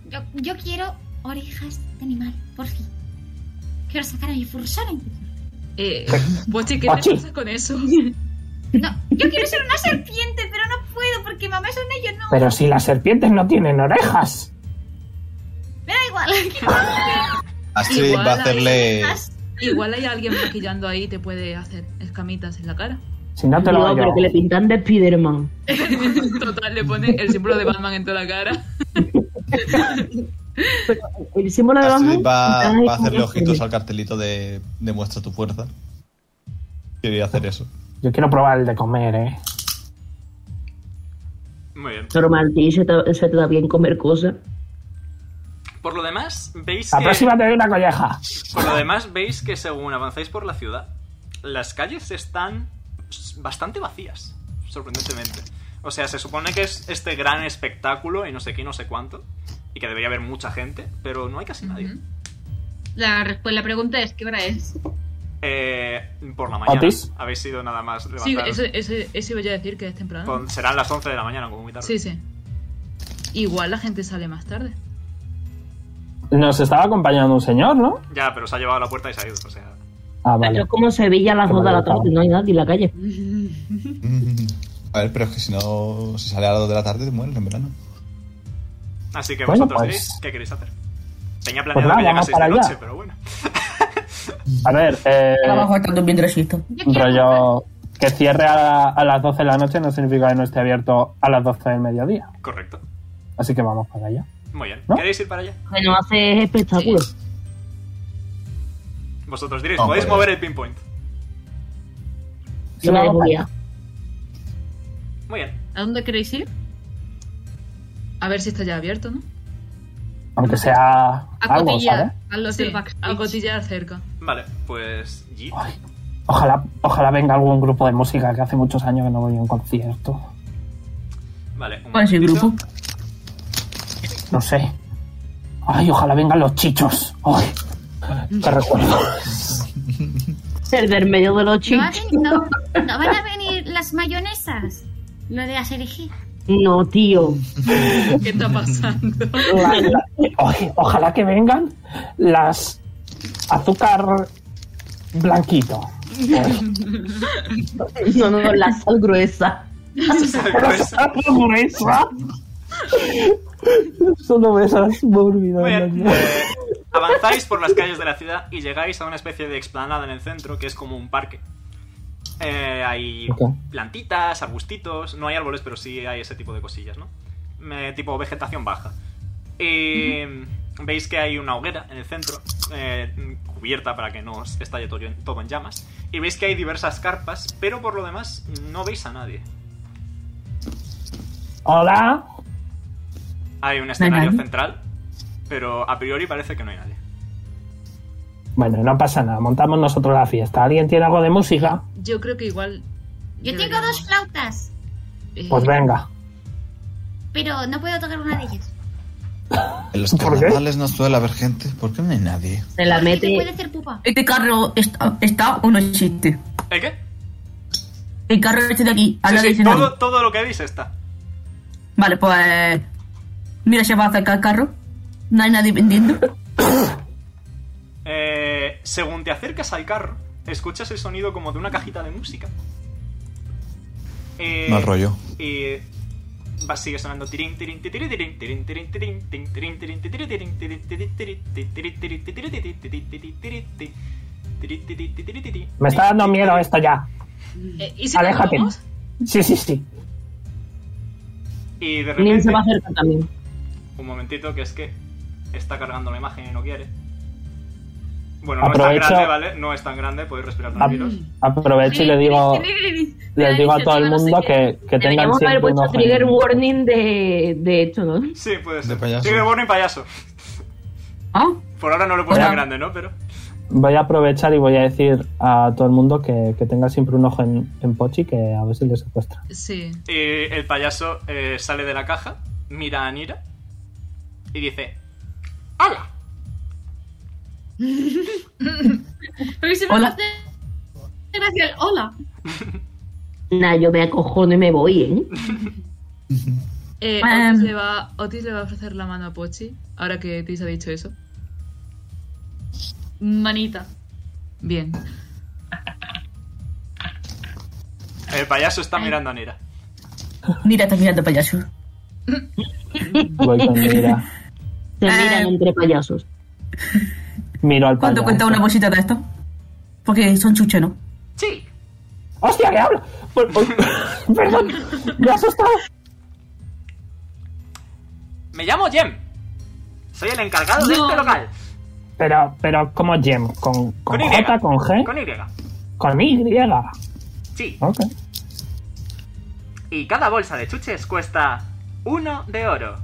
H: Yo, yo quiero orejas de animal, por fin. Quiero sacar a mi fursona interior.
E: Eh, Bochi, ¿qué
B: Bochi.
E: te pasa con eso?
H: No, yo quiero ser una serpiente, pero no puedo porque mamá es una y yo no.
B: Pero si las serpientes no tienen orejas.
H: Me da igual.
G: Astrid
E: Igual
G: va a
E: ahí
G: hacerle.
E: Igual hay alguien maquillando ahí y te puede hacer escamitas en la cara.
B: Si no te lo
I: Digo,
B: hago
I: pero que le
B: yo.
I: pintan de Spiderman.
E: Total, le pone el símbolo de Batman en toda la cara.
I: El símbolo de
B: Ah,
G: Astrid
I: Batman... pintadas
G: va, va a
I: con
G: hacerle
I: unas
G: ojitos
I: flores.
G: al cartelito de Demuestra tu fuerza. Quería hacer eso.
B: Yo quiero probar el de comer, eh.
C: Muy bien.
I: Normal, tío, se te, se te da bien comer cosas.
C: Por lo demás, veis que...
B: Aproximate de una colleja.
C: Por lo demás, veis que según avanzáis por la ciudad, las calles están s- bastante vacías, sorprendentemente. O sea, se supone que es este gran espectáculo y no sé qué, y no sé cuánto, y que debería haber mucha gente, pero no hay casi nadie.
D: La, respuesta, la pregunta es, ¿qué hora es?
C: Eh, por la mañana.
B: ¿Otis?
C: Habéis sido nada más
E: Sí,
C: levantaros.
E: eso, eso, eso iba yo a decir que es temprano.
C: Con- serán las 11 de la mañana, como muy tarde.
E: Sí, sí. Igual la gente sale más tarde.
B: Nos estaba acompañando un señor, ¿no?
C: Ya, pero se ha llevado a la puerta y se ha ido. O sea,
B: Ah,
I: Pero
B: vale.
I: es como Sevilla a las 2 de la tarde, no hay nadie en la calle.
K: A ver, pero es que si no, si sale a las 2 de la tarde, te mueres en verano.
C: Así que
B: Bueno,
C: vosotros
B: pues-
C: diréis qué queréis hacer. Tenía planeado
B: nada,
C: que
B: vamos
C: llegaseis de
B: para allá.
C: noche, pero bueno.
B: A ver, eh,
J: Abajo está durmiendo el siesta.
H: Yo quiero jugar.
B: rollo que cierre a, a las 12 de la noche no significa que no esté abierto a las 12 del mediodía.
C: Correcto.
B: Así que vamos para allá.
C: Muy bien.
B: ¿No?
C: ¿Queréis ir para allá?
I: Lo que no hace es espectáculo.
C: Vosotros diréis,
K: No,
C: podéis
K: pero-
C: mover el pinpoint.
I: Yo me dejo guiar.
C: Muy bien.
D: ¿A dónde queréis ir?
E: A ver si está ya abierto, ¿no?
B: Aunque sea
D: A
B: algo, ¿sabes?
D: cotillar. A los
E: Sí,
D: del backstage.
E: a cotillar cerca.
C: Vale, pues. Jeep.
B: Ay, ojalá, ojalá venga algún grupo de música que hace muchos años que no voy a un concierto.
C: Vale. un
J: ¿Cuál es el
C: momentico.
J: grupo?
B: No sé. Ay, ojalá vengan los chichos. Ay, qué recuerdo.
I: Ser del medio de los
H: No, va a
I: chicos.
H: ven- no, no van a venir las mayonesas. Lo de las herejías.
I: No, tío.
E: ¿Qué está pasando?
B: La- la- ay, ojalá que vengan las azúcar blanquito. Ay,
I: No, no, no, la sal gruesa.
B: las azúcar gruesa. Solo esas mórbidas.
C: Muy bien. Eh, avanzáis por las calles de la ciudad y llegáis a una especie de explanada en el centro que es como un parque. Eh, hay
B: Ok.
C: plantitas, arbustitos, no hay árboles, pero sí hay ese tipo de cosillas, ¿no? Eh, tipo vegetación baja. Y veis que hay una hoguera en el centro, eh, cubierta para que no os estalle todo en, todo en llamas. Y veis que hay diversas carpas, pero por lo demás no veis a nadie.
B: Hola.
C: Hay un escenario
J: nadie?
C: central, pero a priori parece que no hay nadie.
B: Bueno, no pasa nada. Montamos nosotros la fiesta. ¿Alguien tiene algo de música?
E: Yo creo que igual.
H: Yo tengo
E: deberíamos,
H: dos flautas,
E: eh,
B: Pues venga.
H: pero no puedo tocar una de ellas.
G: En los
B: ¿Por qué?
G: carnavales no suele haber gente. ¿Por qué no hay nadie?
I: Se la
H: Porque te puede
I: mete.
H: hacer pupa.
J: Este carro está, está o no existe.
C: ¿El qué?
J: El carro este de aquí,
C: Sí,
J: al lado
C: sí,
J: del escenario.
C: todo, todo lo que veis está.
J: Vale, pues. Mira, se va a acercar el carro. No hay nadie vendiendo.
C: Eh, según te acercas al carro, escuchas el sonido como de una cajita de música. Eh,
K: Mal rollo.
C: Y va, sigue sonando tirín, tirín, tirín, tirín, tirín, tirín, tirín, tirín, tirín, tirín, tirín, tirín, tirín, tirín, tirín, tirín, tirín, tirín, tirín, tirín, tirín, tirín, tirín, tirín, tirín, tirín, tirín, tirín,
B: Me está dando miedo esto ya.
E: eh, ¿Y si nos
B: Aléjate.
E: vamos?
B: Sí, sí, sí.
C: Y de
I: Nin se
C: repente,
I: va a acercar también.
C: un momentito, que es que está cargando la imagen y no quiere. Bueno, no es
B: Aprovecho-
C: tan grande, ¿vale? No es tan grande, podéis
B: Ah.
C: respirar tranquilos.
B: Aprovecho y le digo, les digo a todo el mundo que, que tengan
I: Deberíamos haber
B: siempre un
I: puesto
B: ojo. en
I: trigger
B: el-
I: warning de, de esto,
F: Eh,
I: ¿no?
C: Sí, puede ser.
K: payaso.
C: Sí, de bueno y payaso.
J: ¿Ah?
C: Por ahora no lo he puesto
J: Hola.
C: tan grande, ¿no? Pero.
B: Voy a aprovechar y voy a decir a todo el mundo que, que tenga siempre un ojo en, en Pochi, que a ver si le secuestra.
E: Sí.
C: Y el payaso eh, sale de la caja, mira a Nira y dice: ¡Hala!
D: Pero se me
J: Hola.
D: hace gracia el hola.
I: Nah, yo me acojono y me voy, ¿eh?
D: Em.
E: Eh,
J: Bueno.
E: Otis, le va, Otis le va a ofrecer la mano a Pochi, ahora que Tis ha dicho eso.
D: Manita.
E: Bien.
C: El payaso está mirando a Nira.
J: Mira, está mirando payaso.
B: Voy con mira.
I: Se miran entre payasos.
B: Miro al ¿eh?
J: ¿Cuánto
B: payaso.
J: cuesta una bolsita de esto? Porque son chuches, ¿no?
C: ¡Sí!
B: ¡Hostia, que habla! Pues- pues- Perdón, me ha asustado.
C: Me llamo Jem. Soy el encargado de
D: No.
C: este local.
B: Pero, pero como Gem, con, con,
C: Y.
B: J, con G,
C: Con
B: con,
C: Y.
B: Y.
C: Sí.
B: Ok.
C: Y cada bolsa de chuches cuesta uno de oro.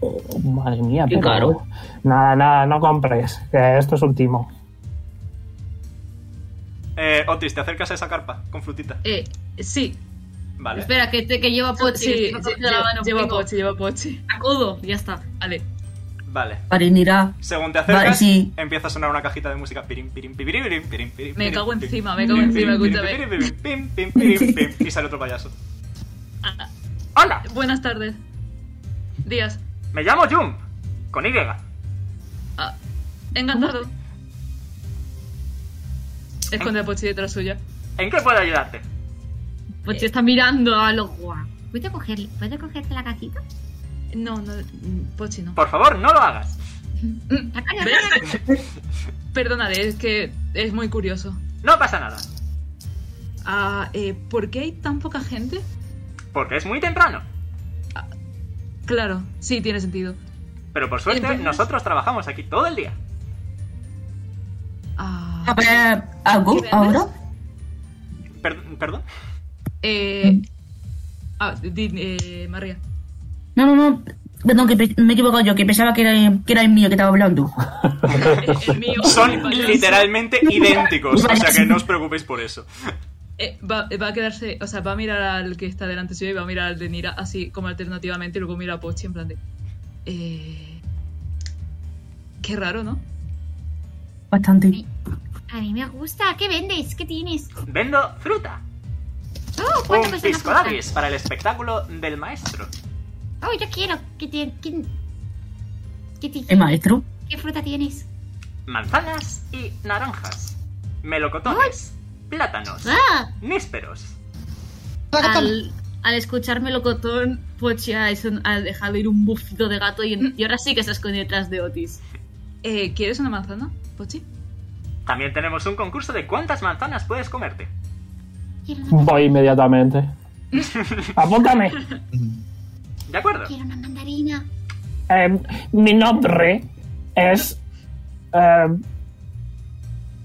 B: Oh, madre mía,
I: Qué
B: pero-
I: caro.
B: Nada, nada, no compres. que esto es último.
C: Eh, Otis, te acercas a esa carpa con frutita.
E: Eh, sí,
C: Vale.
D: Espera, que, te, que lleva Pochi.
E: sí,
D: que
E: lle-
D: estoy cogiendo la mano,
E: llevo a
D: vengo.
E: Pochi, llevo a Pochi.
D: Acudo, ya está.
E: Vale.
C: Vale.
F: Parinirá.
C: Según te acercas,
F: Vale, sí.
C: empieza a sonar una cajita de música. Pirim, pirim, pirim, pirim, pirim, pirim,
E: Me
C: pirim,
E: cago
C: pirim,
E: encima, me
C: pirim,
E: cago
C: pirim,
E: encima,
C: pirim,
E: escúchame.
C: pirim, pirim, pim, pim, pirim, pim, Y sale otro payaso.
E: ¡Hola! Ah, Buenas tardes. Días.
C: Me llamo Jum, con Y.
E: Ah, encantado. Esconde a Pochi detrás suya.
C: ¿En qué puedo ayudarte?
D: Pues te está mirando a los guau.
H: ¿Puedes, coger, ¿Puedes cogerte la cajita?
E: No, no, mm, Pochi no.
C: Por favor, no lo hagas.
E: Perdónale, es que es muy curioso.
C: No pasa nada,
E: Ah, eh, ¿por qué hay tan poca gente?
C: porque es muy temprano.
E: Claro, sí, tiene sentido.
C: Pero por suerte,
E: Entonces-
C: nosotros trabajamos aquí todo el día.
F: A ver, ¿algo ahora?
C: Per- ¿Perdón?
F: Mm.
E: Eh. Ah, di, eh, María.
F: No, no, no. Perdón, que pe- me he equivocado yo, que pensaba que era, que era el mío que estaba hablando.
C: Son literalmente idénticos, o sea que no os preocupéis por eso.
E: Eh, va, eh, va a quedarse, o sea, va a mirar al que está delante suyo y va a mirar al de Nira así como alternativamente y luego mira a Pochi en plan de. Eh, qué raro, ¿no?
F: Bastante.
H: A mí me gusta. ¿Qué vendes? ¿Qué tienes?
C: Vendo fruta.
H: Oh, ¿cuánto
C: Un
H: cuesta una
C: pisco
H: fruta?
C: labis para el espectáculo del maestro.
H: Oh, yo quiero. ¿Qué, tien- qué- qué ti-
F: El maestro.
H: ¿Qué fruta tienes?
C: Manzanas y naranjas. Melocotones. Plátanos.
D: Ah.
C: Nísperos.
D: Al, al escuchar melocotón, Pochi ha, es un- ha dejado ir un bufido de gato y, y ahora sí que se esconde detrás de Otis.
E: Eh, ¿Quieres una manzana, Pochi?
C: También tenemos un concurso de cuántas manzanas puedes comerte.
B: Voy inmediatamente. Apúntame.
C: ¿De acuerdo?
H: Quiero una mandarina.
B: Em, mi nombre es. em,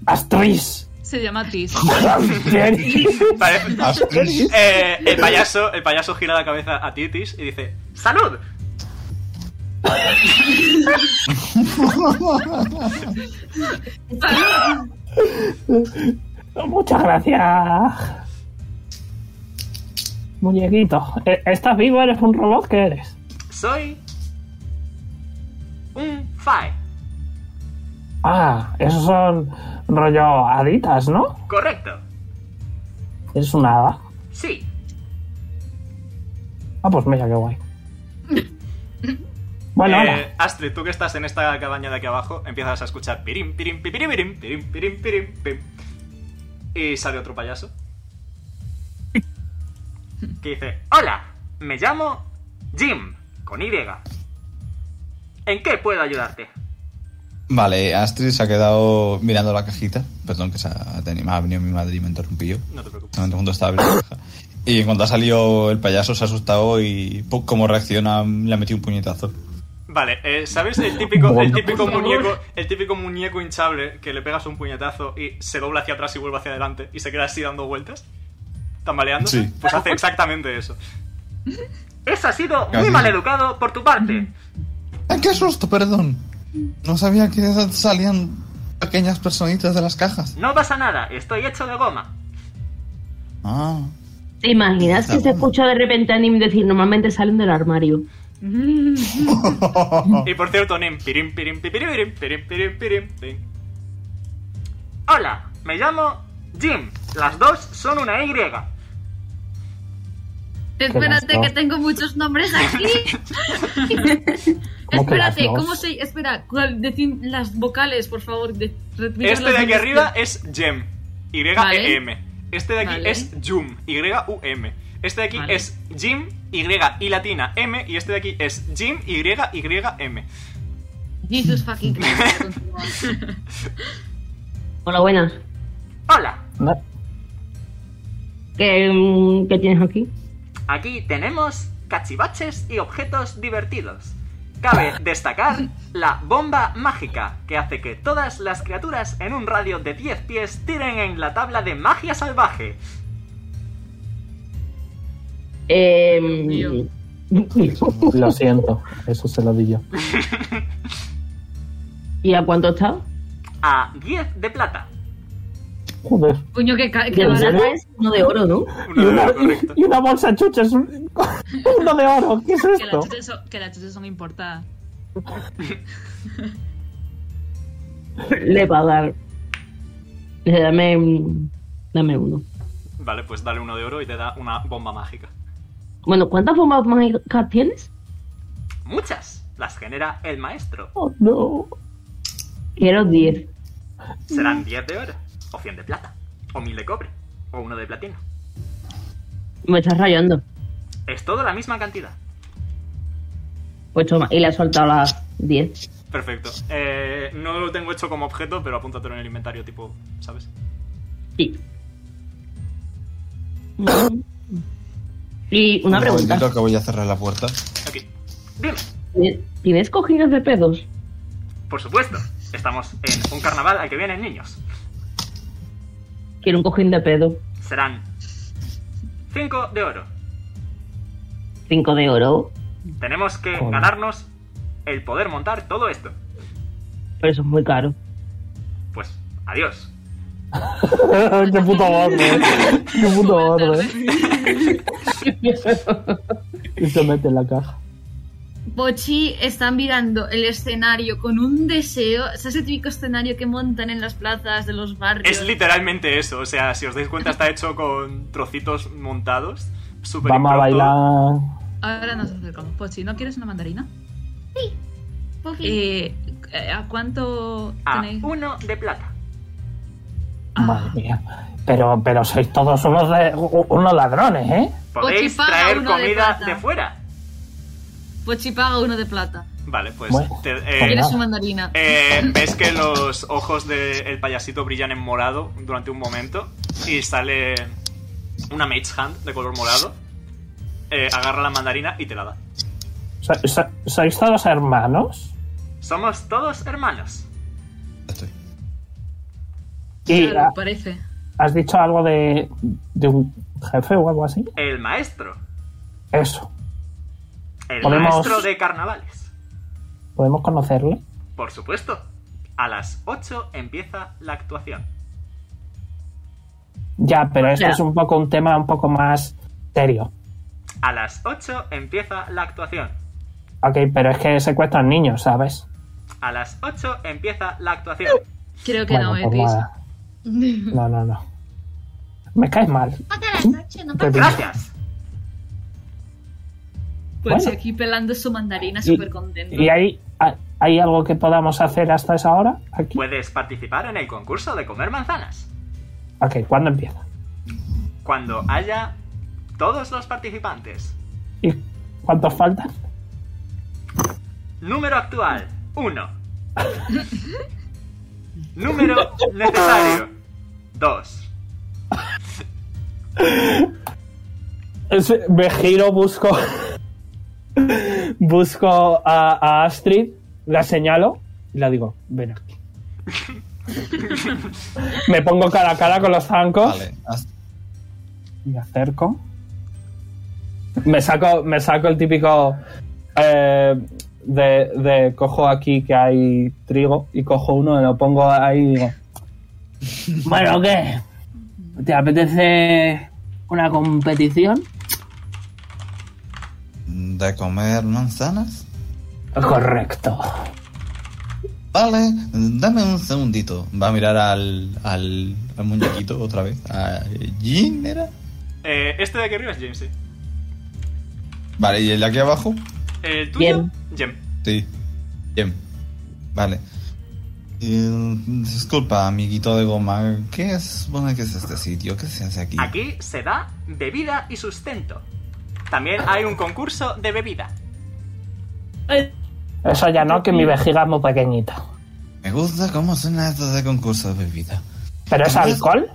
B: Astris.
E: Se llama Tis.
C: Vale. Eh, el, payaso, el payaso gira la cabeza a Titis y dice: ¡Salud!
B: Muchas gracias. Muñequito. Eh, ¿Estás vivo? ¿Eres un robot? ¿Qué eres?
C: Soy. Un Fae.
B: Ah, esos son rollo haditas, ¿no?
C: Correcto.
B: Es una hada.
C: Sí.
B: Ah, pues mira qué guay. Bueno,
C: Eh,
B: hola.
C: Astrid, tú que estás en esta cabaña de aquí abajo, empiezas a escuchar pirim, pirim, pirim, pirim, pirim, pirim, pirim, pim. Y sale otro payaso. Que dice, hola, me llamo Jim, con Y. ¿En qué puedo ayudarte?
K: Vale, Astrid se ha quedado mirando la cajita. Perdón que se ha, te anima- ha venido mi madre y me interrumpió.
C: No te preocupes.
K: Todo el mundo estaba abriendo la caja. Y en cuanto ha salido el payaso se ha asustado y ¡pum! como reacciona le ha metido un puñetazo.
C: Vale, eh, ¿sabes el típico, el
K: Bueno,
C: típico
K: por favor.
C: muñeco, el típico muñeco hinchable que le pegas un puñetazo y se dobla hacia atrás y vuelve hacia adelante y se queda así dando vueltas? ¿Tambaleándose?
K: Sí.
C: Pues hace exactamente eso. Eso ha sido
K: Casi.
C: muy maleducado por tu parte.
K: ¡Ay, qué susto! Perdón. No sabía que salían pequeñas personitas de las cajas.
C: No pasa nada, estoy hecho de goma.
K: Ah.
I: ¿Te imaginas que se escucha de repente a Nim decir normalmente salen del armario?
C: Y por cierto, Nim, pirim, pirim, pirim, pirim, pirim, pirim, pirim, pirim. Hola, me llamo Jim. Las dos son una Y.
D: Espérate,
B: asco.
D: que tengo muchos nombres aquí.
B: ¿Cómo que las
D: Espérate,
B: dos?
D: ¿cómo se...? Espera, ¿cuál- decid las vocales, por favor. de- repítelo
C: Este de
D: las
C: aquí
D: veces
C: arriba es Jem. Y-E-M.
D: Vale.
C: Este de aquí
D: Vale.
C: es Jum. Y-U-M. Este de aquí
D: Vale.
C: es Jim, Y y latina, M. Y este de aquí es Jim, Y, Y, M.
D: que- Jesus fucking Christ. continúa.
I: Hola, buenas.
C: Hola,
I: ¿Qué, mm, qué tienes aquí?
C: aquí tenemos cachivaches y objetos divertidos. Cabe destacar la bomba mágica, que hace que todas las criaturas en un radio de 10 pies tiren en la tabla de magia salvaje.
I: Eh,
A: Em,
B: Lo siento, eso se lo di yo.
I: ¿Y a cuánto está?
C: A 10 de plata.
B: Joder.
D: Coño, que, ca- que
I: De
D: barato.
I: plata es uno de oro, ¿no?
B: Y una, y una bolsa de chuches, un- uno de oro. ¿Qué es
E: Que las
B: esto?
E: chuches son, que las chuches son importadas.
A: Le va a dar. Dice, Dame, un- dame uno.
C: Vale, pues dale uno de oro y te da una bomba mágica.
A: Bueno, ¿cuántas bombas mágicas tienes?
C: ¡Muchas! Las genera el maestro.
A: Oh, no. Quiero 10.
C: Serán 10 de oro, o 100 de plata, o 1000 de cobre, o uno de platino.
A: Me estás rayando.
C: Es todo la misma cantidad.
A: Pues toma, y le ha soltado las 10.
C: Perfecto. Eh, no lo tengo hecho como objeto, pero apúntatelo en el inventario, tipo, ¿sabes?
A: Sí. Mm. y una
L: Un
G: Pues
A: pregunta.
L: momentito que voy a cerrar la puerta.
C: Dime.
A: ¿Tienes cogidas de pedos?
C: Por supuesto, estamos en un carnaval al que vienen niños.
A: Quiero un cojín de pedo.
C: Serán 5 de oro.
A: 5 de oro.
C: Tenemos que
A: Joder.
C: ganarnos el poder montar todo esto.
A: Pero eso es muy caro.
C: Pues, adiós.
B: Qué puto gordo. Qué eh. puto gordo. Y se mete en la caja.
D: Pochi está mirando el escenario con un deseo. O sea, ese típico escenario que montan en las plazas de los barrios.
C: Es literalmente eso, o sea, si os dais cuenta está hecho con trocitos montados. Super
B: Vamos a bailar.
E: Ahora nos acercamos. Pochi, ¿no quieres una mandarina? Sí. Eh, eh, ¿A cuánto
C: A
E: tenéis?
C: uno de plata.
B: Madre mía. Pero, pero sois todos unos, de- u- unos ladrones, ¿eh?
C: Podéis
D: Pochi paga
C: traer
D: uno de
C: comida
D: plata.
C: de, fuera.
D: Pochi paga uno de plata.
C: Vale, pues...
B: Bueno,
C: te- eh,
D: Eres su mandarina.
C: Eh, ves que los ojos del payasito brillan en morado durante un momento y sale una mage hand de color morado. Eh, agarra la mandarina y te la da.
B: So- so- ¿Sois todos hermanos?
C: Somos todos hermanos.
B: Y
E: Claro,
B: ah,
E: parece.
B: has dicho algo de, de un jefe o algo así.
C: El maestro.
B: Eso.
C: El
B: Podemos-
C: maestro de carnavales.
B: ¿Podemos conocerle?
C: Por supuesto. A las 8 empieza la actuación.
B: Ya, pero esto
C: Ya.
B: es un poco un tema un poco más serio.
C: A las 8 empieza la actuación.
B: Ok, pero es que secuestran niños, ¿sabes?
C: A las 8 empieza la actuación.
E: Creo
B: que Bueno, no, pues Betis. nada. No, no, no. Me caes mal. Te digo.
C: Gracias.
D: Pochi
B: Bueno.
D: Pues aquí pelando su mandarina,
B: Y-
D: súper contento.
B: ¿Y hay, ha- hay algo que podamos hacer hasta esa hora? Aquí.
C: Puedes participar en el concurso de comer manzanas.
B: Ok, ¿cuándo empieza?
C: Cuando haya todos los participantes.
B: ¿Y cuántos faltan?
C: Número actual, 1. Número necesario, 2.
B: Es- Me giro, busco. busco a, a Astrid, la señalo y la digo, ven aquí. Me pongo cara a cara con los zancos. Me acerco. Me saco, me saco el típico. eh, de, de cojo aquí que hay trigo y cojo uno y lo pongo ahí y digo. Bueno, ¿qué? ¿Te apetece una competición?
G: ¿De comer manzanas?
B: Correcto.
G: Vale, dame un segundito. Va a mirar al, al, al muñequito otra vez. ¿A Jin era?
C: Eh, este de aquí arriba es James, sí.
G: Vale, ¿y el de aquí abajo?
C: El tuyo, Jem.
G: Sí. Bien. Vale. Eh, disculpa, amiguito de goma. ¿Qué es, bueno, ¿qué es este sitio? ¿Qué se hace aquí?
C: Aquí se da bebida y sustento. También hay un concurso de bebida.
B: Eso ya no, que mi vejiga es muy pequeñita.
G: Me gusta cómo suena esto de concurso de bebida.
B: ¿Pero es alcohol?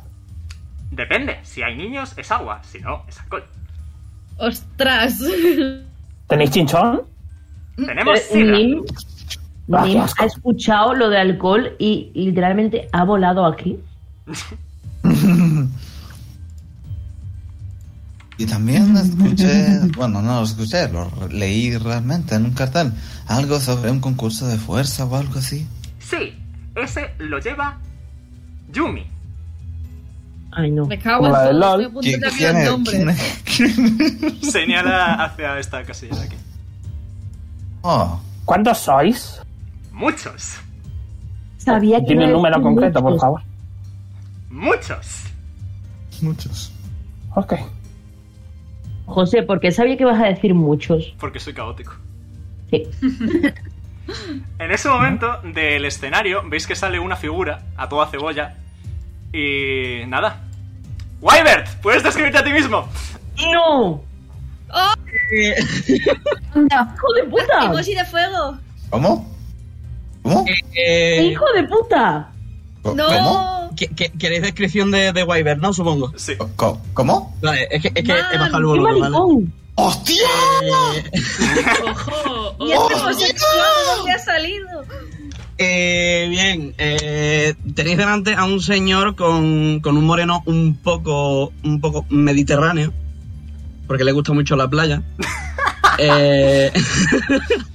C: Depende, si hay niños es agua, si no es alcohol.
D: ¡Ostras!
B: ¿Tenéis chinchón? Ah,
C: Tenemos
A: Eh,
C: sidra.
A: Nim, Nim ha escuchado lo de alcohol y literalmente ha volado aquí.
G: Y también escuché, bueno, no lo escuché, lo leí realmente en un cartel. Algo sobre un concurso de fuerza o algo así.
C: Sí, ese lo lleva Yumi.
A: Ay, no.
D: Me cago en
G: La de
D: todo,
G: LOL.
D: estoy a punto de
G: ¿Quién-
D: cambiar
G: quién es?
D: nombre.
G: ¿Quién
C: Señala hacia esta casilla de aquí.
G: Oh,
B: ¿Cuántos sois?
C: Muchos.
F: Sabía que
B: Tiene
F: iba a
B: un número
F: decir
B: concreto, por
F: muchos.
B: favor.
C: Muchos.
G: Muchos.
B: Ok.
A: José, ¿por qué sabía que ibas a decir muchos?
C: Porque soy caótico.
A: Sí.
C: En ese momento del escenario veis que sale una figura a toda cebolla y nada. Wybert, puedes describirte a ti mismo.
A: ¡No!
F: ¡Hijo de puta!
D: ¡Hemos ido a fuego!
G: ¿Cómo? ¿Cómo? Eh,
C: Eh,
A: ¡Hijo de puta!
D: ¡No!
M: ¿Qué- qué- ¿Queréis descripción de, de Wyvern, no? Supongo.
C: Sí.
G: ¿Cómo?
M: Vale, es que, es que he
D: Man,
M: bajado el
D: qué
M: volumen, ¿vale?
G: ¡Hostia!
E: ¡Ojo!
D: ¡Y este homosexual dónde ha salido!
M: Eh, bien, eh, tenéis delante a un señor con, con un moreno un poco, un poco mediterráneo, porque le gusta mucho la playa, Eh,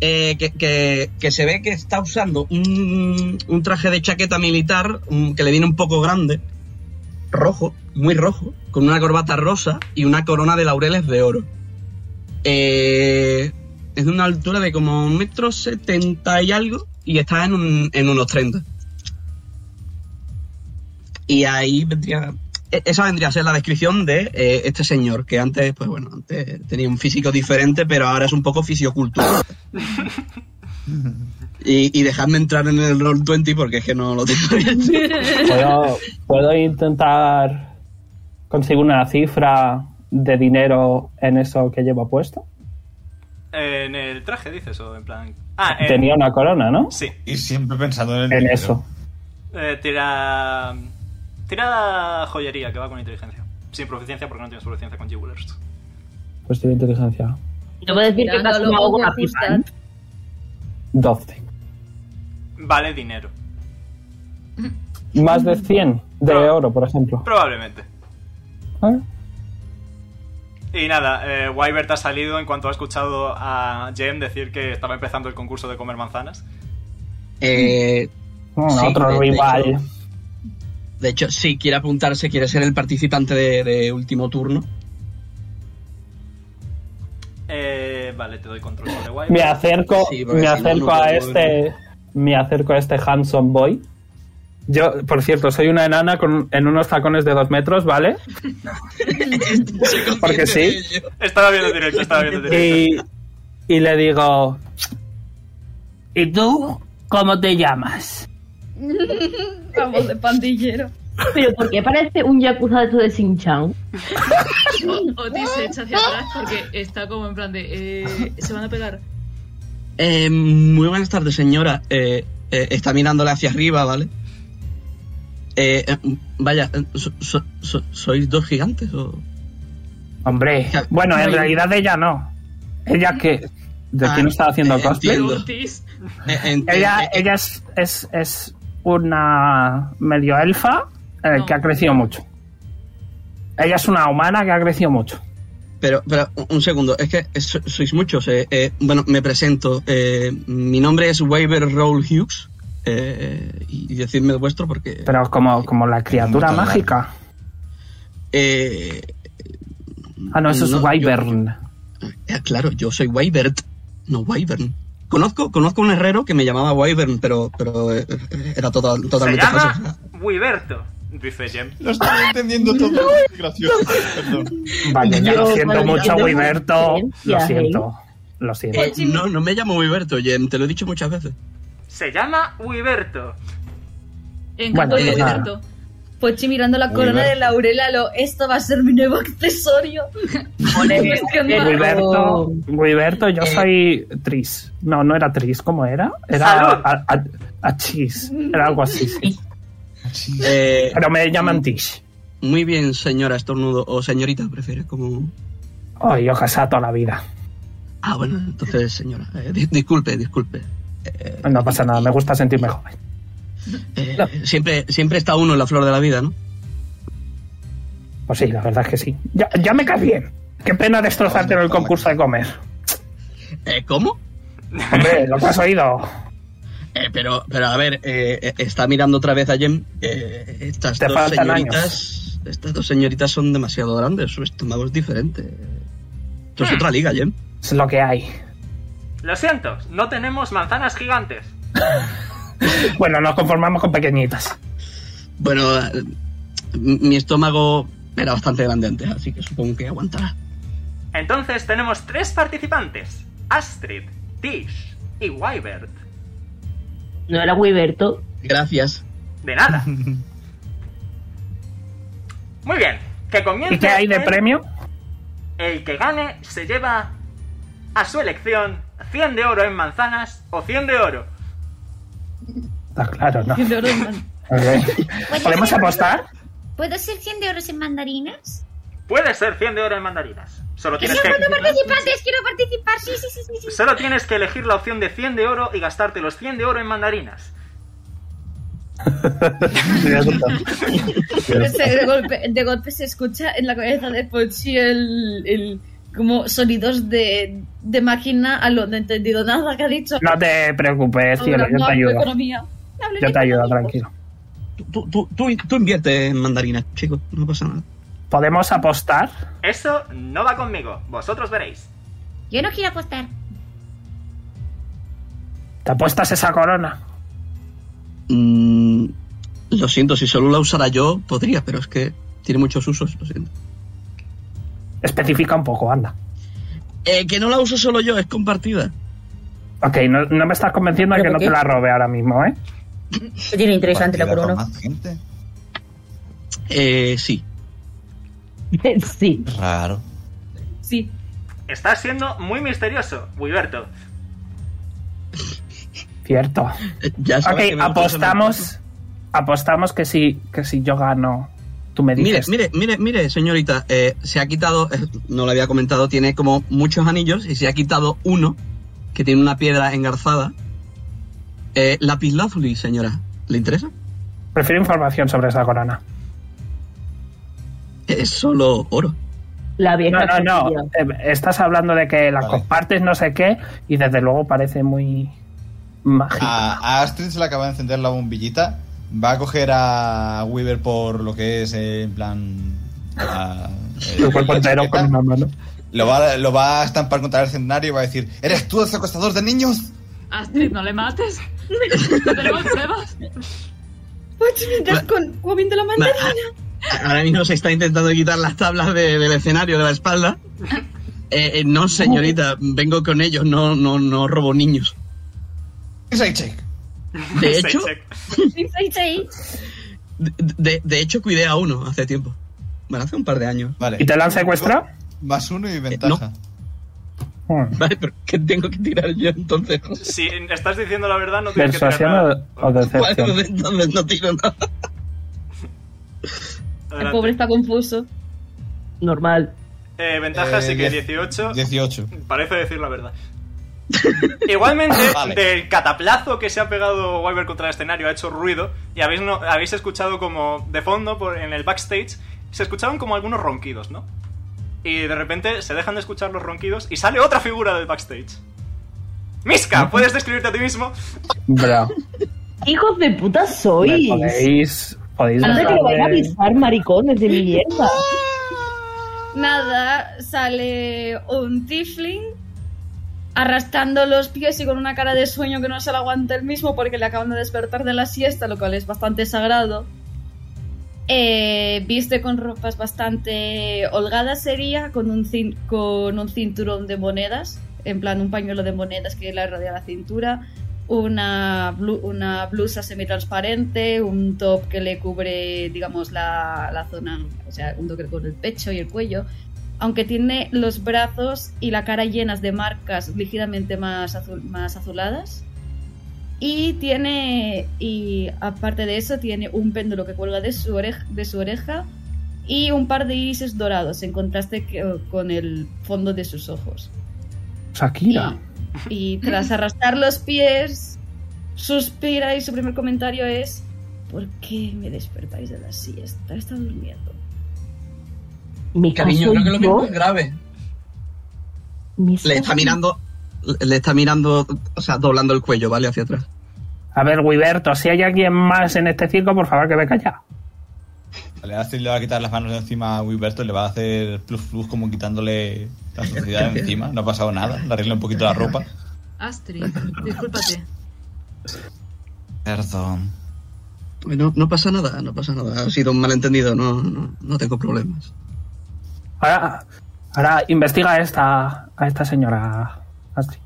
M: eh, que, que- que se ve que está usando un, un traje de chaqueta militar mm, que le viene un poco grande, rojo, muy rojo, con una corbata rosa y una corona de laureles de oro. Eh, es de una altura de como un metro setenta y algo y está en, un- en unos 30. Y ahí vendría... e- Esa vendría a ser la descripción de eh, este señor, que antes, pues bueno,
G: eh,
C: eh.
M: antes tenía un físico diferente, pero ahora es un poco fisioculturista. y, y dejadme entrar en el Roll 20 porque es que no lo tengo bien.
B: ¿Puedo, puedo intentar conseguir una cifra de dinero en eso que llevo puesto?
C: En el traje dices o en plan. Ah, eh,
B: Tenía una corona, ¿no?
C: Sí.
G: Y siempre pensando en el
B: En
G: dinero.
B: eso.
C: eh, tira. Tira joyería que va con inteligencia. Sin proficiencia porque no tienes proficiencia con jewelers.
B: Pues tiene inteligencia.
A: Debo decir que
D: Mirándolo
A: casi me hago
D: con
A: una pipa.
D: justa.
B: 12.
C: Vale dinero.
B: Más de 100 de oro, por ejemplo.
C: Probablemente.
B: ¿Eh?
C: Y nada, eh, Wybert ha salido en cuanto ha escuchado a Jem decir que estaba empezando el concurso de comer manzanas.
M: Eh,
B: Mm,
M: sí,
B: otro
M: de- de
B: rival.
M: hecho- De hecho, si quiere apuntarse, quiere ser el participante de, de último turno.
C: Eh, vale, te doy control sobre Wybert.
B: me acerco,
M: Sí, porque
B: me
M: si no,
B: acerco
M: no
B: a
M: puedo
B: este. Me acerco a este handsome boy. Yo, por cierto, soy una enana con, en unos tacones de dos metros, ¿vale? Porque sí.
C: Estaba viendo directo, estaba viendo directo.
B: Y, y le digo. ¿Y tú cómo te llamas?
D: Vamos de pandillero.
A: Pero ¿por qué parece un yakuza de esto de Sinchan?
E: Otis se echa hacia atrás porque está como en plan de. eh, se van a pegar.
M: Eh, muy buenas tardes, señora. Eh, eh, está mirándole hacia arriba, ¿vale? Eh, eh, vaya, eh, so- so- so- ¿sois dos gigantes o...?
B: Hombre, bueno, en
M: Ay.
B: realidad ella no. Ella que. ¿De
M: Ah,
B: quién está haciendo
M: eh,
B: cosplay?
M: entiendo.
E: Otis.
M: Eh, ent-
B: Ella, ella es, es, es una medio elfa eh, que ha crecido mucho. Ella es una humana que ha crecido mucho.
M: Pero, pero, un- un segundo, es que es- sois muchos. eh, eh, bueno, me presento. eh, mi nombre es Waver Roll Hughes. eh, y, y decidme el vuestro porque...
B: Pero como, como la criatura
M: Mortal Kombat.
B: mágica.
M: eh,
B: Ah, no, eso
M: No,
B: es
M: yo-
B: Wyvern.
M: Eh, Claro, yo soy Wybert, no Wyvern. Conozco, conozco un herrero que me llamaba Wyvern, pero, pero eh, eh, era total-
C: Se
M: totalmente falso.
C: llama Wiberto, dice Jem.
G: Lo estoy entendiendo todo. Gracioso. Perdón.
B: Vale, ya lo
A: Yo,
B: siento
A: madre,
B: mucho,
A: tengo
B: Wiberto. Lo
A: ¿eh?
B: siento. Lo siento.
M: Eh, no, no me llamo Wyberto, Jen, te lo he dicho muchas veces.
C: Se llama Wiberto.
E: Encantado
B: Bueno,
E: de
B: nada.
E: Berto.
D: Pochi mirando la
G: Muy
D: corona
G: bien.
D: de Laurela, lo, esto va a ser mi nuevo accesorio.
B: Wiberto, Wiberto, yo soy Tris. No, no era Tris, ¿cómo era? Era
C: Salud.
B: a, a- Achis, Era algo así. sí.
M: Eh,
B: Pero me llaman Tish.
M: muy bien, señora estornudo, o señorita, prefieres como...
B: Ay, yo casado toda la vida.
M: Ah, bueno, entonces, señora, eh, di- disculpe, disculpe.
B: Eh, No pasa nada, me gusta sentirme joven.
M: Eh, siempre, siempre está uno en la flor de la vida, ¿no?
B: Pues sí, la verdad es que sí. Ya, ya me caes bien. Qué pena destrozarte en el concurso de comer.
M: Eh, ¿Cómo?
B: Hombre, lo que has oído.
M: Eh, pero, pero a ver, eh, eh, está mirando otra vez a Jem. eh, estas
B: Te
M: dos
B: faltan
M: señoritas. Estas dos señoritas son demasiado grandes, su estómago es diferente. Esto es otra liga, Jem.
B: Es lo que hay.
C: Lo siento, no tenemos manzanas gigantes.
B: Bueno, nos conformamos con pequeñitas.
M: Bueno, eh, m- mi estómago era bastante grande antes, así que supongo que aguantará.
C: Entonces tenemos tres participantes: Astrid, Tish y Wybert.
A: No era Wiberto.
M: Gracias.
C: De nada. Muy bien, que comience.
B: ¿Y qué hay de
C: el-
B: premio?
C: El que gane se lleva a su elección 100 de oro en manzanas o 100 de oro.
B: Está claro, ¿no?
D: De oro en man-
B: Ok. ¿Podemos
H: ¿Ah?
B: apostar?
H: ¿Puedo ser 100 de oros en mandarinas?
C: Puede ser 100 de oro en mandarinas. Solo
H: ¡Que
C: tienes
H: soy
C: que,
H: bueno participantes! ¡Quiero participar! ¡Sí, sí, sí, sí! sí.
C: solo tienes que elegir la opción de 100 de oro y gastarte los 100 de oro en mandarinas.
D: Ese de, golpe, de golpe se escucha en la cabeza de Pochi el, el- como sonidos de, de máquina a lo no he entendido nada que ha dicho.
B: No te preocupes, cielo,
D: Ahora,
B: yo te ayudo.
D: Ah, no hablo de economía. No hablo
B: Yo
D: de
B: te ayudo,
D: economía.
B: tranquilo.
M: Tú, tú, tú, tú inviertes en mandarinas, chicos, no pasa nada.
B: ¿Podemos apostar?
C: Eso no va conmigo, vosotros veréis.
H: Yo no quiero apostar.
B: ¿Te apuestas esa corona?
M: Mm, lo siento, si solo la usara yo, podría, pero es que tiene muchos usos, lo siento.
B: Especifica un poco, anda.
M: Eh, que no la uso solo yo, es compartida.
B: Ok, no, no me estás convenciendo de
M: ¿Pero
B: que no
M: por
B: te
M: qué?
B: la robe ahora mismo, ¿eh?
F: tiene interesante la corona.
M: Eh, sí.
A: sí.
G: Raro.
D: Sí.
C: Estás siendo muy misterioso, Wiberto.
B: Cierto.
M: ya sabes que
B: ok,
M: me gusta
B: apostamos. Apostamos que si, que si yo gano, tú me
M: Mire,
B: dices.
M: mire, mire, mire, señorita, eh, se ha quitado, eh, no lo había comentado, tiene como muchos anillos y se ha quitado uno que tiene una piedra engarzada. Eh, lapislázuli, señora, ¿le interesa?
B: Prefiero información sobre esa corona.
M: Es solo oro.
A: La
B: No, no, no. Eh, Estás hablando de que la compartes no sé qué y desde luego parece muy mágica.
K: A, a Astrid se le acaba de encender la bombillita. Va a coger a Weaver por lo que es, eh, en plan. la- eh,
B: El cuerpo entero con una mano.
K: Lo va, lo va a estampar contra el escenario y va a decir: ¿Eres tú el secuestrador de niños?
E: Astrid, no le mates. No tenemos pruebas.
D: Pochi, mientras con, comiendo la mandarina.
M: Ahora mismo se está intentando quitar las tablas de- del escenario de la espalda. Eh, eh, no, señorita, vengo con ellos, no, no, no robo niños. De hecho, de, de hecho cuidé a uno hace tiempo. Bueno, hace un par de años. Eh,
K: Vale.
B: ¿Y te la han secuestrado?
K: Más uno y ventaja.
M: Vale, pero ¿qué tengo que tirar yo entonces?
C: Si estás diciendo la verdad, no tienes que tirar
B: ¿Persuasión
C: nada.
B: o, o decepción?
M: Bueno, entonces no tiro nada.
D: El pobre está confuso.
A: Normal.
C: Eh, ventaja
K: Eh,
C: sí que
K: diez-
C: 18.
K: 18.
C: Parece decir la verdad. Igualmente,
K: Vale.
C: del cataplazo que se ha pegado Wyver contra el escenario ha hecho ruido y habéis, no, habéis escuchado como de fondo por, en el backstage se escuchaban como algunos ronquidos, ¿no? Y de repente se dejan de escuchar los ronquidos y sale otra figura del backstage. Miska, ¿puedes describirte a ti mismo?
B: Bro.
A: Hijos de puta
B: me
A: sois.
B: Podéis. podéis
A: Anda que
B: dejar
A: lo van a
B: de-
A: avisar, maricones de mi mierda.
D: ¡Ah! Nada, sale un tifling arrastrando los pies y con una cara de sueño que no se la aguanta el mismo porque le acaban de despertar de la siesta, lo cual es bastante sagrado. Eh, viste con ropas bastante holgadas sería, con un, cin- con un cinturón de monedas, en plan un pañuelo de monedas que le rodea la cintura, una, blu- una blusa semitransparente, un top que le cubre, digamos, la, la zona, o sea, un top que le cubre el pecho y el cuello, aunque tiene los brazos y la cara llenas de marcas ligeramente más, azul- más azuladas. Y tiene, y aparte de eso, tiene un péndulo que cuelga de su, oreja, de su oreja y un par de irises dorados, en contraste que- con el fondo de sus ojos.
B: Shakira.
D: Y tras arrastrar los pies, suspira y su primer comentario es: ¿Por qué me despertáis de la siesta? Está durmiendo.
A: Mi
M: Cariño, creo
A: caso
M: que lo mismo
A: yo-
M: es grave. Le está mirando, le está mirando, o sea, doblando el cuello, ¿vale? Hacia atrás.
B: A ver, Wiberto, si hay alguien más en este circo, por favor que venga ya.
K: Vale, Astrid le va a quitar las manos de encima a Wilberto, le va a hacer plus plus como quitándole la suciedad de encima. No ha pasado nada, le arregla un poquito la ropa.
E: Astrid, discúlpate.
G: Perdón.
M: No, no pasa nada, no pasa nada. Ha sido un malentendido, no, no, no tengo problemas.
B: Ahora, ahora investiga a esta, a esta señora, Astrid.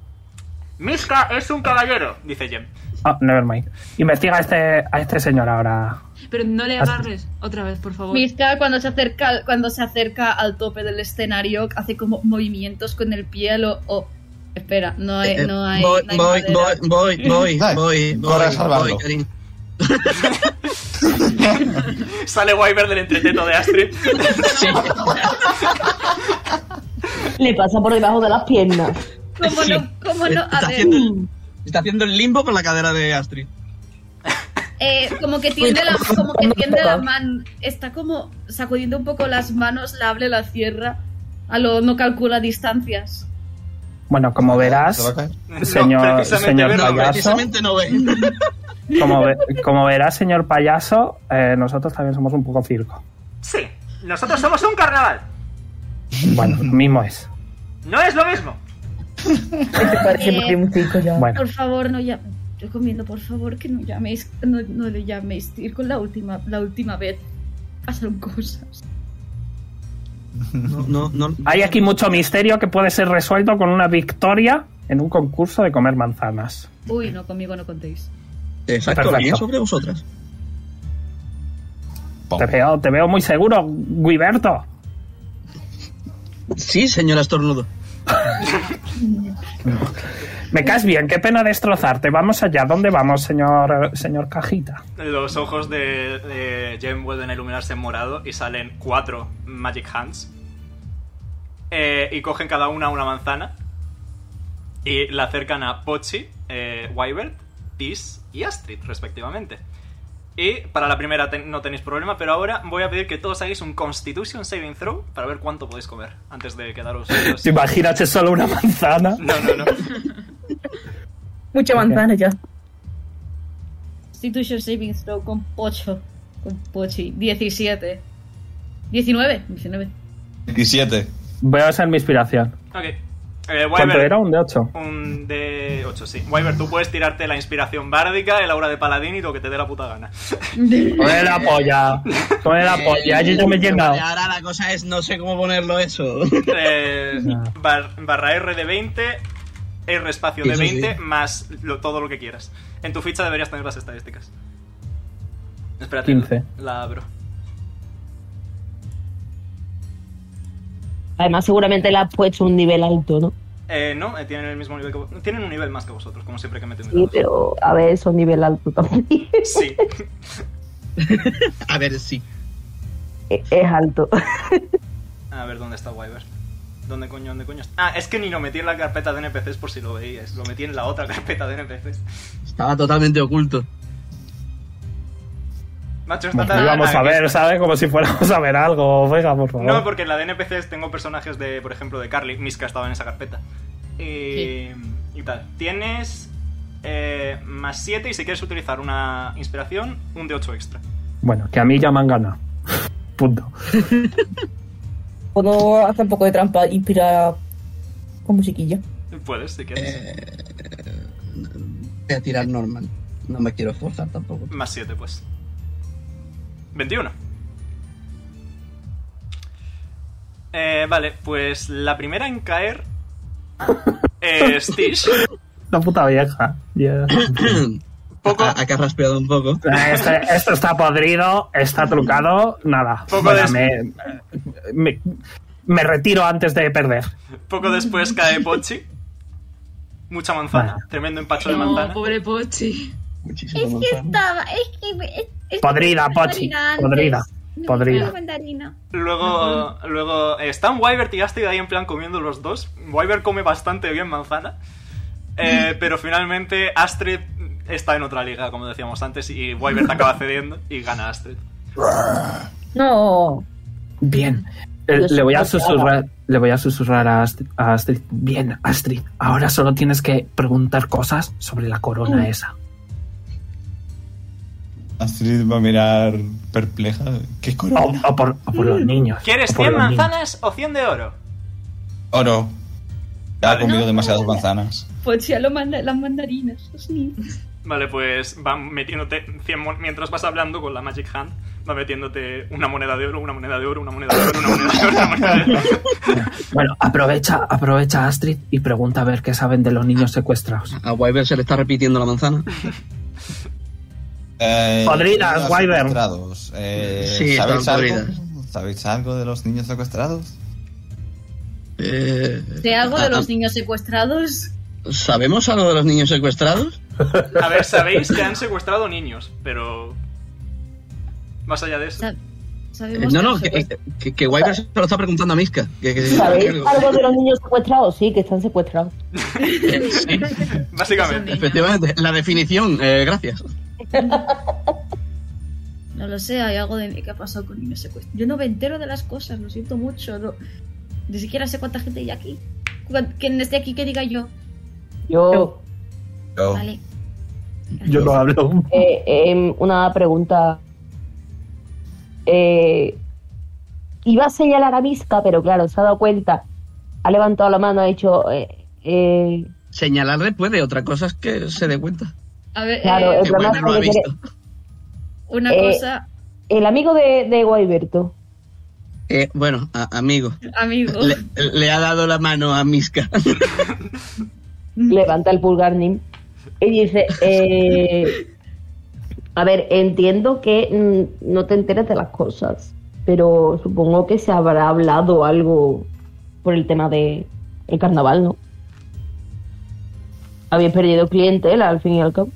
C: Miska es un caballero, dice Jem.
B: Ah, never mind. Investiga a este, a este señor ahora.
E: Pero no le agarres otra vez, por favor.
D: Miska cuando se acerca cuando se acerca al tope del escenario hace como movimientos con el pie lo o- espera, no hay
M: Eh,
D: no hay,
M: voy,
D: no hay
M: voy,
D: madera.
M: voy, voy, voy,
K: Dale,
M: voy,
K: corre a
M: voy,
K: salvarlo.
M: voy, cariño.
C: Sale Wyver del entreteto de Astrid.
A: Le pasa por debajo de las piernas.
D: ¿Cómo no? ¿Cómo no? A
M: Está
D: ver.
M: haciendo, el, está haciendo el limbo con la cadera de Astrid.
D: Eh, como que tiende la, como que tiende la mano, está como sacudiendo un poco las manos, la abre, la cierra, a lo no calcula distancias.
B: Bueno, como
K: ¿Se va
B: verás,
K: a caer?
B: señor, señor
M: no,
B: payaso,
M: precisamente no ve.
B: como, ve- como verás, señor payaso, eh, nosotros también somos un poco circo.
C: Sí, nosotros somos un carnaval.
B: Bueno, lo mismo es.
C: No es lo mismo.
D: Eh,
B: Bueno.
D: Por favor, no llaméis. Recomiendo, por favor, que no llaméis, no, no le llaméis ir con la última, la última vez. Pasaron cosas.
B: Hay aquí mucho misterio que puede ser resuelto con una victoria en un concurso de comer manzanas.
D: Uy, no, conmigo no contéis.
M: Exacto,
B: Perfecto.
M: bien sobre vosotras.
B: Te veo, te veo muy seguro, Guiberto.
M: Sí, señora Estornudo.
B: Me caes bien, qué pena destrozarte. Vamos allá, ¿dónde vamos, señor, señor Cajita?
C: Los ojos de, de Jem vuelven a iluminarse en morado y salen cuatro Magic Hands. Eh, y cogen cada una una manzana y la acercan a Pochi, eh, Wybert, Tis y Astrid, respectivamente. Y para la primera ten- no tenéis problema, pero ahora voy a pedir que todos hagáis un Constitution Saving Throw para ver cuánto podéis comer antes de quedaros.
B: Imagínate solo una manzana.
C: No, no, no.
F: Mucha manzana ya.
D: Constitution Saving Throw con Pocho. Con Pochi. 17. 19. 19.
K: 17.
B: Voy a usar mi inspiración.
C: Ok. Eh,
B: ¿Cuánto
C: Wyvern,
B: era? ¿Un de 8?
C: Un de 8, sí. Wyvern, tú puedes tirarte la inspiración bárdica, el aura de paladín y lo que te dé la puta gana.
B: Pone la polla. Pone la polla. Allí yo me he llenado.
M: Y Eh, ahora la cosa es, no sé cómo ponerlo eso.
C: Eh, bar- barra R de 20, R espacio de
M: Eso sí.
C: 20, más lo- todo lo que quieras. En tu ficha deberías tener las estadísticas. Espérate.
B: 15.
C: La abro.
I: Además, seguramente le has puesto un nivel alto, ¿no?
C: Eh, no, eh, tienen el mismo nivel que vos- Tienen un nivel más que vosotros, como siempre que meten
I: Sí, pero a ver, eso es nivel alto también.
C: Sí.
M: A ver, sí.
I: Es es alto.
C: A ver, ¿dónde está Wyvern? ¿Dónde coño, dónde coño está? Ah, es que ni lo metí en la carpeta de NPCs por si lo veías. Lo metí en la otra carpeta de NPCs.
M: Estaba totalmente oculto.
C: Macho, está
B: Bueno,
C: tan...
B: íbamos a ver, ¿sabes? Como si fuéramos a ver algo. Venga, por favor.
C: No, porque en la de NPCs tengo personajes de, por ejemplo, de Carly. Miska estaba en esa carpeta. Y, y tal. Tienes eh, más 7 y si quieres utilizar una inspiración, un de 8 extra.
B: Bueno, que a mí ya me han ganado. Punto.
F: Puedo hacer un poco de trampa, inspirar con musiquilla.
C: Puedes, si quieres.
M: Voy a tirar normal. No me quiero forzar tampoco.
C: Más 7, pues. 21. Eh, vale, pues la primera en caer es Tish.
B: La puta vieja. Ya.
M: Poco. Ha, ha carraspeado un poco.
B: Este- esto está podrido, está trucado, nada.
C: Poco
B: Venga,
C: des-
B: me, me- me retiro antes de perder.
C: Poco después cae Pochi. Mucha manzana. Tremendo empacho de manzana.
E: No, Oh, pobre Pochi.
H: Es que estaba, es que... es- es que
B: Podrida,
H: fue
B: Pochi.
H: mandarina antes.
B: Podrida.
H: No,
B: Podrida.
H: fue mandarina.
C: Luego, luego están Wyvern y Astrid ahí en plan comiendo los dos. Wyvern come bastante bien manzana. Eh, pero finalmente Astrid está en otra liga, como decíamos antes, y Wyvern acaba cediendo y gana Astrid.
F: No.
B: Bien. Le, Eh, le voy a susurrar, le voy a susurrar a, Ast- a Astrid. Bien, Astrid, ahora solo tienes que preguntar cosas sobre la
D: Mm.
B: corona esa.
K: Astrid va a mirar perpleja. ¿Qué
B: O,
K: corona?
B: o por, o por los niños.
C: ¿Quieres
B: o por
C: 100
B: los niños.
C: manzanas o 100 de oro?
K: Oro. Ya ha comido demasiadas manzanas.
D: Pues ya lo manda, las mandarinas. los niños.
C: Vale, pues va metiéndote, 100 mon- mientras vas hablando con la Magic Hand, va metiéndote una moneda de oro, una moneda de oro, una moneda de oro, una moneda de oro, una moneda de oro.
B: Bueno, aprovecha, aprovecha Astrid y pregunta a ver qué saben de los niños secuestrados.
M: A Wyver se le está repitiendo la manzana.
K: Eh,
B: Podridas,
K: niños
B: Wyvern.
K: secuestrados. Eh,
M: Sí,
K: ¿sabéis
M: están
K: algo?
M: podridas.
K: ¿Sabéis algo de los niños secuestrados?
M: Eh,
D: ¿Sé algo de los niños secuestrados?
M: ¿Sabemos algo de los niños secuestrados?
C: A ver, sabéis que han secuestrado niños, pero. Más allá de eso.
M: Eh, no, no, que, que, que Wyvern se lo está preguntando a Miska. Que, que-
A: ¿Sabéis
M: que-
A: algo de los niños secuestrados? Sí, que están secuestrados.
M: Básicamente. Efectivamente, la definición, eh, gracias.
D: No lo sé, hay algo de que ha pasado con niños secuestrados. Yo no me entero de las cosas, lo siento mucho. no- Ni siquiera sé cuánta gente hay aquí. Cuan- Quien esté aquí que diga yo.
A: Yo.
D: Vale.
B: Yo no hablo.
A: Eh, em, una pregunta. Eh, iba a señalar a Misca, pero claro, se ha dado cuenta. Ha levantado la mano, ha dicho. eh, eh,
M: Señalarle puede, otra cosa es que se dé cuenta.
D: A ver,
A: claro,
D: eh,
A: el problema
M: Wyvern lo ha
A: es que
M: visto.
D: una
A: eh,
D: cosa,
A: El amigo de, de Guayberto.
M: Eh, bueno, a- amigo,
D: amigo.
M: le, le ha dado la mano a Miska.
A: levanta el pulgar Nim y dice eh, a ver entiendo que mm, no te enteres de las cosas pero supongo que se habrá hablado algo por el tema de el carnaval no habéis perdido clientela al fin y al cabo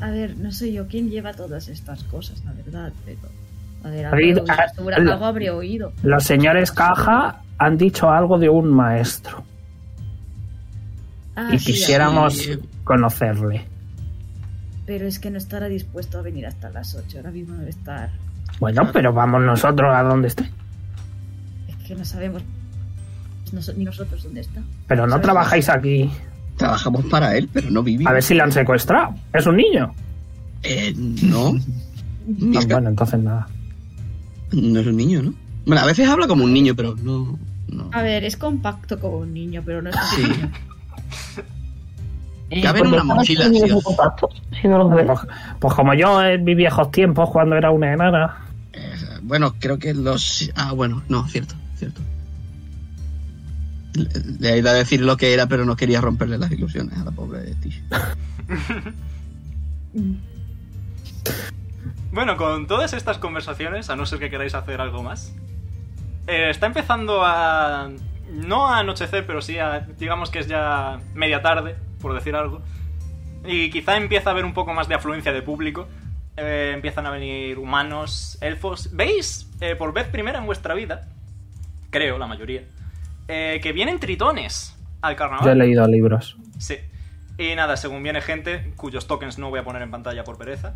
D: A ver, no sé yo quién lleva todas estas cosas, la verdad, pero. A ver,
B: Abrid-
D: algo, habré-
B: ah,
D: segura-
B: lo-
D: algo habré oído.
B: Los señores Caja han dicho algo de un maestro
D: Ah,
B: y
D: sí,
B: quisiéramos
D: sí,
B: conocerle.
D: Pero es que no estará dispuesto a venir hasta las 8. Ahora mismo debe estar.
B: Bueno, pero vamos nosotros a donde esté.
D: Es que no sabemos. no so- ni nosotros dónde está.
B: Pero no
D: ¿Sabes?
B: trabajáis aquí.
M: Trabajamos para él, pero no vivimos.
B: A ver si le han secuestrado. Es un niño.
M: Eh, no.
B: Ah, bueno, entonces nada.
M: No es un niño, ¿no? Bueno, a veces habla como un niño, pero no.
D: A ver, es compacto como un niño, pero no es un
M: Sí.
D: niño. Eh,
M: Cabe en una mochila, sí.
B: pues, pues como yo en mis viejos tiempos, cuando era una enana.
M: Eh, Bueno, creo que los. Ah, bueno, no, cierto, cierto. Le, le iba a decir lo que era, pero no quería romperle las ilusiones a la pobre Tish.
C: Bueno, con todas estas conversaciones, a no ser que queráis hacer algo más, eh, está empezando a. No a anochecer, pero sí a. Digamos que es ya media tarde, por decir algo. Y quizá empieza a haber un poco más de afluencia de público. Eh, empiezan a venir humanos, elfos. ¿Veis? Eh, por vez primera en vuestra vida, creo, la mayoría, eh, que vienen tritones al carnaval.
B: Yo he leído libros.
C: Sí. Y nada, según viene gente, cuyos tokens no voy a poner en pantalla por pereza,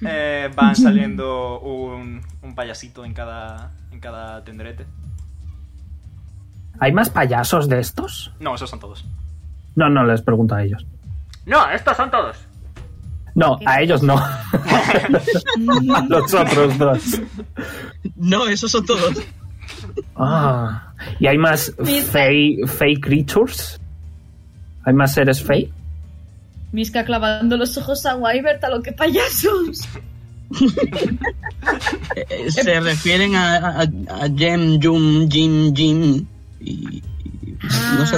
M: Hmm.
C: eh, van saliendo un, un payasito en cada, en cada tenderete.
B: ¿Hay más payasos de estos?
C: No, esos son todos.
B: No, no, les pregunto a ellos.
C: No, estos son todos.
B: No, a ellos no. a los otros dos.
M: No, esos son todos.
B: Ah, ¿y hay más fey, fey creatures? ¿Hay más seres fey?
D: Miska clavando los ojos a Wybert a lo que payasos.
M: Eh, Se refieren a, a, a Jem, Jum, Jim, Jim. Y. y- no sé.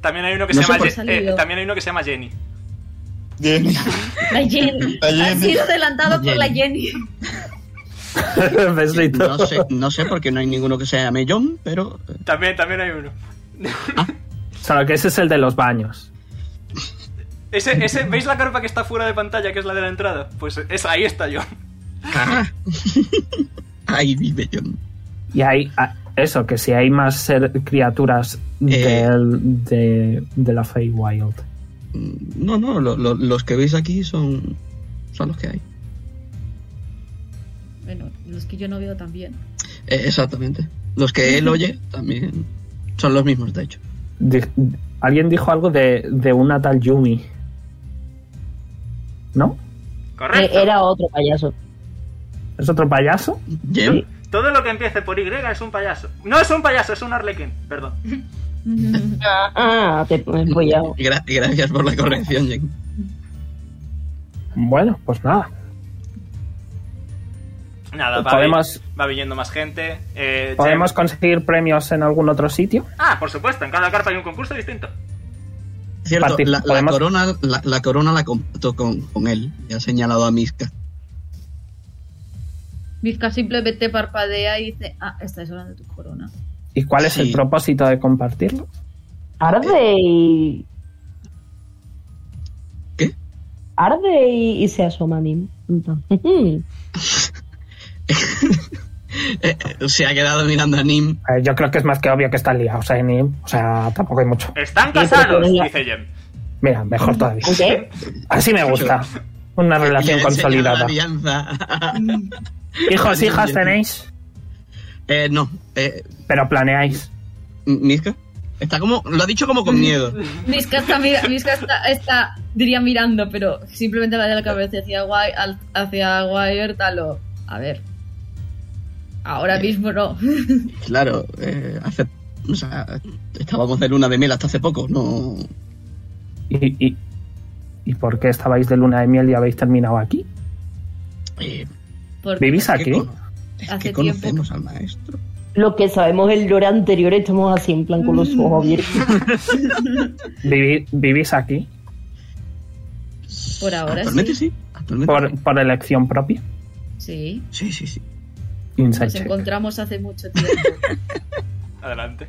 C: También hay uno que
M: No
C: se
M: sé
C: llama
M: por-
C: Ye- eh, también hay uno que se llama Jenny.
K: Jenny.
D: La Jenny.
M: La
D: Ha
M: Jenny.
D: sido adelantado por la Jenny.
M: no, sé, no sé por qué no hay ninguno que se llame John, pero.
C: También, también hay uno.
B: Solo que ese es el de los baños.
C: Ese, ese, ¿Veis la carpa que está fuera de pantalla, que es la de la entrada? Pues es, ahí está yo.
M: Ahí vive John.
B: Y hay ah, eso, que si hay más ser- criaturas
M: Eh.
B: del- de, de la fey wild.
M: No, no, lo- lo- los que veis aquí son. Son los que hay.
D: Bueno, los que yo no veo también.
M: Eh, exactamente. Los que él oye también son los mismos, de hecho.
B: Di- alguien dijo algo de, de una tal Yumi. ¿No?
A: Eh, era otro payaso
B: ¿Es otro payaso?
M: Jem,
C: Todo lo que empiece por Y es un payaso. No es un payaso, es un arlequín. Perdón.
I: Ah, te he empollado.
M: Gra- gracias por la corrección, Jake.
B: Bueno, pues nada.
C: Nada, va,
B: Podemos-
C: vi- va viniendo más gente. Eh,
B: ¿Podemos
C: Jem-
B: conseguir premios en algún otro sitio?
C: Ah, por supuesto, en cada carta hay un concurso distinto.
M: Cierto,
B: Partic-
M: la, la
B: podemos-
M: corona la, la corona la comparto con, con él. Ya ha señalado a Miska.
D: Vizca simplemente parpadea y dice, ah, estáis hablando de tu corona.
B: ¿Y cuál es el propósito de compartirlo?
A: Arde
M: Eh,
A: y.
M: ¿Qué?
A: Arde y, y se asoma Nim. Entonces,
M: Eh, eh, se ha quedado mirando a Nim.
B: Eh, yo creo que es más que obvio que están liados, ¿eh, Nim? O sea, tampoco hay mucho.
C: Están
B: pero
C: casados,
B: tenía-
C: dice Jem.
B: Mira, mejor todavía. Así me gusta. Una relación
M: Le ha enseñado la
B: consolidada.
M: alianza.
B: ¿Hijos, hijas tenéis?
M: Eh, no. Eh,
B: Pero planeáis.
M: ¿Miska? Está como. Lo ha dicho como con miedo.
D: Vizca está, mira- Vizca está, está, diría mirando, pero simplemente va de la cabeza hacia Guay, al- hacia Guay, talo. A ver. Ahora mismo no.
M: Claro, eh, hace. O sea, estábamos de luna de miel hasta hace poco, no.
B: ¿Y, y, y por qué estabais de luna de miel y habéis terminado aquí?
M: eh,
D: Porque
B: ¿Vivís aquí?
D: hace
F: este
D: tiempo.
M: conocemos al maestro.
A: lo que sabemos el lore anterior, estamos así en plan con los ojos abiertos.
B: ¿Vivi- ¿Vivís aquí?
D: Por ahora
M: Actualmente sí.
B: ¿Por, por elección propia?
D: Sí.
M: Sí, sí, sí.
B: Insight
D: Nos
B: check.
D: encontramos hace mucho tiempo.
C: Adelante.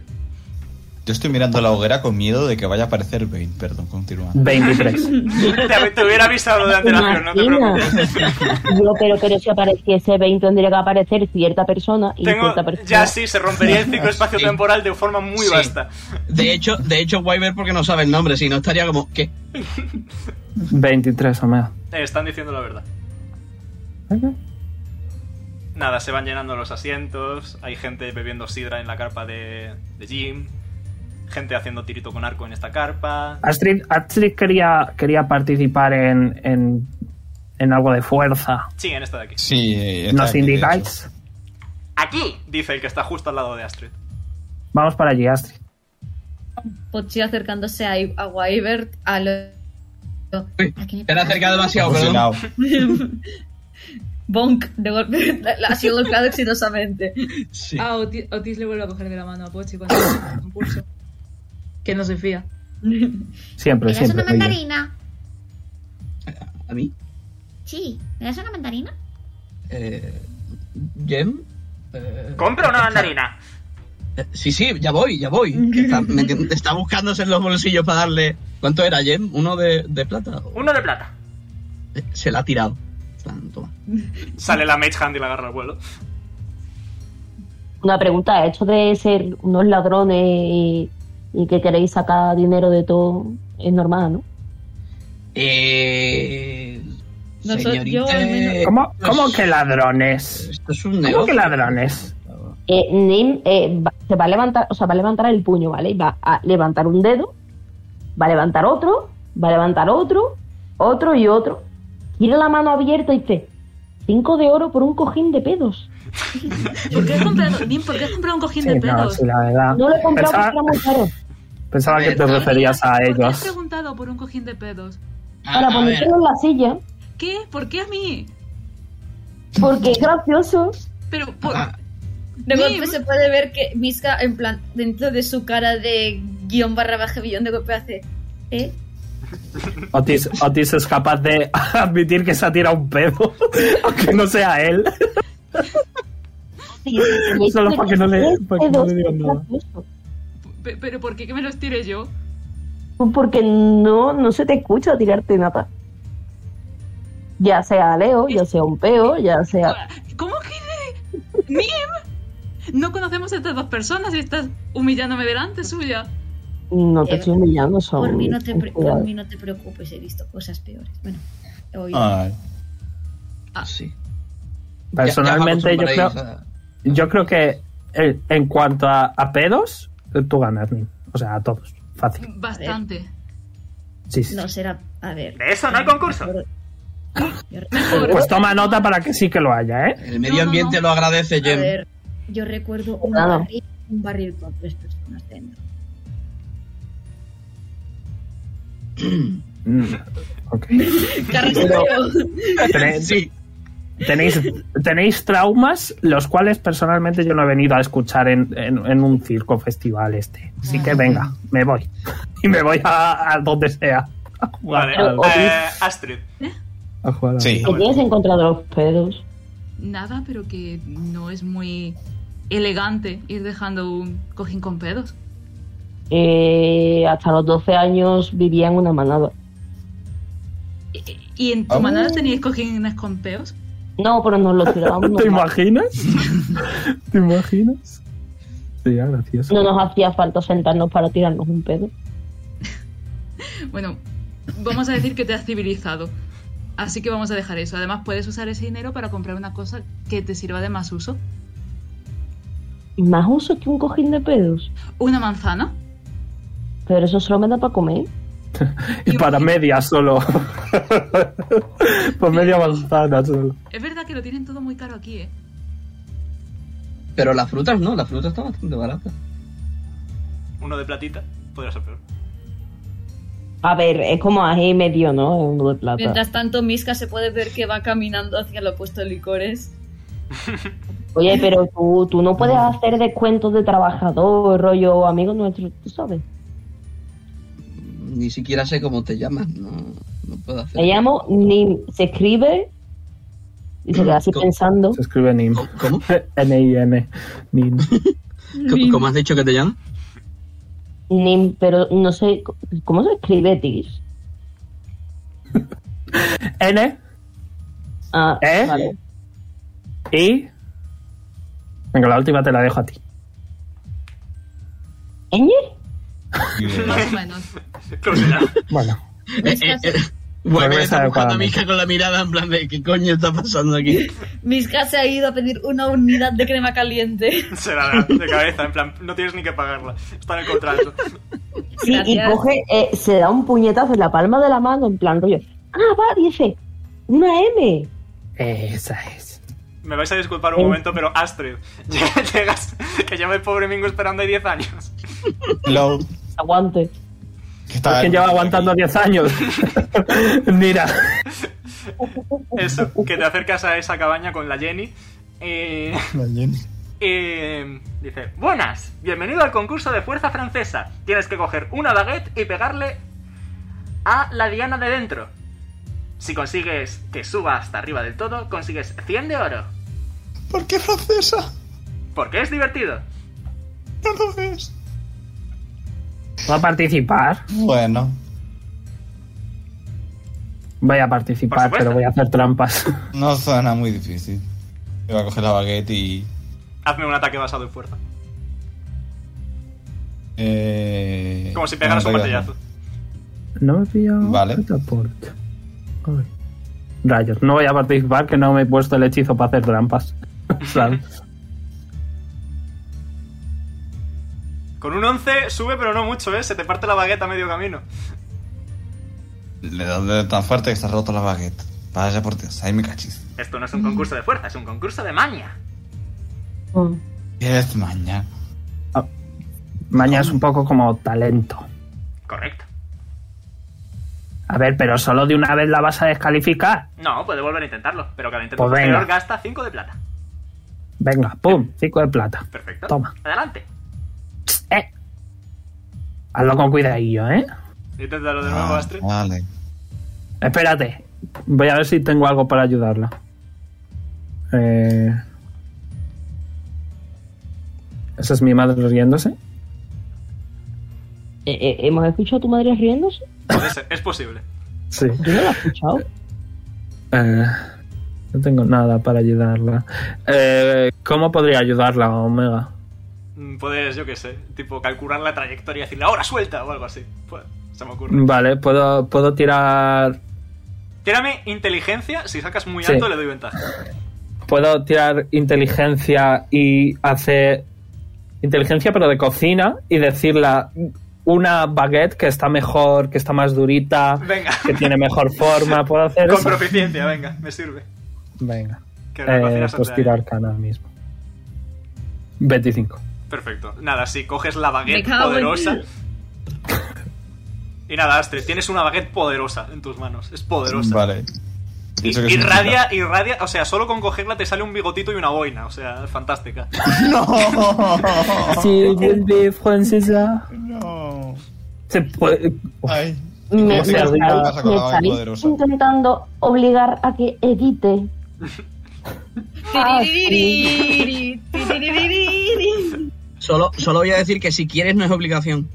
K: Yo estoy mirando la hoguera con miedo de que vaya a aparecer Bane, perdón, continúa.
B: 23.
C: te, te hubiera avisado de antelación, no te preocupes.
I: Yo, pero, pero si apareciese 20 tendría que aparecer cierta persona y
C: Tengo,
I: cierta persona.
C: ya sí, se rompería el ciclo espacio-temporal de forma muy
M: Sí.
C: vasta.
M: De hecho, de hecho, Wyver porque no sabe el nombre, si no estaría como. ¿Qué?
B: 23, Omega.
C: Eh, están diciendo la verdad. Nada, se van llenando los asientos. Hay gente bebiendo sidra en la carpa de, de Jim. Gente haciendo tirito con arco en esta carpa.
B: Astrid, Astrid quería, quería participar en, en, en algo de fuerza.
C: Sí, en esta de aquí.
K: Sí,
B: ¿Nos indicáis?
C: ¡Aquí! Dice el que está justo al lado de Astrid.
B: Vamos para allí, Astrid.
D: Pochi acercándose a, I- a Wybert, a lo-
M: Te has acercado demasiado, perdón.
D: Bonk, de golpe, la- la- ha sido golpeado exitosamente.
E: Ah, Oti- Otis le vuelve a coger de la mano a Pochi cuando el concurso. Que no se fía.
B: Siempre,
H: ¿Me das
B: siempre.
H: una
B: muy bien.
H: mandarina?
M: ¿A mí?
H: Sí, ¿me das una mandarina?
M: Eh, ¿Gem? Eh,
C: ¡Compra una mandarina!
M: eh, sí, sí, ya voy, ya voy. Que Está, me enti- está buscándose en los bolsillos para darle. ¿Cuánto era, Gem? ¿Uno de, de plata?
C: Uno de plata.
M: Eh, Se la ha tirado. Tan, Toma.
C: Sale la Mage Hand y la agarra al vuelo.
I: Una pregunta, esto de ser unos ladrones y, y que queréis sacar dinero de todo es normal, ¿no?
M: Eh,
D: No soy- yo
M: señorita,
D: al menos-
M: eh,
B: ¿Cómo, cómo que ladrones?
M: Esto es un
I: negocio.
B: ¿Cómo que ladrones?
I: Eh, Nim eh, va- se va a levantar, o sea, va a levantar el puño, ¿vale? Y va a levantar un dedo, va a levantar otro, va a levantar otro, otro y otro. Tiene la mano abierta y dice, cinco de oro por un cojín de pedos.
E: ¿Por qué has comprado, Nim, ¿por qué has comprado un cojín
B: Sí,
E: de
B: no,
E: pedos?
B: sí, la verdad.
I: No lo he comprado
B: pensaba,
I: porque era muy caro.
B: pensaba que te referías a
E: ¿Por qué has
B: ellos.
E: preguntado por un cojín de pedos?
I: Para ponértelo en la silla,
E: ¿Qué? ¿Por qué a mí?
I: porque es gracioso.
E: Pero, por...
D: De golpe
E: Nim.
D: se puede ver que Miska, en plan, dentro de su cara de guión barra baja guión, de golpe hace. ¿Eh?
B: Otis, Otis es capaz de admitir que se ha tirado un pedo, aunque no sea él. Solo para que no le, para que no le digan nada.
E: pe- pero ¿por qué que me los tire yo?
I: Pues Porque no, no se te escucha tirarte nada. Ya sea Leo, ya sea un peo, ya sea...
E: ¿Cómo que de- Nim? No conocemos a estas dos personas y estás humillándome delante suya.
I: No te estoy humillando, son...
D: Eh, Por mí, no te pre- por
I: cuidado.
D: mí no te preocupes, he visto cosas peores. Bueno, he oído.
B: Ah.
K: Ay.
D: Ah.
M: Sí.
B: Personalmente, yo creo, yo creo que eh, en cuanto a, a pedos, eh, tú ganas, Nim. O sea, a todos. Fácil.
E: Bastante.
B: Sí, sí.
D: No será. A ver. Ah,
C: De eso no hay concurso.
B: Pues toma nota para que sí que lo haya, ¿eh?
M: El medio ambiente lo agradece,
D: A
M: Jem.
D: ver, yo recuerdo un
B: Nada.
D: barril, un barril con tres personas dentro.
B: Pero- Tenéis- Tenéis, tenéis traumas, los cuales personalmente yo no he venido a escuchar en, en- en un circo festival este. Así
D: Ah.
B: que venga, me voy. Y me voy a, a donde sea. A jugar.
C: Vale,
B: al-
C: eh, Astrid.
B: a jugar al-
A: ¿Qué tienes encontrado los pedos?
E: Nada, pero que no es muy elegante ir dejando un cojín con pedos.
A: Eh, hasta los 12 años vivía en una manada.
E: ¿Y en tu
A: Ah.
E: manada teníais cojines con pedos?
A: No, pero nos los tirábamos.
B: ¿Te
A: normal.
B: imaginas? ¿Te imaginas? Sería gracioso.
A: No nos hacía falta sentarnos para tirarnos un pedo.
E: Bueno, vamos a decir que te has civilizado. Así que vamos a dejar eso. Además, puedes usar ese dinero para comprar una cosa que te sirva de más uso.
A: Más uso que un cojín de pedos.
E: Una manzana.
A: Pero eso solo me da para comer.
B: Y para media solo. Por media manzana solo.
E: Es verdad que lo tienen todo muy caro aquí, ¿eh?
M: Pero las frutas no, las frutas están bastante baratas.
C: Uno de platita. Podría ser peor.
A: A ver, es como ají medio, ¿no? En uno de plata.
D: Mientras tanto, Miska se puede ver que va caminando hacia el opuesto de licores.
A: Oye, pero tú, tú no puedes hacer descuentos de trabajador, rollo amigo nuestro, tú sabes.
M: Ni siquiera sé cómo te llamas. No, no puedo hacer.
A: Me llamo Nim. Se escribe y se queda así pensando.
B: Se escribe NIM.
M: ¿Cómo?
B: N-I-M. NIM.
M: ¿Cómo- ¿Cómo has dicho que te llamas?
A: Nim, pero no sé, ¿cómo se escribe, Tigis?
B: N.
A: Ah,
B: ¿Eh? Y. Venga, la última te la dejo a ti.
A: ¿Ñ?
E: Más o menos.
B: Bueno.
M: Eh, eh, eh, bueno,
B: Regresa
M: está buscando a
B: adecuadamente.
M: Miska con la mirada en plan de ¿qué coño está pasando aquí?
D: Miska se ha ido a pedir una unidad de crema caliente.
C: Se la da de cabeza, en plan, no tienes ni que pagarla. Está en el contrato.
A: Sí, y coge, eh, se da un puñetazo en la palma de la mano, en plan rollo. Ah, va, dice, una M. Eh,
B: Eh, Esa es. Eh.
C: Me vais a disculpar un momento, pero Astrid, llegas, que lleva el pobre Mingo esperando ahí 10 años.
K: Hello.
A: Aguante.
B: Es que lleva aguantando 10 años. Mira.
C: Eso, que te acercas a esa cabaña con la Jenny. Y. y dice: Buenas, bienvenido al concurso de fuerza francesa. Tienes que coger una baguette y pegarle a la diana de dentro. Si consigues que suba hasta arriba del todo, consigues 100 de oro.
K: ¿Por qué francesa?
C: Porque es divertido.
K: Entonces.
B: ¿Va a participar?
K: Bueno.
B: Voy a participar, pero voy a hacer trampas.
K: No suena muy difícil. Me voy a coger la baguette y.
C: Hazme un ataque basado en fuerza.
K: Eh,
C: Como si pegaras un
K: bueno,
C: martillazo.
B: No me pillo. Vale. Rayos, no voy a participar que no me he puesto el hechizo para hacer trampas. O sea,
C: Con un 11 sube, pero no mucho, ¿eh? Se te parte la bagueta a medio camino.
G: Le das tan fuerte que se ha roto la baguette. Vaya por Dios, ahí me cachis.
C: Esto no es un concurso de fuerza, es un concurso de maña.
G: Es maña.
B: Ah, Maña es un poco como talento.
C: Correcto.
B: A ver, pero solo de una vez la vas a descalificar.
C: No, puede volver a intentarlo, pero cada intento
B: Pues
C: posterior
B: venga.
C: gasta 5 de plata.
B: Venga, pum, cinco de plata.
C: Perfecto.
B: Toma.
C: Adelante.
B: Eh. Hazlo con cuidadillo, ¿eh?
C: Inténtalo de nuevo, Astrid.
G: Vale.
B: Espérate. Voy a ver si tengo algo para ayudarla. Eh... Esa es mi madre riéndose.
A: Eh, eh, ¿Hemos escuchado a tu madre riéndose?
C: Puede ser, es posible.
B: Sí.
A: Yo no la he escuchado.
B: Eh, no tengo nada para ayudarla. Eh, ¿Cómo podría ayudarla, Omega?
C: Mm, Puedes, yo qué sé, tipo calcular la trayectoria y decirle ahora suelta o algo así. Pues, se me ocurre.
B: Vale, puedo, puedo tirar.
C: Tírame inteligencia, si sacas muy
B: Sí.
C: alto le doy ventaja.
B: Puedo tirar inteligencia y hacer. Inteligencia, pero de cocina, y decirla. una baguette que está mejor, que está más durita,
C: Venga.
B: que tiene mejor forma. ¿Puedo hacer
C: Con
B: eso?
C: proficiencia, venga, me sirve.
B: Venga.
C: Que la cocina
B: Eh,
C: se
B: pues
C: trae.
B: tirar cana mismo. 25.
C: Perfecto. Nada, si coges la baguette
D: Me cago en
C: poderosa.
D: ti.
C: Y nada, Astrid, tienes una baguette poderosa en tus manos. Es poderosa.
G: Vale. ¿Y eso qué significa?
C: Irradia, irradia, o sea, solo con cogerla te sale un bigotito y una boina, o sea, fantástica.
B: Sí, vuelve francesa.
G: No.
B: Se puede.
G: Ay.
A: Me,
B: O sea,
A: me
B: ahorita-
A: estáis- me estáis intentando obligar a que edite. Ah, sí.
M: Solo, solo voy a decir que si quieres no es obligación.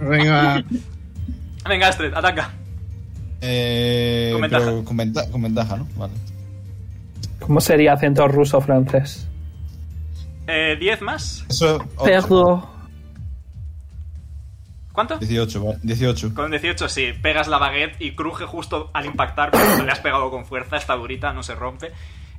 M: Venga.
C: Venga, Astrid, ataca.
G: Eh,
C: Con
G: pero
C: ventaja.
G: con, venta- con ventaja, ¿no? Vale.
B: ¿Cómo sería acento ruso-francés?
C: Eh, 10 más.
G: Eso
B: Perro.
C: ¿Cuánto?
G: 18, vale. 18.
C: Con 18 sí, pegas la baguette y cruje justo al impactar cuando le has pegado con fuerza, está durita, no se rompe.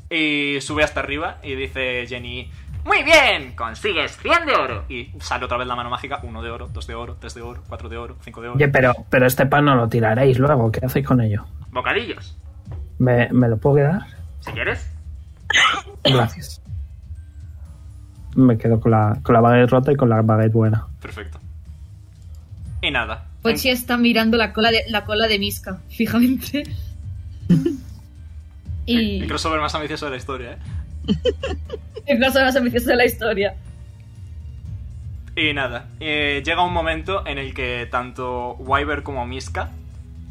C: Y sube hasta arriba y dice Jenny, muy bien, consigues 100 de oro. Y sale otra vez la mano mágica, 1 de oro, 2 de oro, 3 de oro, 4 de oro, 5 de oro.
B: Oye, pero, pero este pan no lo tiraréis luego. ¿Qué hacéis con ello?
C: Bocadillos,
B: ¿Me, me lo puedo quedar?
C: si quieres.
B: Gracias. Me quedo con la, con la baguette rota y con la baguette buena.
C: Perfecto. Y nada.
D: Pochi Pues está mirando la cola de, la cola de Miska, fijamente. y
C: El crossover más ambicioso de la historia, ¿eh?
D: es las horas ambiciosas de la historia.
C: Y nada, eh, llega un momento en el que tanto Wyver como Miska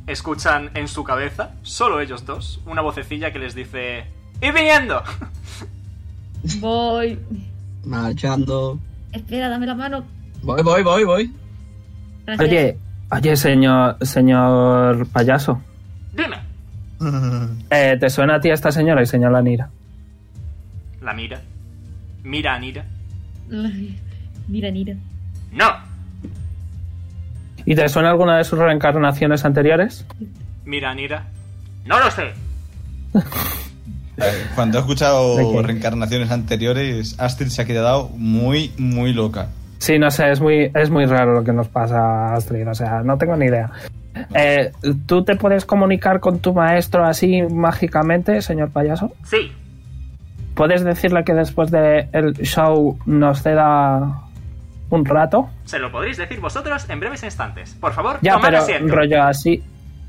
C: escuchan en su cabeza, solo ellos dos, una vocecilla que les dice... ¡Y viniendo!
D: Voy.
M: Marchando.
D: Espera, dame la mano.
M: Voy, voy, voy, voy.
D: Gracias.
B: Oye, oye, señor, señor payaso.
C: Dime.
B: Eh, ¿Te suena a ti esta señora? Y señala a Nira.
C: La mira. Mira a Nira.
D: Mira, mira.
C: ¡No!
B: ¿Y te suena alguna de sus reencarnaciones anteriores?
C: Mira a Nira. ¡No lo sé!
G: Eh, Cuando he
B: ¿De
G: escuchado
B: qué?
G: reencarnaciones anteriores, Astrid se ha quedado muy, muy loca.
B: Sí, no sé, es muy, es muy raro lo que nos pasa, Astrid. O sea, no tengo ni idea. Eh, ¿Tú te puedes comunicar con tu maestro así mágicamente, señor payaso?
C: Sí.
B: ¿Puedes decirle que después del show nos ceda un rato?
C: Se lo podréis decir vosotros en breves instantes. Por favor,
B: Ya,
C: tomad
B: pero
C: asiento.
B: rollo así,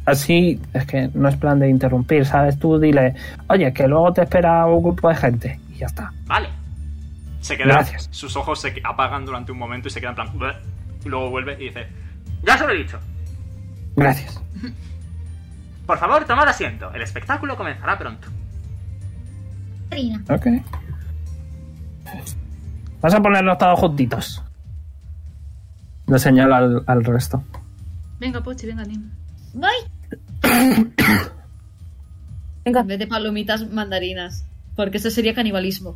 B: así es que no es plan de interrumpir, ¿sabes? Tú dile, oye, que luego te espera un grupo de gente y ya está.
C: Vale. Se queda.
B: Gracias.
C: Sus ojos se que- apagan durante un momento y se quedan en plan. "Bleh". Y luego vuelve y dice: Ya se lo he dicho.
B: Gracias.
C: Por favor, tomad asiento. El espectáculo comenzará pronto.
H: Trina.
B: Ok. Vas a ponerlos todos juntitos. Lo señala al, al resto.
E: Venga, Pochi, venga, Nim.
D: Voy. En vez de palomitas, mandarinas. Porque eso sería canibalismo.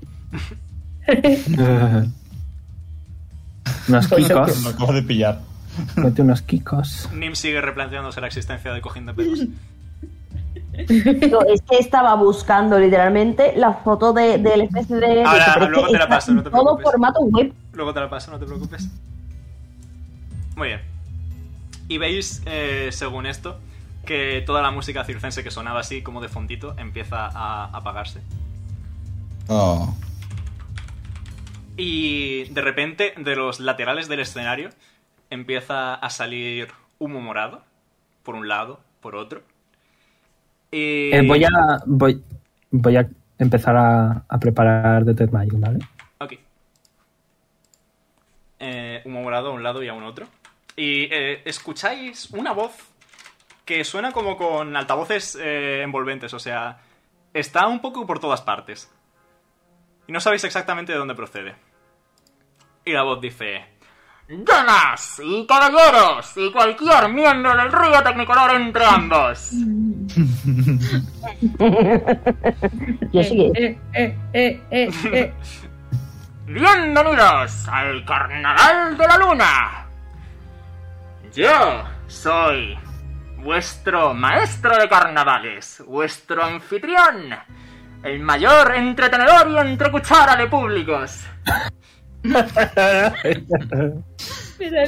B: Unos
G: Me
B: kikos.
G: acabo de pillar.
B: Mete unos kikos.
C: Nim sigue replanteándose la existencia de cojín de pelos.
A: Yo es que estaba buscando literalmente la foto de, del especie de.
C: Ahora,
A: pero es
C: luego
A: que
C: te la
A: está
C: paso, no te
A: en Todo
C: preocupes.
A: formato web.
C: Luego te la paso, no te preocupes. Muy bien. Y veis, eh, según esto, que toda la música circense que sonaba así como de fondito empieza a apagarse.
G: Oh.
C: Y de repente, de los laterales del escenario, empieza a salir humo morado, por un lado, por otro. Y...
B: Eh, voy a. Voy, voy a empezar a, a preparar Detect Magic, ¿vale?
C: Ok. Eh, humo morado a un lado y a un otro. Y eh, escucháis una voz que suena como con altavoces eh, envolventes, o sea, está un poco por todas partes. Y no sabéis exactamente de dónde procede. Y la voz dice...
F: Damas y caballeros y cualquier miembro del río Tecnicolor entre ambos.
A: Yo sí que-
D: Eh, eh, eh, eh, eh.
F: Bienvenidos al Carnaval de la Luna. Yo soy vuestro maestro de carnavales, vuestro anfitrión, el mayor entretenedor y entre cuchara de públicos.
D: Mirarle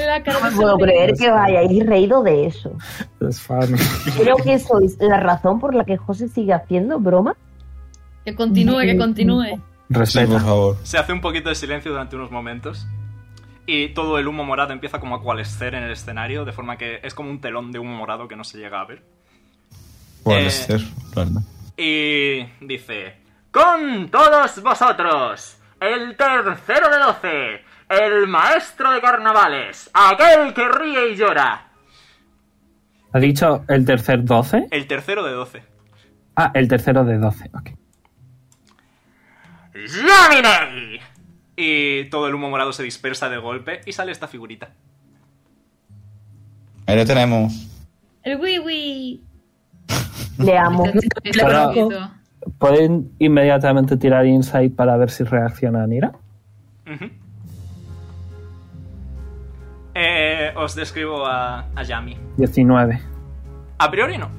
D: la cara
A: No
D: de
A: me puedo
D: sorpresa.
A: creer que os hayáis reído de eso.
B: Es fan.
A: Creo que sois la razón por la que José sigue haciendo broma.
D: Que continúe, que continúe.
B: Respeta.
G: por favor.
C: Se hace un poquito de silencio durante unos momentos. Y todo el humo morado empieza como a cualescer en el escenario, de forma que es como un telón de humo morado que no se llega a ver.
G: Puede
C: Eh,
G: ser, claro.
C: Y dice,
F: Con todos vosotros, el tercero de doce, el maestro de carnavales, aquel que ríe y llora.
B: ¿Ha dicho el tercer 12?
C: el tercero de 12.
B: Ah, el tercero de 12. ok.
C: ¡Laminei! Y todo el humo morado se dispersa de golpe y sale esta figurita.
G: Ahí lo tenemos.
D: El wiwi. Wii.
A: Le amo.
B: Pero- ¿Pueden inmediatamente tirar Insight para ver si reacciona Nira?
C: Ujú. Eh, os describo a, a Yami.
B: 19.
C: A priori no.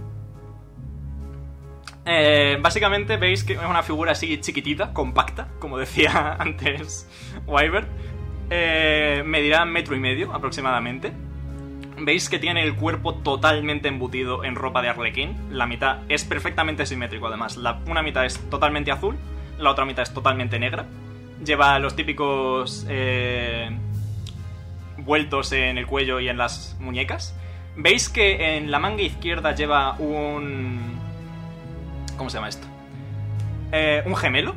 C: Eh, básicamente veis que es una figura así chiquitita, compacta, como decía antes Wyvern. Eh, medirá metro y medio aproximadamente. Veis que tiene el cuerpo totalmente embutido en ropa de arlequín. La mitad es perfectamente simétrico además. La- una mitad es totalmente azul, la otra mitad es totalmente negra. Lleva los típicos eh, vueltos en el cuello y en las muñecas. Veis que en la manga izquierda lleva un... ¿Cómo se llama esto? Eh, un gemelo.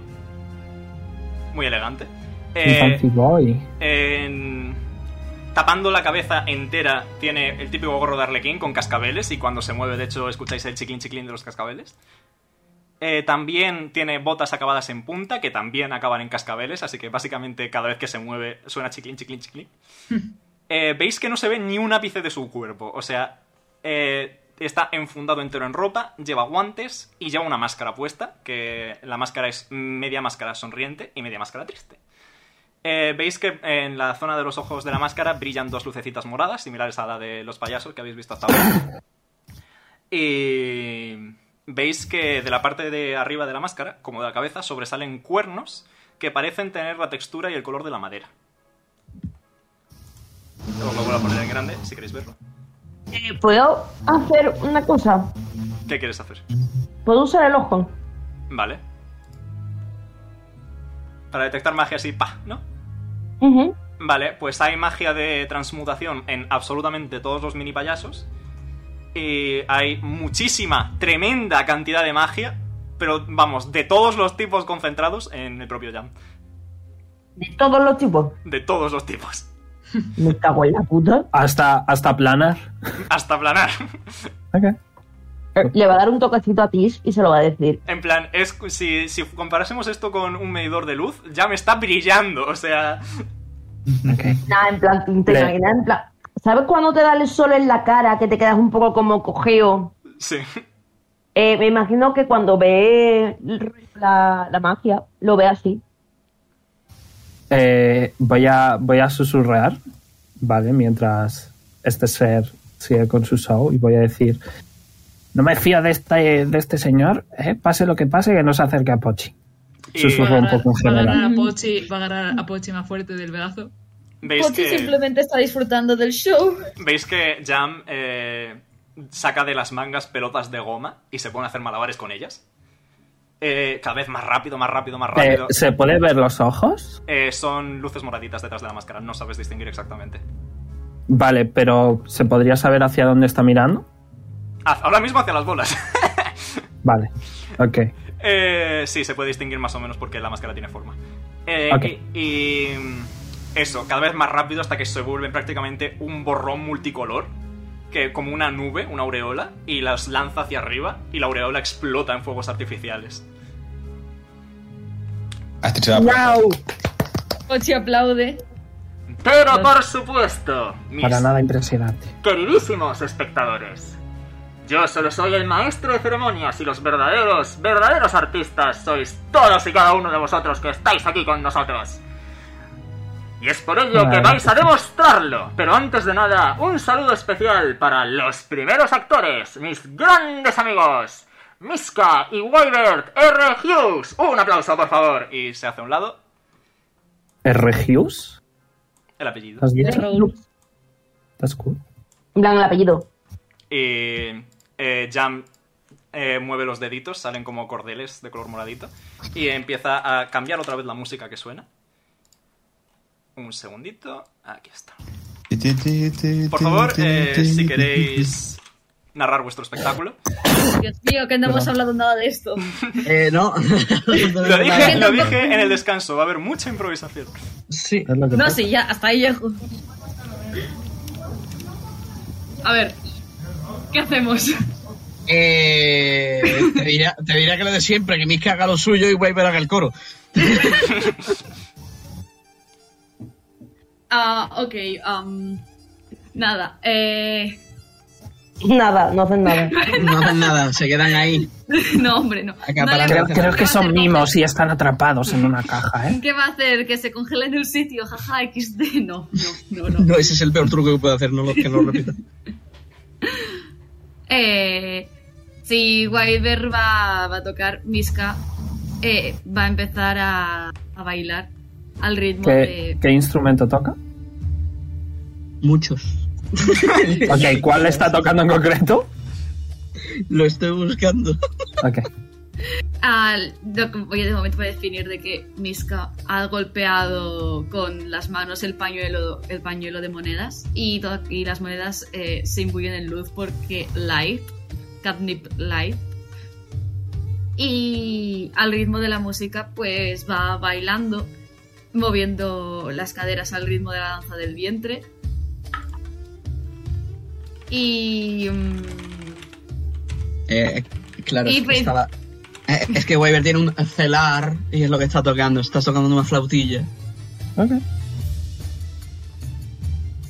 C: Muy elegante. Eh,
B: Un fancy boy.
C: en- Tapando la cabeza entera tiene el típico gorro de arlequín con cascabeles y cuando se mueve de hecho escucháis el chiquín chiquín de los cascabeles. Eh, también tiene botas acabadas en punta que también acaban en cascabeles, así que básicamente cada vez que se mueve suena chiquín chiquín chiquín. Eh, Veis que no se ve ni un ápice de su cuerpo, o sea, eh, está enfundado entero en ropa, lleva guantes y lleva una máscara puesta, que la máscara es media máscara sonriente y media máscara triste. Eh, Veis que en la zona de los ojos de la máscara brillan dos lucecitas moradas, similares a la de los payasos que habéis visto hasta ahora. Y veis que de la parte de arriba de la máscara, como de la cabeza, sobresalen cuernos que parecen tener la textura y el color de la madera. Os lo vuelvo a poner en grande si queréis verlo.
A: Eh, ¿Puedo hacer una cosa?
C: ¿Qué quieres hacer?
A: ¿Puedo usar el ojo?
C: Vale. Para detectar magia así, pa, ¿no?
A: Ujú.
C: Vale, pues hay magia de transmutación en absolutamente todos los mini payasos. Y hay muchísima, tremenda cantidad de magia. Pero vamos, de todos los tipos concentrados en el propio Jam.
A: De todos los tipos.
C: De todos los tipos.
A: Me cago en la puta.
B: Hasta, hasta planar.
C: Hasta planar.
A: Eh, Le va a dar un toquecito a Tish y se lo va a decir.
C: En plan, es, si, si comparásemos esto con un medidor de luz, ya me está brillando. O sea,
A: Nada, en plan, te
C: Le-
A: imaginas, en plan. ¿Sabes cuando te da el sol en la cara que te quedas un poco como cojeo?
C: sí.
A: Eh, me imagino que cuando ve la, la magia, lo ve así.
B: Eh, voy, a, voy a susurrar, ¿vale? Mientras este ser sigue con su show y voy a decir, no me fío de este, de este señor, ¿eh? pase lo que pase, que no se acerque a Pochi. Susurro un poco en
E: Eh, va a
B: general.
E: agarrar
B: Eh,
E: a Pochi, va a agarrar a Pochi más fuerte del brazo.
C: Veis
D: Pochi
C: que.
D: simplemente está disfrutando del show.
C: Veis que Jam eh, saca de las mangas pelotas de goma y se pone a hacer malabares con ellas. Eh, cada vez más rápido, más rápido, más
B: Eh,
C: rápido.
B: ¿Se puede ver los ojos?
C: Eh, son luces moraditas detrás de la máscara, no sabes distinguir exactamente.
B: Vale, pero ¿se podría saber hacia dónde está mirando?
C: Haz- Ahora mismo hacia las bolas.
B: Vale, ok.
C: Eh, sí, se puede distinguir más o menos porque la máscara tiene forma. Eh,
B: Ok.
C: y, y, mm, eso, cada vez más rápido hasta que se vuelve prácticamente un borrón multicolor, que como una nube, una aureola, y las lanza hacia arriba y la aureola explota en fuegos artificiales.
G: A este chaval.
D: Pochi aplaude.
F: Pero por supuesto, mis
B: Para nada impresionante.
F: queridísimos espectadores, yo solo soy el maestro de ceremonias y los verdaderos, verdaderos artistas sois todos y cada uno de vosotros que estáis aquí con nosotros. Y es por ello que
N: Vale.
F: vais a demostrarlo. Pero antes de nada, un saludo especial para los primeros actores, mis grandes amigos, Miska y Wybert R. Hughes. Un aplauso, por favor.
C: Y se hace a un lado
B: ¿R. Hughes?
C: el apellido.
B: ¿Has dicho?
O: That's cool.
I: En plan, el apellido.
C: Y eh, Jam eh, mueve los deditos, salen como cordeles de color moradito. Y empieza a cambiar otra vez la música que suena. Un segundito. Aquí está. Por favor, eh, si queréis narrar vuestro espectáculo.
D: Dios mío, que no hemos hablado nada de esto.
M: Eh, no.
C: Lo dije, lo dije en el descanso, va a haber mucha improvisación.
M: Sí.
D: No, sí, ya, hasta ahí llego. A ver, ¿qué hacemos?
M: Eh, te, diría, te diría que lo de siempre, que Miska haga lo suyo y Weber haga el coro.
D: Ah, ok, am, nada, eh...
I: Nada, no hacen nada.
M: No hacen nada, se quedan ahí.
D: No, hombre, no.
M: acaparando.
B: Creo, creo que son mimos y están atrapados en una caja, ¿eh?
D: ¿Qué va a hacer? ¿Que se congela en un sitio? Jaja, XD. No, no, no, no.
M: No, ese es el peor truco que puede hacer, no lo, que no lo repita.
D: Eh, si Wyver va, va a tocar, Miska eh, va a empezar a, a bailar al ritmo
B: ¿Qué,
D: de...
B: qué instrumento toca?
M: Muchos.
B: Ok, ¿cuál está tocando en concreto?
M: Lo estoy buscando.
B: Ok.
D: al- lo que voy de momento voy a definir de que Miska ha golpeado con las manos el pañuelo, el pañuelo de monedas y, to- y las monedas eh, se imbuyen en luz porque light, catnip light. Y al ritmo de la música pues va bailando, moviendo las caderas al ritmo de la danza del vientre. Y... mm,
M: Eh, claro,
D: Y
M: es que,
D: pues-
M: estaba- eh, es que Weber tiene un celar y es lo que está tocando. Está tocando una flautilla.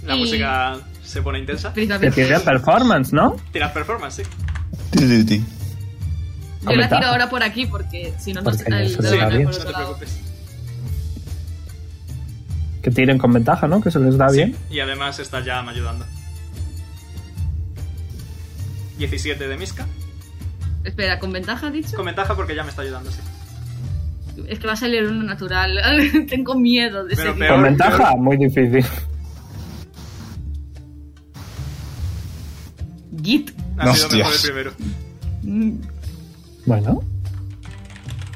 C: La
D: Y-
C: música se pone intensa.
B: Que tiene performance, ¿no?
C: Tiras performance, sí.
D: Yo la
B: Comenta.
D: tiro ahora por aquí porque si no, no
B: Porque
D: el-
B: eso
D: la
B: será
D: van a
B: bien.
D: por otro lado.
B: Que tiren con ventaja, ¿no? Que se les da bien.
C: Y además está Jam ayudando. 17 de Miska.
D: Espera, ¿con ventaja has dicho?
C: Con ventaja porque ya me está ayudando, sí.
D: Es que va a salir uno natural. Tengo miedo de
C: Pero
D: ese
C: peor.
B: Con
D: día.
B: ventaja, muy difícil.
D: Git.
C: Ha sido
B: Hostias.
C: mejor el primero.
D: Mm,
B: Bueno.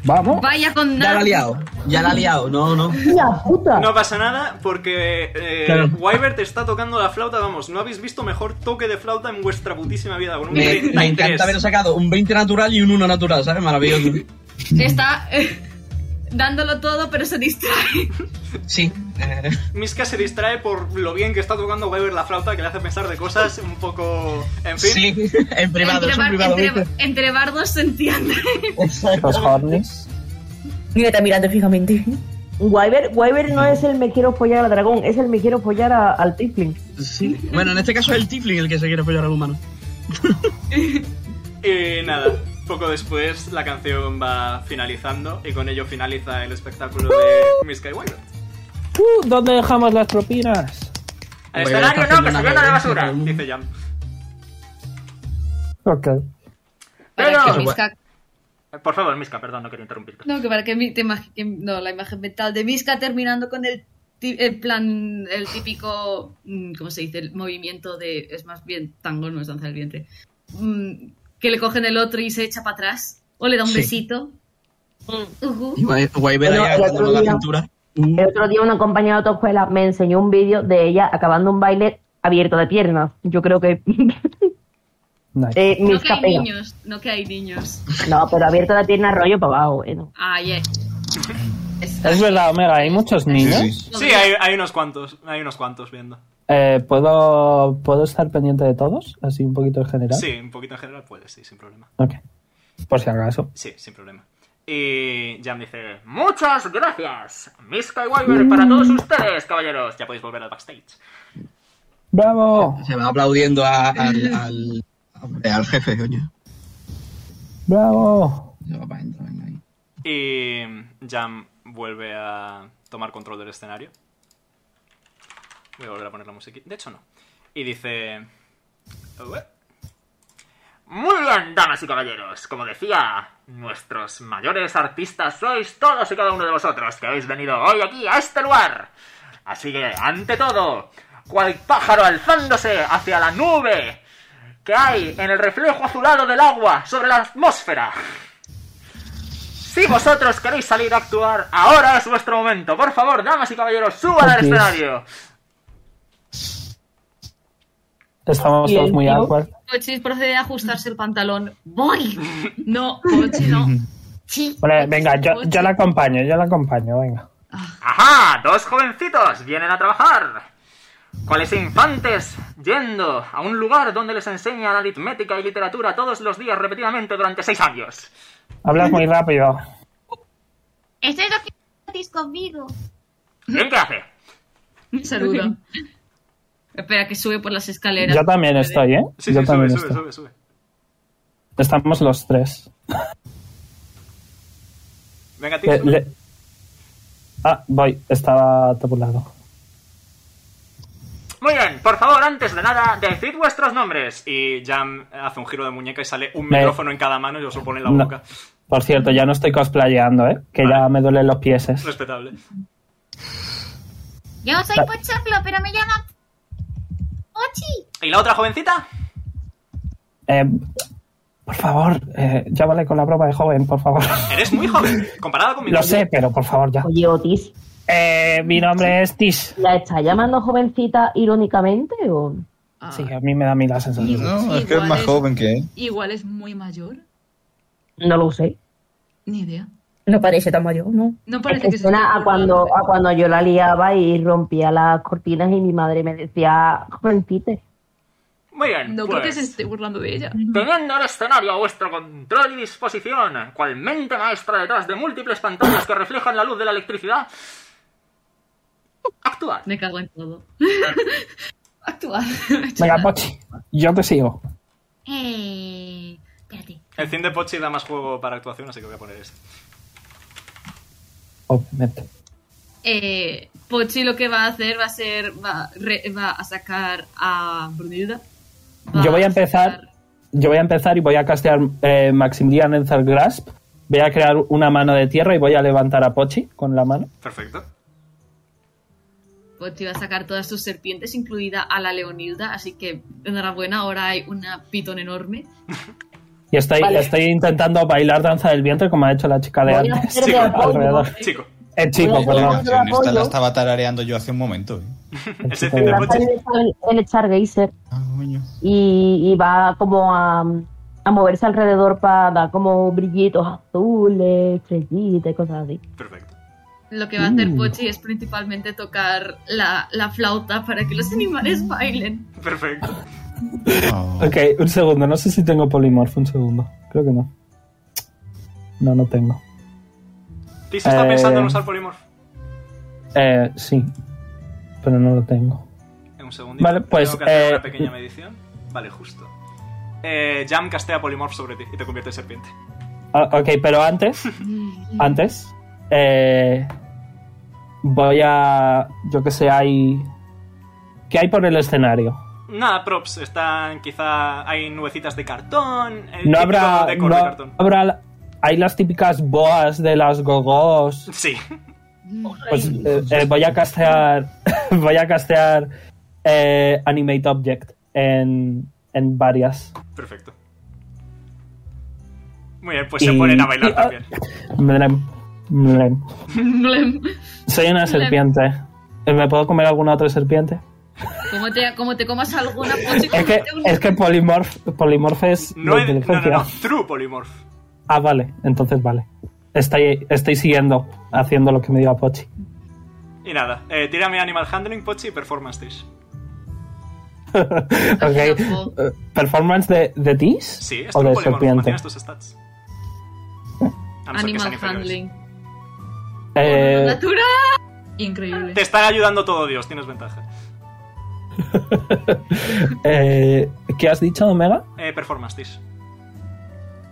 B: Vamos.
D: Vaya con
M: Ya la ha
D: nada.
M: liado. Ya la ha liado. No, no.
C: No pasa nada porque eh,
M: Claro.
C: Wyvern te está tocando la flauta, vamos, no habéis visto mejor toque de flauta en vuestra putísima vida. Con un
M: Me, me
C: 33.
M: encanta haber sacado un 20 natural y un 1 natural, ¿sabes? Maravilloso.
D: Está eh, dándolo todo, pero se distrae.
M: Sí. eh,
C: Miska se distrae por lo bien que está tocando Wyvern la flauta, que le hace pensar de cosas un poco... En fin.
M: Sí, en privado,
D: entre,
M: es un
D: bar-
M: privado.
D: entre-
M: ¿viste?
D: entre bardos se entiende.
B: Los hornies.
F: Mira, está mirando fijamente.
I: Wyver, Wyver no es el me quiero follar al dragón, es el me quiero follar a- al tiefling.
M: Sí. Bueno, en este caso es el Tifling el que se quiere apoyar al humano.
C: Y nada, poco después la canción va finalizando y con ello finaliza el espectáculo de Miska y Wyvern.
B: Uh, ¿Dónde dejamos las propinas?
C: Al
B: Wyvern
C: escenario
B: está
C: no, que se
B: haciendo una
C: llena de
B: reverencia
C: basura, dice Jam.
B: Ok.
D: Para
C: Pero-
D: que Miska-
P: Por favor, Miska, perdón, no quería interrumpirte.
D: no, que para que mi- te imag- que- no, la imagen mental de Miska terminando con el, ti- el plan, el típico, mm, ¿cómo se dice? El movimiento de, es más bien tango, no es danza del vientre. Mm, que le cogen el otro y se echa para atrás. O le da un
M: Sí.
D: besito. Ujú.
M: Y Wy- Wyver
I: Bueno,
M: ahí
I: el
M: agarrándolo
I: otro
M: la
I: día-
M: cintura.
I: El otro día una compañera de autoescuela me enseñó un vídeo de ella acabando un baile abierto de piernas. Yo creo que... eh,
D: No
I: mis
D: que hay
I: capelas.
D: niños, no que hay niños.
I: No, pero abierto de piernas rollo para abajo. eh, no.
D: Ah, yeah.
B: Es verdad, Omega, hay muchos niños.
C: Sí, hay, hay unos cuantos, hay unos cuantos viendo.
B: Eh, ¿puedo, ¿Puedo estar pendiente de todos? Así un poquito en general.
C: Sí, un poquito en general puedes, sí, sin problema.
B: Ok. Por si acaso.
C: Sí, sin problema. Y Jam dice,
P: Muchas gracias, Miska y Wyver, para todos ustedes, caballeros.
C: ya podéis volver al backstage.
B: ¡Bravo!
M: Se va aplaudiendo a- al, al, al jefe, coño.
B: ¡Bravo!
M: Se va para adentro, venga ahí.
C: Y Jam vuelve a tomar control del escenario. Voy a volver a poner la musiquita. De hecho, no. Y dice... "Ué".
P: Muy bien, damas y caballeros. Como decía, nuestros mayores artistas sois todos y cada uno de vosotros que habéis venido hoy aquí a este lugar. Así que, ante todo,
F: cual pájaro alzándose hacia la nube que hay en el reflejo azulado del agua sobre la atmósfera. Si vosotros queréis salir a actuar, ahora es vuestro momento. Por favor, damas y caballeros, suban al
B: Ok.
F: escenario.
B: Estamos
D: ¿Y
B: todos
D: el
B: muy
D: tío?
B: awkward.
D: Pochi procede a ajustarse el pantalón. ¡Voy! No, Pochi no. Sí.
B: Vale, venga, yo, yo la acompaño, yo la acompaño, venga.
F: ¡Ajá! Dos jovencitos vienen a trabajar. Cuales infantes yendo a un lugar donde les enseñan aritmética y literatura todos los días repetidamente durante seis años.
B: Hablas muy rápido.
H: Esto es lo que hacéis conmigo.
F: ¿Bien qué hace?
D: Me saluda. Espera, que sube por las escaleras.
B: Yo también estoy, ¿eh?
C: Sí,
B: yo
C: sí, sube,
B: también
C: sube,
B: estoy.
C: sube, sube.
B: Estamos los tres.
C: Venga, tío.
B: Eh, Le- le- Ah, voy, estaba tabulado.
F: Muy bien, por favor, antes de nada, decid vuestros nombres.
C: Y Jam hace un giro de muñeca y sale un
B: Me-
C: micrófono en cada mano y os lo pone en la
B: No.
C: boca.
B: Por cierto, ya no estoy cosplayando, ¿eh? Que ya me duelen los pies.
C: Respetable.
H: Yo soy
B: Vale.
H: Pochoclo, pero me llama Pochi.
F: ¿Y la otra jovencita?
B: Eh, por favor, eh, ya vale con la broma de joven, por favor.
F: Eres muy joven, comparada conmigo.
B: Lo sé, pero por favor, ya.
A: Oye, Otis.
B: Eh, mi nombre es Tish.
A: ¿La está llamando jovencita irónicamente o...?
E: Ah,
B: Sí, a mí me da a mí la sensación.
G: No, es que es más joven que él.
E: Igual es muy mayor.
A: No lo sé.
E: Ni idea.
Q: No parece tan mayor, ¿no?
E: No
A: Es que suena a cuando, a cuando yo la liaba y rompía las cortinas y mi madre me decía, jovencita.
F: Muy bien.
E: No creo
F: pues,
E: que se esté burlando de ella.
F: Teniendo el escenario a vuestro control y disposición, cual mente maestra detrás de múltiples pantallas que reflejan la luz de la electricidad, actuar.
D: Me cago en todo. Actuar.
B: Venga, Pochi, yo te sigo.
H: Eh, espérate.
C: El 100 de Pochi da más juego para actuación, así que voy a poner este.
B: Obviamente.
D: Eh, Pochi lo que va a hacer va a ser. Va, re- va a sacar a Brunilda. Va
B: Yo voy a empezar. Yo voy a empezar y voy a castear eh, Maximilian Enzar Grasp. Voy a crear una mano de tierra y voy a levantar a Pochi con la mano.
C: Perfecto.
D: Pochi va a sacar todas sus serpientes, incluida a la Leonilda. Así que enhorabuena, ahora hay una pitón enorme.
B: Y estoy,
D: Vale.
B: estoy intentando bailar danza del vientre como ha hecho la chica de
D: Voy a
B: antes.
D: hacer de apoyo.
B: alrededor.
C: Chico.
B: El chico,
G: La
B: perdón.
G: canción esta la estaba tarareando yo hace un momento. ¿eh?
C: Ese
A: Y va a salir el, el Stargazer y, y va como a, a moverse alrededor para dar como brillitos azules, estrellitas y cosas así.
C: Perfecto.
D: Lo que va a hacer
B: Uh.
A: Mm.
D: Pochi es principalmente tocar la, la flauta para que los
B: Uh.
D: animales bailen.
C: Perfecto.
B: Ok, un segundo. No sé si tengo polimorfo. Un segundo. Creo que no. No, no tengo.
C: Tis está
B: Eh,
C: pensando en usar polimorfo.
B: Eh, sí. Pero no lo tengo.
C: En un segundito.
B: Vale, pues,
C: Tengo que hacer
B: eh,
C: una pequeña medición. Vale, justo. Eh, Jam castea polimorph sobre ti y te convierte en serpiente.
B: Ah, ok, pero antes. antes. eh, voy a. Yo que sé, hay. ¿Qué hay por el escenario?
C: Nada, props. Están quizá. Hay nubecitas de cartón. el
B: No
C: Eh, típico
B: habrá.
C: decor
B: no
C: de cartón.
B: habrá. Hay las típicas boas de las gogos.
C: Sí.
B: Pues eh, eh, voy a castear. voy a castear. eh, Animate Object en, en varias.
C: Perfecto. Muy bien, pues se ponen a bailar también.
O: ah,
B: Blem, blem. Soy una
D: Blem.
B: serpiente. Eh, ¿Me puedo comer alguna otra serpiente?
D: Como te, como te comas alguna, Pochi,
B: Es que,
D: cómete un-
B: es que polimorf, polimorf es
C: No,
B: la
C: he- no, no,
B: inteligencia.
C: no. True polimorph.
B: Ah, vale, entonces vale. Estoy, estoy siguiendo, haciendo lo que me dio a Pochi.
C: Y nada, eh, tírame Animal Handling, Pochi y Performance Tis.
B: Ok. Eh, ¿Performance de, de Tis?
C: Sí, es
B: ¿O
C: true
B: de
C: polimorph.
B: serpiente?
C: Mantienes tus stats. A no ser que
D: Animal
C: sean inferiores.
D: handling.
B: Eh,
D: ¡Natura!
E: Increíble.
C: Te están ayudando todo Dios, tienes ventaja.
B: eh, ¿Qué has dicho, Omega?
C: Eh, performance Tis.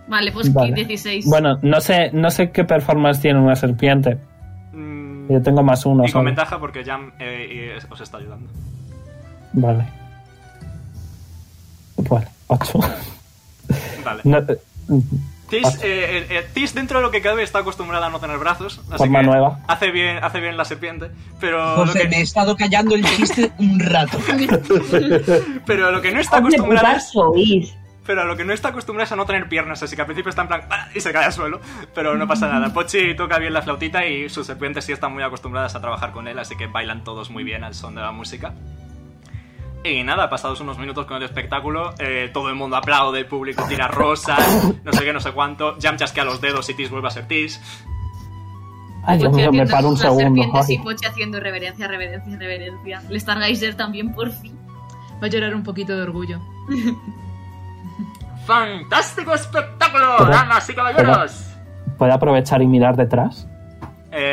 D: Vale, pues
B: Vale.
D: 16.
B: Bueno, no sé, no sé qué performance tiene una serpiente. Yo tengo más uno.
C: Mm, Y con
B: solo.
C: ventaja porque Jam eh, eh, os está ayudando.
B: Vale. Pues, Vale, 8.
O: eh,
C: Vale. Tis, eh, eh, eh, Tis, dentro de lo que cabe, está acostumbrada a no tener brazos. Así
O: Forma
C: que
O: nueva.
C: Hace bien, hace bien la serpiente. Pero lo,
M: José,
C: que,
M: me he estado callando el chiste un rato.
C: pero lo que no está acostumbrada es. Pero a lo que no está acostumbrada es a no tener piernas, así que al principio está en plan "Ah", y se cae al suelo, pero no pasa nada. Pochi toca bien la flautita y sus serpientes sí están muy acostumbradas a trabajar con él, así que bailan todos muy bien al son de la música. Y nada, pasados unos minutos con el espectáculo, eh, todo el mundo aplaude, el público tira rosas, no sé qué, no sé cuánto. Jam chasquea los dedos y Tis vuelve a ser Tis.
O: Ay, Dios mío, me paro un
D: Las
O: segundo.
D: serpientes
O: ay.
D: y Pochi haciendo reverencia, reverencia, reverencia. El Stargazer también, por fin.
E: Va a llorar un poquito de orgullo.
P: ¡Fantástico espectáculo,
O: Pero-
P: damas y caballeros!
O: ¿Puedo aprovechar y mirar detrás?
C: Eh,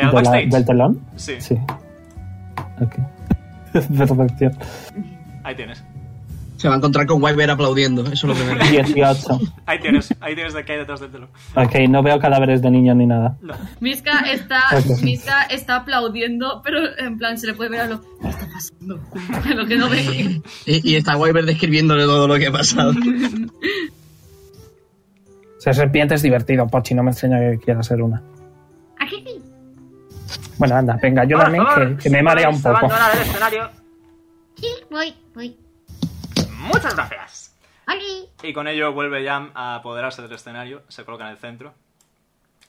P: al
O: De la-
P: backstage.
O: ¿Del telón?
C: Sí.
O: Sí. Ok. Perfección.
C: Ahí tienes.
M: Se va a encontrar con Wyver aplaudiendo, eso es lo primero.
O: 18.
C: Ahí tienes, ahí tienes de qué hay detrás del telón.
O: Ok, no veo cadáveres de niños ni nada.
D: Miska está,
O: Ok.
D: Miska está aplaudiendo, pero en plan se le puede ver a lo ¿Qué está pasando? A lo que no ve.
M: Y, y está Wyver describiéndole todo lo que ha pasado.
B: Ser serpiente es divertido, Pochi. No me enseña que quiera ser una.
H: Aquí sí.
B: Bueno, anda, venga, yo también, que, que me he mareado un poco.
P: Abandonar el escenario.
H: Sí, voy, voy.
P: Muchas gracias.
H: Aquí.
C: Y con ello vuelve Jam a apoderarse del escenario, se coloca en el centro.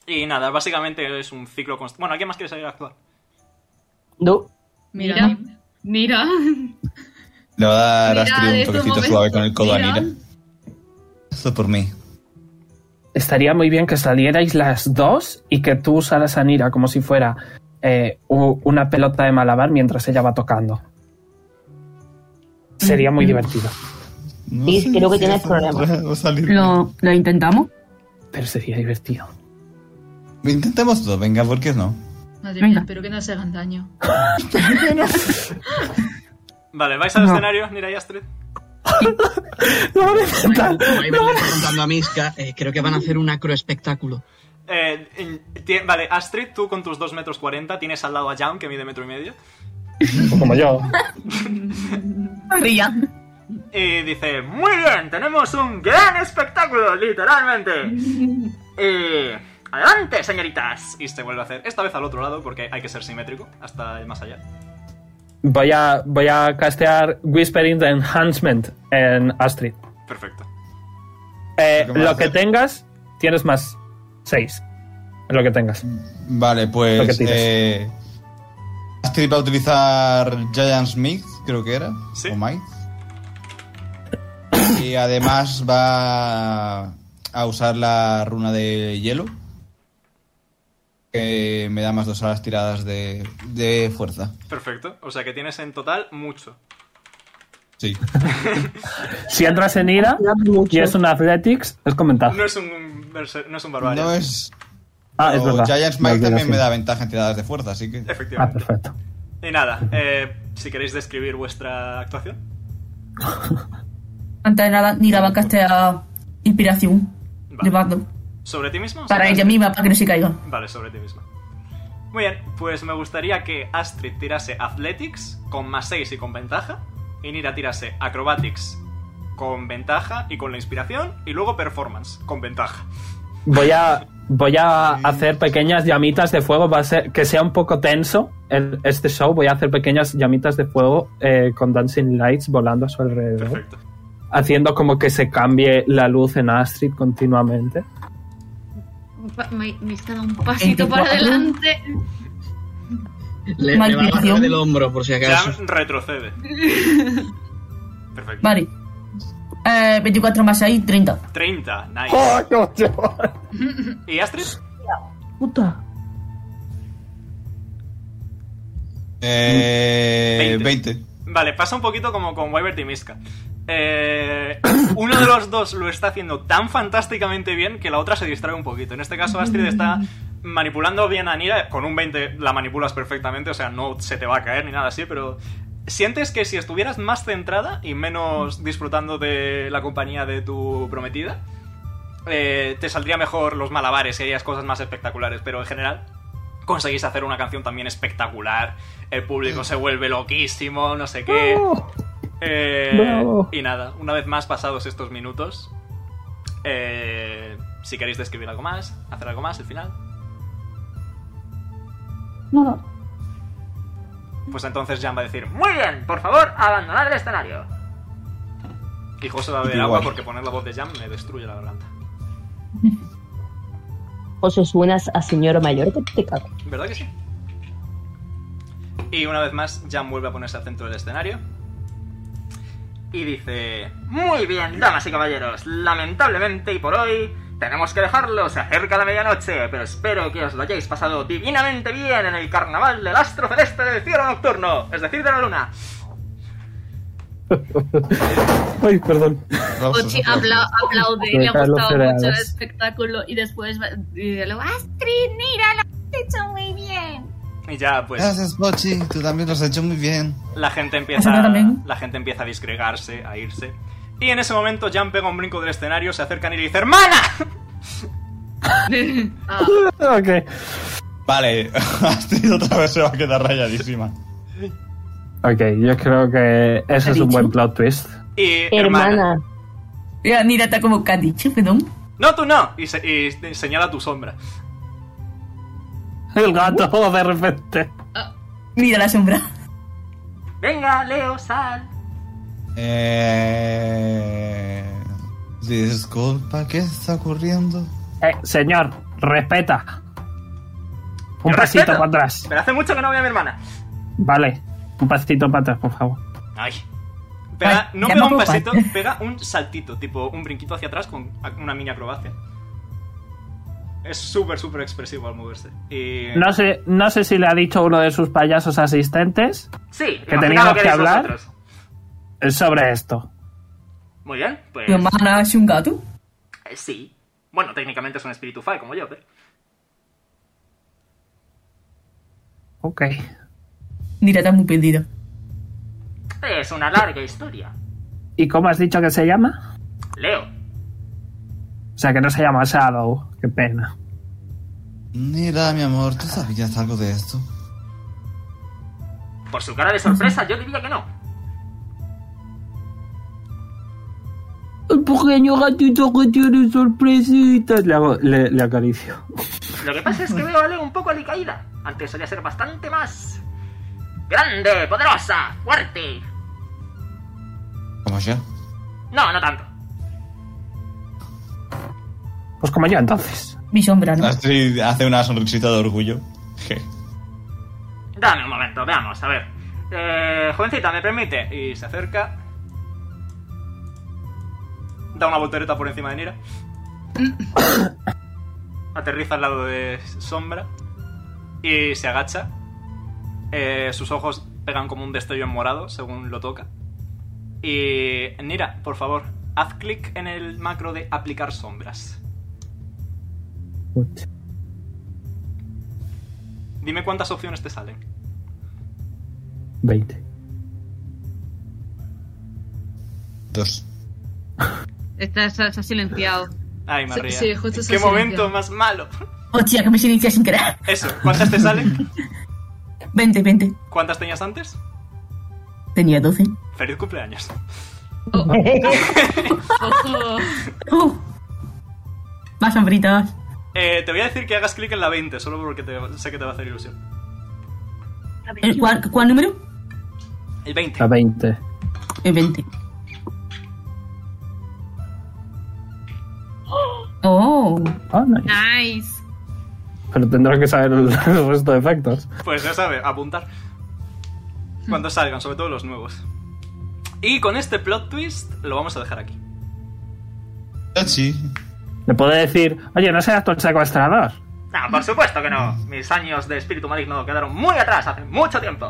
C: Y nada, básicamente es un ciclo constante. Bueno, ¿a quién más quiere salir a actuar?
A: No.
D: Mira, mira.
K: Le va a dar
D: Mira,
K: Astrid
D: de
K: un
D: estos
K: toquecito
D: momentos,
K: suave con el codo
D: mira.
K: a Nira. Eso por mí.
B: Estaría muy bien que salierais las dos y que tú usaras a Nira como si fuera eh, u- una pelota de malabar mientras ella va tocando. Sería
O: Mm.
B: muy divertido.
A: Sí, creo que tienes problemas.
F: ¿Lo, lo intentamos?
B: Pero sería divertido.
K: Intentemos todo, venga, ¿por qué no?
E: Madre
F: Venga.
E: mía, espero que no se hagan daño.
C: Vale, ¿vais al
E: No.
C: escenario, Nira y Astrid?
M: Wyver le está contando a Miska, eh, creo que van a hacer un acroespectáculo.
C: Eh, en- ti- vale, Astrid, tú con tus 2 metros 40 tienes al lado a Jam, que mide metro y medio.
B: Como yo.
P: Y dice, muy bien, tenemos un gran espectáculo, literalmente. Eh, adelante, señoritas.
C: Y se vuelve a hacer, esta vez al otro lado, porque hay que ser simétrico, hasta el más allá.
B: Voy a, voy a castear Whispering the Enhancement en Astrid.
C: Perfecto.
B: Eh,
K: ¿Lo que me
B: lo
K: hace?
B: que tengas, tienes más 6. Lo que tengas.
K: Vale,
B: Lo que
K: pues.
B: tires.
K: Eh, Astrid va a utilizar Giant Smith, creo que era. O Might. Y además va a usar la runa de hielo. Que me da más dos a las tiradas de, de fuerza.
C: Perfecto. O sea que tienes en total mucho.
K: Sí.
B: Si entras en ira y es un Athletics, es comentar.
C: No es un, berser- no es un barbario.
K: No es.
B: Ah, es
K: pero
B: verdad.
K: Giant
B: Me
K: Smite
B: olvidé
K: también me
B: hacer.
K: da ventaja en tiradas de fuerza, así que.
B: Ah,
C: Efectivamente.
B: perfecto.
C: Y nada, eh, si queréis describir vuestra actuación.
F: Antes de nada, ni la va a castear inspiración. De bardo.
C: ¿Sobre ti mismo?
F: Para ella misma, para que no se caiga.
C: Vale, sobre ti mismo. Muy bien, pues me gustaría que Astrid tirase Athletics con más 6 y con ventaja. Y Nira tirase Acrobatics con ventaja y con la inspiración. Y luego Performance con ventaja.
B: Voy a, voy a hacer pequeñas llamitas de fuego. Va a ser que sea un poco tenso el- este show. Voy a hacer pequeñas llamitas de fuego eh, con dancing lights volando a su alrededor. Haciendo como que se cambie la luz en Astrid continuamente.
D: Me, me está dando un pasito para adelante.
M: Le, le va a agarrar del hombro, por si acaso.
C: Jam retrocede. Perfecto.
F: Vale. Eh, 24 más 6, 30.
C: 30, nice. ¿Y Astrid?
A: Puta.
K: Eh,
C: 20.
K: 20.
C: Vale, pasa un poquito como con Wybert y Miska. Eh, uno de los dos lo está haciendo tan fantásticamente bien que la otra se distrae un poquito. En este caso, Astrid está manipulando bien a Nira. Con un 20 la manipulas perfectamente, o sea, no se te va a caer ni nada así, pero sientes que si estuvieras más centrada y menos disfrutando de la compañía de tu prometida, eh, te saldría mejor los malabares y harías cosas más espectaculares, pero en general conseguís hacer una canción también espectacular, el público se vuelve loquísimo, no sé qué. Eh,
B: Bravo.
C: y nada, una vez más pasados estos minutos, eh, Si queréis describir algo más, hacer algo más, el final.
H: No, no.
C: Pues entonces Jan va a decir
R: Muy bien, por favor, abandonad el escenario. "Mm,
C: Y José va a beber
S: Igual.
C: agua porque poner la voz de Jan me destruye la garganta.
A: José suenas a señora mayor que te cago.
C: ¿Verdad que sí? Y una vez más, Jan vuelve a ponerse al centro del escenario. Y dice...
R: Muy bien, damas y caballeros, lamentablemente y por hoy tenemos que dejarlo, se acerca la medianoche, pero espero que os lo hayáis pasado divinamente bien en el carnaval del astro celeste del cielo nocturno, es decir, de la luna.
B: Ay, perdón.
D: Ochi apla- aplaude, le ha
B: Carlos
D: gustado mucho el
B: Cereales.
D: espectáculo y después va- y luego, "Ah,
T: Astrid, mira, lo has hecho muy bien.
C: Y ya, pues...
S: Gracias, Pochi. Tú también lo has hecho muy bien.
C: La gente
S: ¿Eso no
C: empieza,
S: también?
C: la gente empieza a disgregarse, a irse. Y en ese momento Jan pega un brinco del escenario, se acercan y le dice ¡Hermana!
B: ok.
G: Vale, Astrid otra vez se va a quedar rayadísima.
B: Ok, yo creo que ese es un buen plot twist.
C: Y
F: Hermana. Mira, mira, está como que ha dicho, perdón.
C: ¡No, tú no! Y, se- y te señala tu sombra.
B: El gato, de repente.
F: Mira la sombra.
R: Venga, Leo, sal.
S: Eh... Disculpa, ¿qué está ocurriendo?
B: Eh, señor, respeta. Un pasito
R: respeto.
B: para atrás.
R: Pero hace mucho que no veo a mi hermana.
B: Vale, un pasito para atrás, por favor.
C: Ay. Pega,
B: Ay,
C: no
B: ya
C: pega
B: me
C: un
B: ocupa.
C: pasito, pega un saltito, tipo un brinquito hacia atrás con una mini acrobacia. Es súper, súper expresivo al moverse. Y...
B: No sé, no sé si le ha dicho uno de sus payasos asistentes
R: Sí,
B: que
R: imaginad
B: teníamos
R: lo
B: que
R: deis
B: hablar
R: vosotros.
B: sobre esto.
R: Muy bien,
C: Eh,
R: pues...
F: Mi hermana es un gato.
R: eh, Sí. Bueno, técnicamente es un espíritu fae como yo, pero...
B: Ok.
F: Mira, está muy perdida.
R: Es una larga historia.
B: ¿Y cómo has dicho que se llama?
R: Leo,
B: O sea, que no se llama Shadow. Qué pena.
S: Mira, mi amor, ¿tú sabías algo de esto?
R: por su cara de sorpresa, yo diría que no.
B: El pequeño gatito que tiene sorpresitas. Le, hago- le- le acaricio.
R: Lo que pasa es que veo a Leo un poco alicaída. Antes solía ser bastante más... Grande, poderosa, fuerte.
S: ¿Como yo?
R: No, no tanto.
B: Pues como yo entonces.
F: Mi sombra, ¿no?
G: Astrid hace una sonrisita de orgullo. Je.
C: Dame un momento, veamos, a ver. Eh, jovencita, ¿me permite? Y se acerca. Da una voltereta por encima de Nira. Aterriza al lado de Sombra. Y se agacha. Eh, sus ojos pegan como un destello en morado según lo toca. Y Nira, por favor, haz clic en el macro de aplicar sombras. Dime cuántas opciones te salen.
B: 20.
G: Dos.
U: Está, está, está silenciado.
C: Ay,
U: Sí,
C: María.
U: sí, justo se
C: ¿Qué
U: silenció.
C: momento más malo?
F: Hostia, Oh, que me silencia sin querer.
C: Eso, ¿cuántas te salen?
F: Vente, vente.
C: ¿Cuántas tenías antes?
F: Tenía 12.
C: Feliz cumpleaños.
F: Oh. Uh, más sombritas.
C: Eh, te voy a decir que hagas clic en la 20, solo porque te- sé que te va a hacer ilusión.
F: ¿El Eh, cuál, cuál número?
C: El 20.
B: A 20.
F: El 20. Oh.
B: Ah, no.
D: nice.
B: Pero tendrá que saber el, el resto de efectos.
C: Pues ya sabes, apuntar. Cuando salgan, sobre todo los nuevos. Y con este plot twist lo vamos a dejar aquí.
G: Sí.
B: Le puedo decir, oye, no seas tu secuestrador.
R: No, Ah, por supuesto que no. Mis años de espíritu maligno quedaron muy atrás hace mucho tiempo.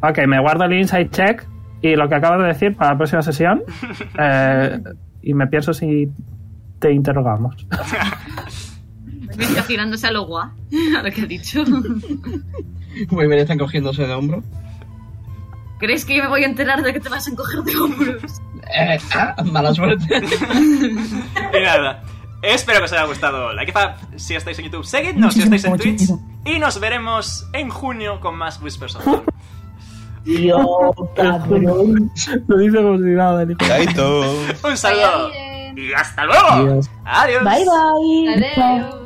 B: Ok, me guardo el inside check y lo que acabas de decir para la próxima sesión. eh, y me pienso si te interrogamos.
D: Me está girándose a lo guá, a lo que ha dicho.
M: Muy bien, están cogiéndose de hombro.
D: ¿Crees que yo me voy a enterar de que te vas a encoger de hombros?
M: Eh, ah, mala suerte.
C: Y nada. Espero que os haya gustado la Up. Si estáis en YouTube, seguidnos. Si estáis en Twitch. Y nos veremos en junio con más Whispers of Dawn.
B: Dios, cabrón. Lo dice como si nada. el hijo.
C: Un saludo.
T: Bien.
V: Y hasta luego.
C: Adiós.
F: Bye bye. Bye.